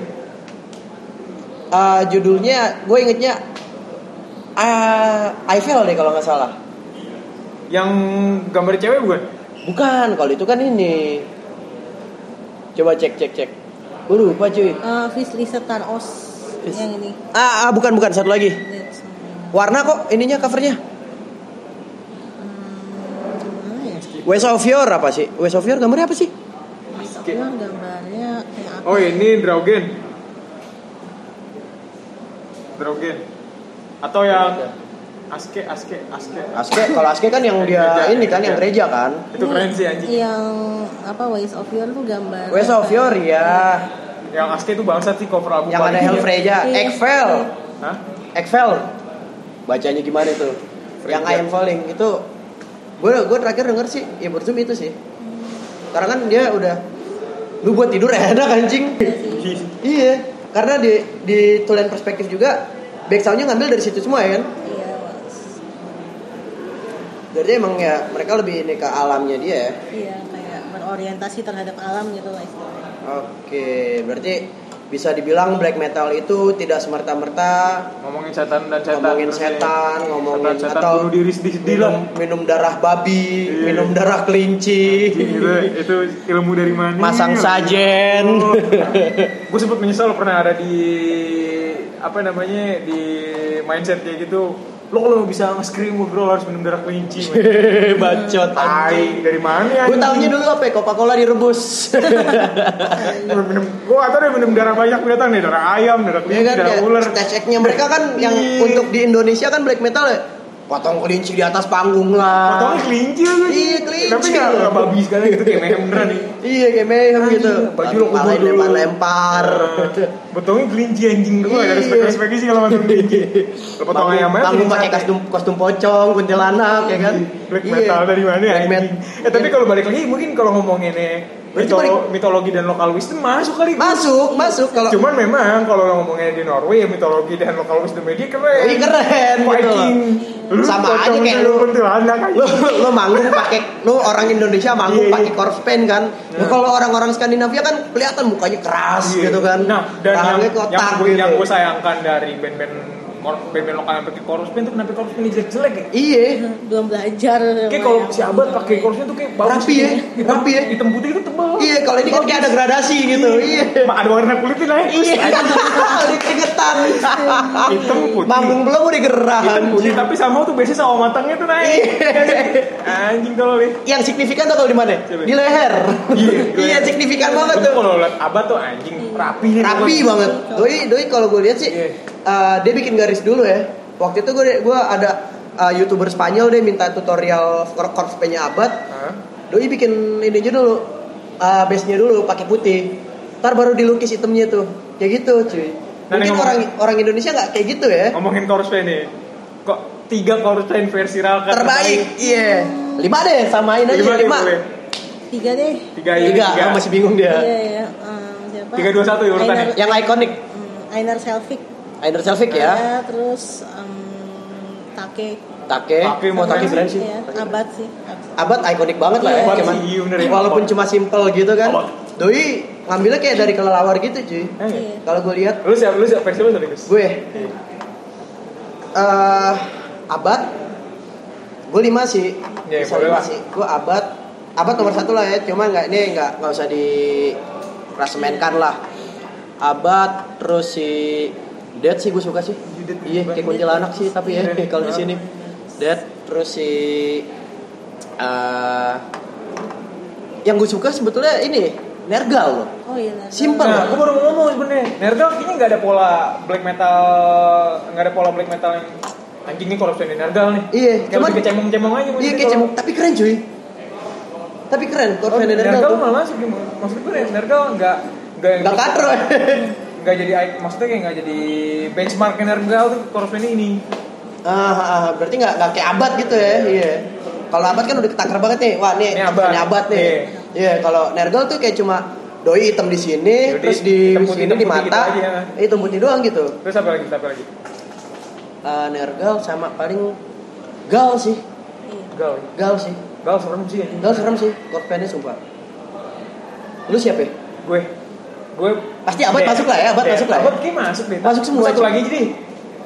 Speaker 2: eh, judulnya gue ingetnya eh, I Fell deh kalau nggak salah.
Speaker 1: Yang gambar cewek bukan?
Speaker 2: Bukan, kalau itu kan ini. Coba cek cek cek. Gue lupa cuy.
Speaker 3: Eh, Fish Lisa Taros
Speaker 2: Fish.
Speaker 3: yang ini.
Speaker 2: Ah, ah, bukan bukan satu lagi.
Speaker 3: That's-
Speaker 2: Warna kok ininya covernya?
Speaker 3: Mana ya?
Speaker 2: West of Your apa sih? West of Your gambarnya apa sih?
Speaker 3: Masa aku yang gambarnya kayak apa?
Speaker 1: Oh ini Draugen. Draugen. Atau yang Aske, Aske, Aske.
Speaker 2: Aske, kalau Aske kan yang dia
Speaker 1: Gereja,
Speaker 2: ini kan yang gereja kan.
Speaker 1: Itu keren sih anjing.
Speaker 3: Yang apa Ways of Your tuh gambar.
Speaker 2: West of Your ya,
Speaker 1: Yang Aske itu bangsa sih cover album.
Speaker 2: yang ada
Speaker 1: paling-
Speaker 2: Hellfreya,
Speaker 3: Iya,
Speaker 2: Ekfel,
Speaker 1: Hah?
Speaker 2: Ekfel. Bacanya gimana itu? Yang I am falling itu gue gue terakhir denger sih ya Burzum itu sih. Karena kan dia udah lu buat tidur enak anjing. iya, karena di di tulisan perspektif juga back soundnya ngambil dari situ semua ya kan.
Speaker 3: Iya. Ways.
Speaker 2: Jadi emang ya mereka lebih ini ke alamnya dia ya.
Speaker 3: Iya, kayak berorientasi terhadap alam gitu lah istilahnya.
Speaker 2: Oke, berarti bisa dibilang black metal itu tidak semerta-merta
Speaker 1: Ngomongin setan dan setan.
Speaker 2: ngomongin
Speaker 1: terus
Speaker 2: setan,
Speaker 1: ya.
Speaker 2: ngomongin
Speaker 1: setan, setan
Speaker 2: atau
Speaker 1: bunuh diri sedih-sedih lah.
Speaker 2: minum, minum darah babi,
Speaker 1: Iya.
Speaker 2: minum darah kelinci,
Speaker 1: Itu, itu ilmu dari mana?
Speaker 2: masang sajen.
Speaker 1: gue Oh, iya. sempet menyesal pernah ada di apa namanya di mindset kayak gitu lo kalau bisa nge-scream lo bro lo harus minum darah kelinci men.
Speaker 2: Bacot
Speaker 1: tai dari mana ya
Speaker 2: Gue taunya dulu apa ya, Coca-Cola direbus.
Speaker 1: minum, Eh, minum gue atau dia minum darah banyak binatang nih darah ayam darah
Speaker 2: ya
Speaker 1: kelinci
Speaker 2: kan,
Speaker 1: darah
Speaker 2: kayak
Speaker 1: ular
Speaker 2: stash-nya mereka kan yang
Speaker 1: Iya.
Speaker 2: untuk di Indonesia kan black metal ya. Potong kelinci di atas panggung
Speaker 1: potongnya
Speaker 2: lah.
Speaker 1: kelinci lagi
Speaker 2: Iya, kelinci.
Speaker 1: tapi nggak nggak babi sekali gitu kayak mayhem beneran nih
Speaker 2: Iya kayak mayhem gitu.
Speaker 1: baju lo kubur dulu.
Speaker 2: lempar-lempar.
Speaker 1: potongnya kelinci anjing gue ada
Speaker 2: Iya.
Speaker 1: respect respect sih kalau masuk kelinci lo potong
Speaker 2: Panggung-
Speaker 1: ayamnya
Speaker 2: panggung
Speaker 1: kelinci
Speaker 2: pakai
Speaker 1: sate.
Speaker 2: kostum kostum pocong kuntilanak ya kan
Speaker 1: Black
Speaker 2: Iya.
Speaker 1: metal dari mana
Speaker 2: Black
Speaker 1: ya?
Speaker 2: met-
Speaker 1: Eh tapi kalau balik lagi mungkin kalau ngomonginnya
Speaker 2: Berarti
Speaker 1: mitolo-
Speaker 2: balik-
Speaker 1: mitologi dan lokal wisdom masuk kali. Bang.
Speaker 2: masuk masuk kalau
Speaker 1: Cuman memang kalau ngomongnya di Norway ya mitologi dan lokal wisdom dia keren.
Speaker 2: Wih, keren gitu
Speaker 1: Viking. Lu
Speaker 2: Sama aja
Speaker 1: pocong
Speaker 2: kayak
Speaker 1: dulu
Speaker 2: lu.
Speaker 1: kuntilanak
Speaker 2: lo
Speaker 1: aja.
Speaker 2: lo manggung pakai lo orang Indonesia manggung
Speaker 1: Iya, iya.
Speaker 2: pakai corpse paint kan Lo
Speaker 1: Nah.
Speaker 2: kalau orang-orang Skandinavia kan kelihatan mukanya keras
Speaker 1: Iya.
Speaker 2: gitu kan
Speaker 1: Nah, dan
Speaker 2: Rahangnya
Speaker 1: yang yang
Speaker 2: kotak
Speaker 1: gue
Speaker 2: gitu.
Speaker 1: yang gue sayangkan dari band-band kor- band-band lokal yang pakai chorus band itu kenapa chorus band jelek-jelek ya?
Speaker 2: iya
Speaker 3: Belum belajar.
Speaker 1: Kayak kalau si Abad pakai
Speaker 3: kursi
Speaker 1: chorusnya tuh kayak bagus
Speaker 2: Rapi ya,
Speaker 1: gitu.
Speaker 2: rapi ya.
Speaker 1: Hitam putih itu tebal.
Speaker 2: iya kalau ini kan kayak ada gradasi gitu iya
Speaker 1: Ma, ada warna kulitnya lah.
Speaker 2: iya udah keringetan
Speaker 1: Hitam putih.
Speaker 2: manggung belum udah gerah
Speaker 1: hitam putih tapi sama tuh biasanya sama matangnya tuh naik
Speaker 2: Iya.
Speaker 1: anjing kalau nih
Speaker 2: yang signifikan tuh kalau di mana
Speaker 1: Coba.
Speaker 2: di leher
Speaker 1: Iya, di
Speaker 2: iya
Speaker 1: leher.
Speaker 2: signifikan banget
Speaker 1: Itu
Speaker 2: tuh
Speaker 1: kalau liat abah tuh anjing rapi nih
Speaker 2: rapi
Speaker 1: banget.
Speaker 2: banget doi doi kalau gue lihat sih
Speaker 1: Iya.
Speaker 2: eh, dia bikin garis dulu ya waktu itu gue gue ada eh, youtuber Spanyol deh minta tutorial cor- corpse paintnya abad
Speaker 1: Hah?
Speaker 2: doi bikin ini aja dulu eh, base nya dulu pakai putih ntar baru dilukis itemnya tuh kayak gitu cuy
Speaker 1: Nah,
Speaker 2: mungkin
Speaker 1: nih ngomong-
Speaker 2: orang orang Indonesia nggak kayak gitu ya
Speaker 1: ngomongin koruspen nih kok tiga koruspen versi Ralka
Speaker 2: terbaik iya lima deh samain
Speaker 1: terbaik.
Speaker 2: aja
Speaker 1: lima
Speaker 2: lima,
Speaker 1: nih, boleh.
Speaker 3: Tiga deh.
Speaker 1: tiga ini
Speaker 2: tiga
Speaker 1: tiga
Speaker 2: ah, masih bingung dia
Speaker 3: Iya ya. Em, siapa?
Speaker 1: Tiga, dua, satu ya urutannya.
Speaker 3: Einar-
Speaker 2: yang ikonik
Speaker 3: Hmm, Einar Selvik.
Speaker 2: Einar Selvik ya
Speaker 3: Ada, terus em, Take.
Speaker 2: Take
Speaker 1: Take mau
Speaker 2: Take
Speaker 1: Take
Speaker 2: keren sih
Speaker 3: Iya, Abad sih. Abad.
Speaker 2: abad ikonik banget lah ya
Speaker 1: Abad
Speaker 2: cuman
Speaker 1: sih, iya bener ya.
Speaker 2: walaupun
Speaker 1: Abad.
Speaker 2: cuma simple gitu kan
Speaker 1: Abad.
Speaker 2: doi ngambilnya kayak dari kelelawar gitu cuy
Speaker 1: Eh,
Speaker 2: kalau gue lihat
Speaker 1: lu siapa lu siapa versi lu siapa Gus?
Speaker 2: gue eh abad gue lima sih
Speaker 1: Ya,
Speaker 2: Bisa
Speaker 1: boleh
Speaker 2: lima
Speaker 1: lah.
Speaker 2: sih gue abad abad nomor satu lah ya cuman nggak ini nggak nggak usah di rasemenkan lah abad terus si Dead sih gue suka sih
Speaker 1: Dead. Iya.
Speaker 2: iya kayak kuntilanak sih tapi ya
Speaker 1: Dead.
Speaker 2: kalau di sini Dead terus si eh, yang gue suka sebetulnya ini Nergal loh
Speaker 3: Oh iya. Nergal.
Speaker 2: Simple.
Speaker 1: Nah, aku baru mau ngomong sebenarnya. Nerdal kayaknya nggak ada pola black metal, nggak ada pola black metal yang anjing ini korupsi di Nerdal nih.
Speaker 2: Iya,
Speaker 1: Kayak
Speaker 2: cuman-
Speaker 1: lebih gitu kecemong-cemong aja.
Speaker 2: Iya
Speaker 1: maksudnya
Speaker 2: kece,
Speaker 1: kalau-
Speaker 2: tapi keren cuy. Tapi keren,
Speaker 1: Oh,
Speaker 2: Corvin dan
Speaker 1: Nergal
Speaker 2: Nerdal tuh.
Speaker 1: malah masuk nih. Maksud gue Nergal nggak nggak
Speaker 2: Gak katro ya.
Speaker 1: nggak jadi ik- maksudnya kayak nggak jadi benchmark Nergal tuh korupsi ini.
Speaker 2: Ah, ah, ah, berarti nggak nggak kayak abad gitu ya. Iya. Kalau abad kan udah ketakar banget nih. Wah nih
Speaker 1: Ini
Speaker 2: abad,
Speaker 1: abad.
Speaker 2: abad nih.
Speaker 1: Iya.
Speaker 2: Iya. Kalau Nergal tuh kayak cuma doi hitam di sini,
Speaker 1: Jadi,
Speaker 2: terus
Speaker 1: Iya,
Speaker 2: di
Speaker 1: hitam putih,
Speaker 2: sini
Speaker 1: hitam
Speaker 2: di
Speaker 1: putih
Speaker 2: mata,
Speaker 1: gitu aja.
Speaker 2: eh, hitam putih doang gitu.
Speaker 1: Terus apa lagi? Apa lagi?
Speaker 2: Eh, Nergal sama paling Gal sih,
Speaker 3: Iya.
Speaker 1: Gal,
Speaker 2: Gal sih,
Speaker 1: Gal serem sih. anjing.
Speaker 2: Gal serem sih, Corvinnya sumpah. Lu siapa? ya?
Speaker 1: Gue, gue
Speaker 2: Pasti Abad
Speaker 1: Kayak-
Speaker 2: masuk lah ya, Abad
Speaker 1: kayak
Speaker 2: masuk lah ya.
Speaker 1: Abad kayak masuk deh.
Speaker 2: Masuk semua,
Speaker 1: Satu
Speaker 2: cuy.
Speaker 1: lagi jadi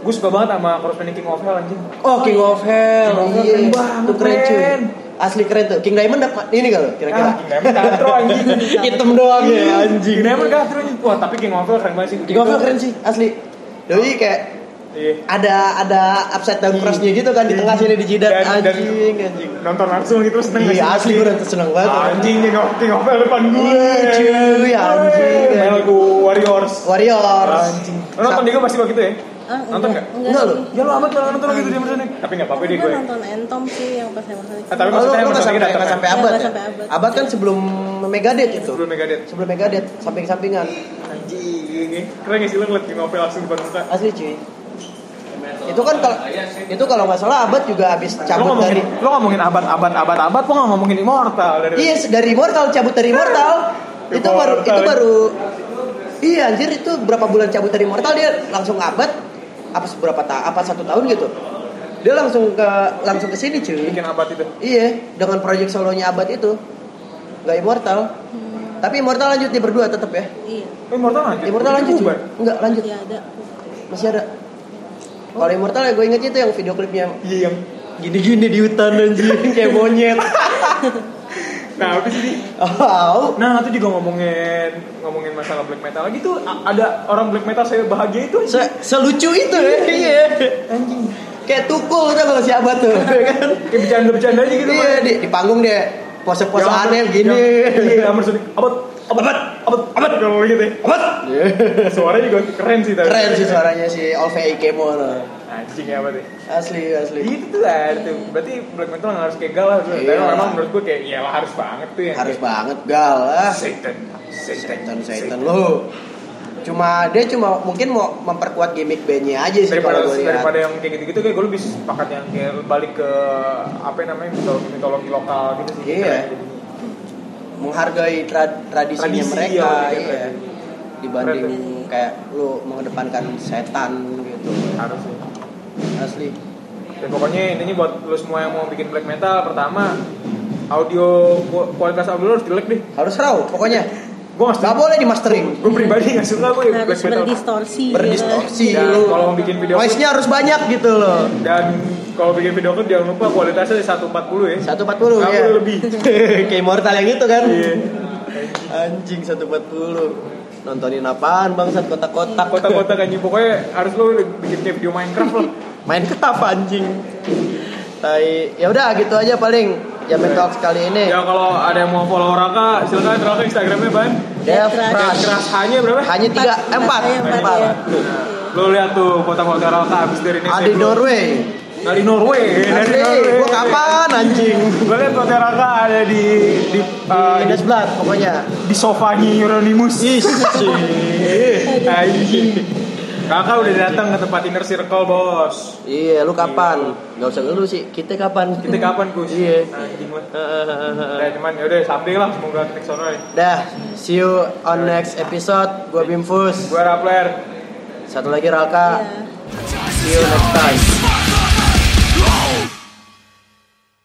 Speaker 1: gue suka banget sama Corresponding King of Hell anjing.
Speaker 2: Oh, King of Hell.
Speaker 1: King of Hell keren banget,
Speaker 2: Itu keren cuy.
Speaker 1: keren.
Speaker 2: Asli keren tuh. King Diamond dapat ini kalau kira-kira.
Speaker 1: Ah, Iya. King Diamond katro anjing.
Speaker 2: Hitam doang ya
Speaker 1: King
Speaker 2: anjing.
Speaker 1: Diamond katro anjing. Wah, tapi King of Hell keren banget sih.
Speaker 2: King of Hell keren sih, asli. Jadi kayak
Speaker 1: Iya.
Speaker 2: ada ada upside down crossnya gitu kan di tengah sini di jidat
Speaker 1: Dan- dan-
Speaker 2: anjing anjing.
Speaker 1: Nonton langsung gitu seneng gak sih?
Speaker 2: Iya asli gue udah seneng banget.
Speaker 1: Anjing King of King of Hell depan gue.
Speaker 2: Iya, cuy, anjing.
Speaker 1: Melgo Warriors.
Speaker 2: Warriors.
Speaker 1: Anjing. Lo nonton juga pasti begitu ya?
Speaker 3: Ah,
Speaker 1: Nonton
Speaker 3: enggak,
Speaker 1: nggak?
Speaker 3: enggak
Speaker 2: Enggak
Speaker 3: sih.
Speaker 2: loh.
Speaker 1: Ya lo amat lah nonton lagi tuh dia nih. Tapi nggak apa-apa ya. deh
Speaker 3: Gue
Speaker 1: gue.
Speaker 3: nonton Entom sih yang pas masa
Speaker 1: Ah, tapi
Speaker 2: Oh, lu
Speaker 1: maksudnya
Speaker 2: lu nggak
Speaker 1: maksudnya
Speaker 2: sampai
Speaker 1: datang
Speaker 2: nggak
Speaker 1: ya?
Speaker 2: sampai
Speaker 3: Iya,
Speaker 2: abad
Speaker 3: nggak
Speaker 2: ya?
Speaker 3: sampai abad.
Speaker 2: Abad kan sebelum Megadeth itu.
Speaker 1: Sebelum Megadeth.
Speaker 2: Sebelum Megadeth samping-sampingan.
Speaker 1: Anjing. Keren gak sih lo ngeliat King of Hell langsung depan muka?
Speaker 2: Asli cuy. Itu kan kalau itu kalau nggak salah abad juga habis
Speaker 1: Lo
Speaker 2: cabut dari
Speaker 1: ngomongin, lo ngomongin abad abad abad abad, lo nggak ngomongin immortal dari
Speaker 2: Iya, dari Immortal cabut dari Immortal. itu baru itu
Speaker 1: Immortal.
Speaker 2: baru Iya anjir itu berapa bulan cabut dari Immortal dia langsung abad apa berapa ta apa satu tahun gitu. Dia langsung ke langsung ke sini cuy.
Speaker 1: bikin abad itu.
Speaker 2: Iya, dengan proyek solonya abad itu. Gak Immortal. Tapi Immortal lanjut nih berdua tetap ya.
Speaker 3: Iya,
Speaker 1: Eh, Immortal lanjut.
Speaker 2: Immortal lanjut cuy.
Speaker 1: Bubar.
Speaker 2: Enggak lanjut.
Speaker 3: iya ada.
Speaker 2: Masih ada. Kalau Immortal yang gue inget itu yang video klipnya yang
Speaker 1: Iya yang.
Speaker 2: gini-gini di hutan anjir kayak monyet.
Speaker 1: Nah habis ini.
Speaker 2: Oh,
Speaker 1: Nah itu juga ngomongin ngomongin masalah black metal lagi tuh a- ada orang black metal saya bahagia itu
Speaker 2: se selucu itu ya. Iya.
Speaker 1: anjing.
Speaker 2: kayak tukul tuh kalau si abad tuh ya kan
Speaker 1: Kayak bercanda-bercanda aja gitu.
Speaker 2: iya di, di panggung dia pose-pose
Speaker 1: Yang-
Speaker 2: aneh gini
Speaker 1: yang- Ya, Iya, maksudnya abad abad abad abad kalau gitu ya.
Speaker 2: Abad!
Speaker 1: Suaranya juga keren sih tapi.
Speaker 2: keren sih suaranya si Olvei Kemo tuh.
Speaker 1: Anjing ya abad ya.
Speaker 2: asli asli
Speaker 1: Itu tuh lah, itu. berarti black metal nggak harus kegal lah. Tapi
Speaker 2: Iya.
Speaker 1: memang menurut gue kayak iyalah harus banget tuh ya. yang
Speaker 2: harus banget gal ah
Speaker 1: Satan, Satan,
Speaker 2: setan setan lo cuma dia cuma mungkin mau memperkuat gimmick bandnya aja sih
Speaker 1: daripada
Speaker 2: kalau gue lihat
Speaker 1: daripada yang kayak gitu-gitu kayak gue lebih sepakat yang kayak balik ke apa namanya mitologi, mitologi lokal gitu sih.
Speaker 2: Iya.
Speaker 1: Keren.
Speaker 2: menghargai tra- tradisinya
Speaker 1: Tradisi,
Speaker 2: mereka
Speaker 1: iya,
Speaker 2: iya.
Speaker 1: tradisi.
Speaker 2: dibanding
Speaker 1: Keren ya.
Speaker 2: kayak lu mengedepankan setan gitu
Speaker 1: Harus sih.
Speaker 2: asli
Speaker 1: Dan Ya, pokoknya intinya buat lo semua yang mau bikin black metal pertama audio ku- kualitas audio lo harus jelek deh.
Speaker 2: harus raw pokoknya
Speaker 1: Gue nggak
Speaker 2: nggak
Speaker 1: setuju.
Speaker 2: boleh di mastering
Speaker 1: Gue pribadi nggak suka gue
Speaker 2: Nah,
Speaker 3: Harus
Speaker 1: black metal.
Speaker 3: berdistorsi. iya kan?
Speaker 2: berdistorsi
Speaker 1: Dan
Speaker 2: dulu.
Speaker 1: kalau mau Iya. Ya, bikin video
Speaker 2: Noise-nya harus banyak gitu loh.
Speaker 1: Dan kalau bikin video clip jangan lupa kualitasnya 140 ya.
Speaker 2: 140
Speaker 1: Nggak
Speaker 2: ya.
Speaker 1: boleh lebih.
Speaker 2: Kayak immortal yang itu kan.
Speaker 1: Iya.
Speaker 2: Anjing 140. Nontonin apaan bangsat kotak-kotak.
Speaker 1: Kota-kota kan pokoknya harus lo bikin kayak video Minecraft lah.
Speaker 2: Main ketap anjing. Tai. Ya udah gitu aja paling.
Speaker 1: Iya.
Speaker 2: Jamin Talks kali ini.
Speaker 1: Ya kalau ada yang mau follow Raka silakan Raka Instagramnya ban.
Speaker 2: Dev
Speaker 3: Keras.
Speaker 1: Keras
Speaker 2: Crush.
Speaker 1: keras hanya berapa?
Speaker 2: Hanya 3 eh, 4.
Speaker 3: Saya Ya, empat, ya.
Speaker 1: Lo lihat tuh foto-foto Raka abis dari Indonesia.
Speaker 2: Ada di Norway.
Speaker 1: Dari Norway. Dari
Speaker 2: Asli,
Speaker 1: Norway.
Speaker 2: gua kapan anjing?
Speaker 1: Gue liat foto Raka ada di di eh,
Speaker 2: Ini blood pokoknya.
Speaker 1: di sofanya Euronymous.
Speaker 2: Ih,
Speaker 1: Anjing. Kakak udah datang ke tempat inner circle bos.
Speaker 2: Iya, lu kapan? Gak usah ngeluh sih. Kita kapan?
Speaker 1: Kita kapan Gus? Nah,
Speaker 2: Iya.
Speaker 1: Anjing lah.
Speaker 2: Hehehe.
Speaker 1: Ya cuman yaudah someday lah semoga next sono ya.
Speaker 2: Dah, see you on next episode. Gua Bimfus.
Speaker 1: Gue Rapler.
Speaker 2: Satu lagi Ralka.
Speaker 3: Iya.
Speaker 2: See you next time.
Speaker 5: Sparkle, oh,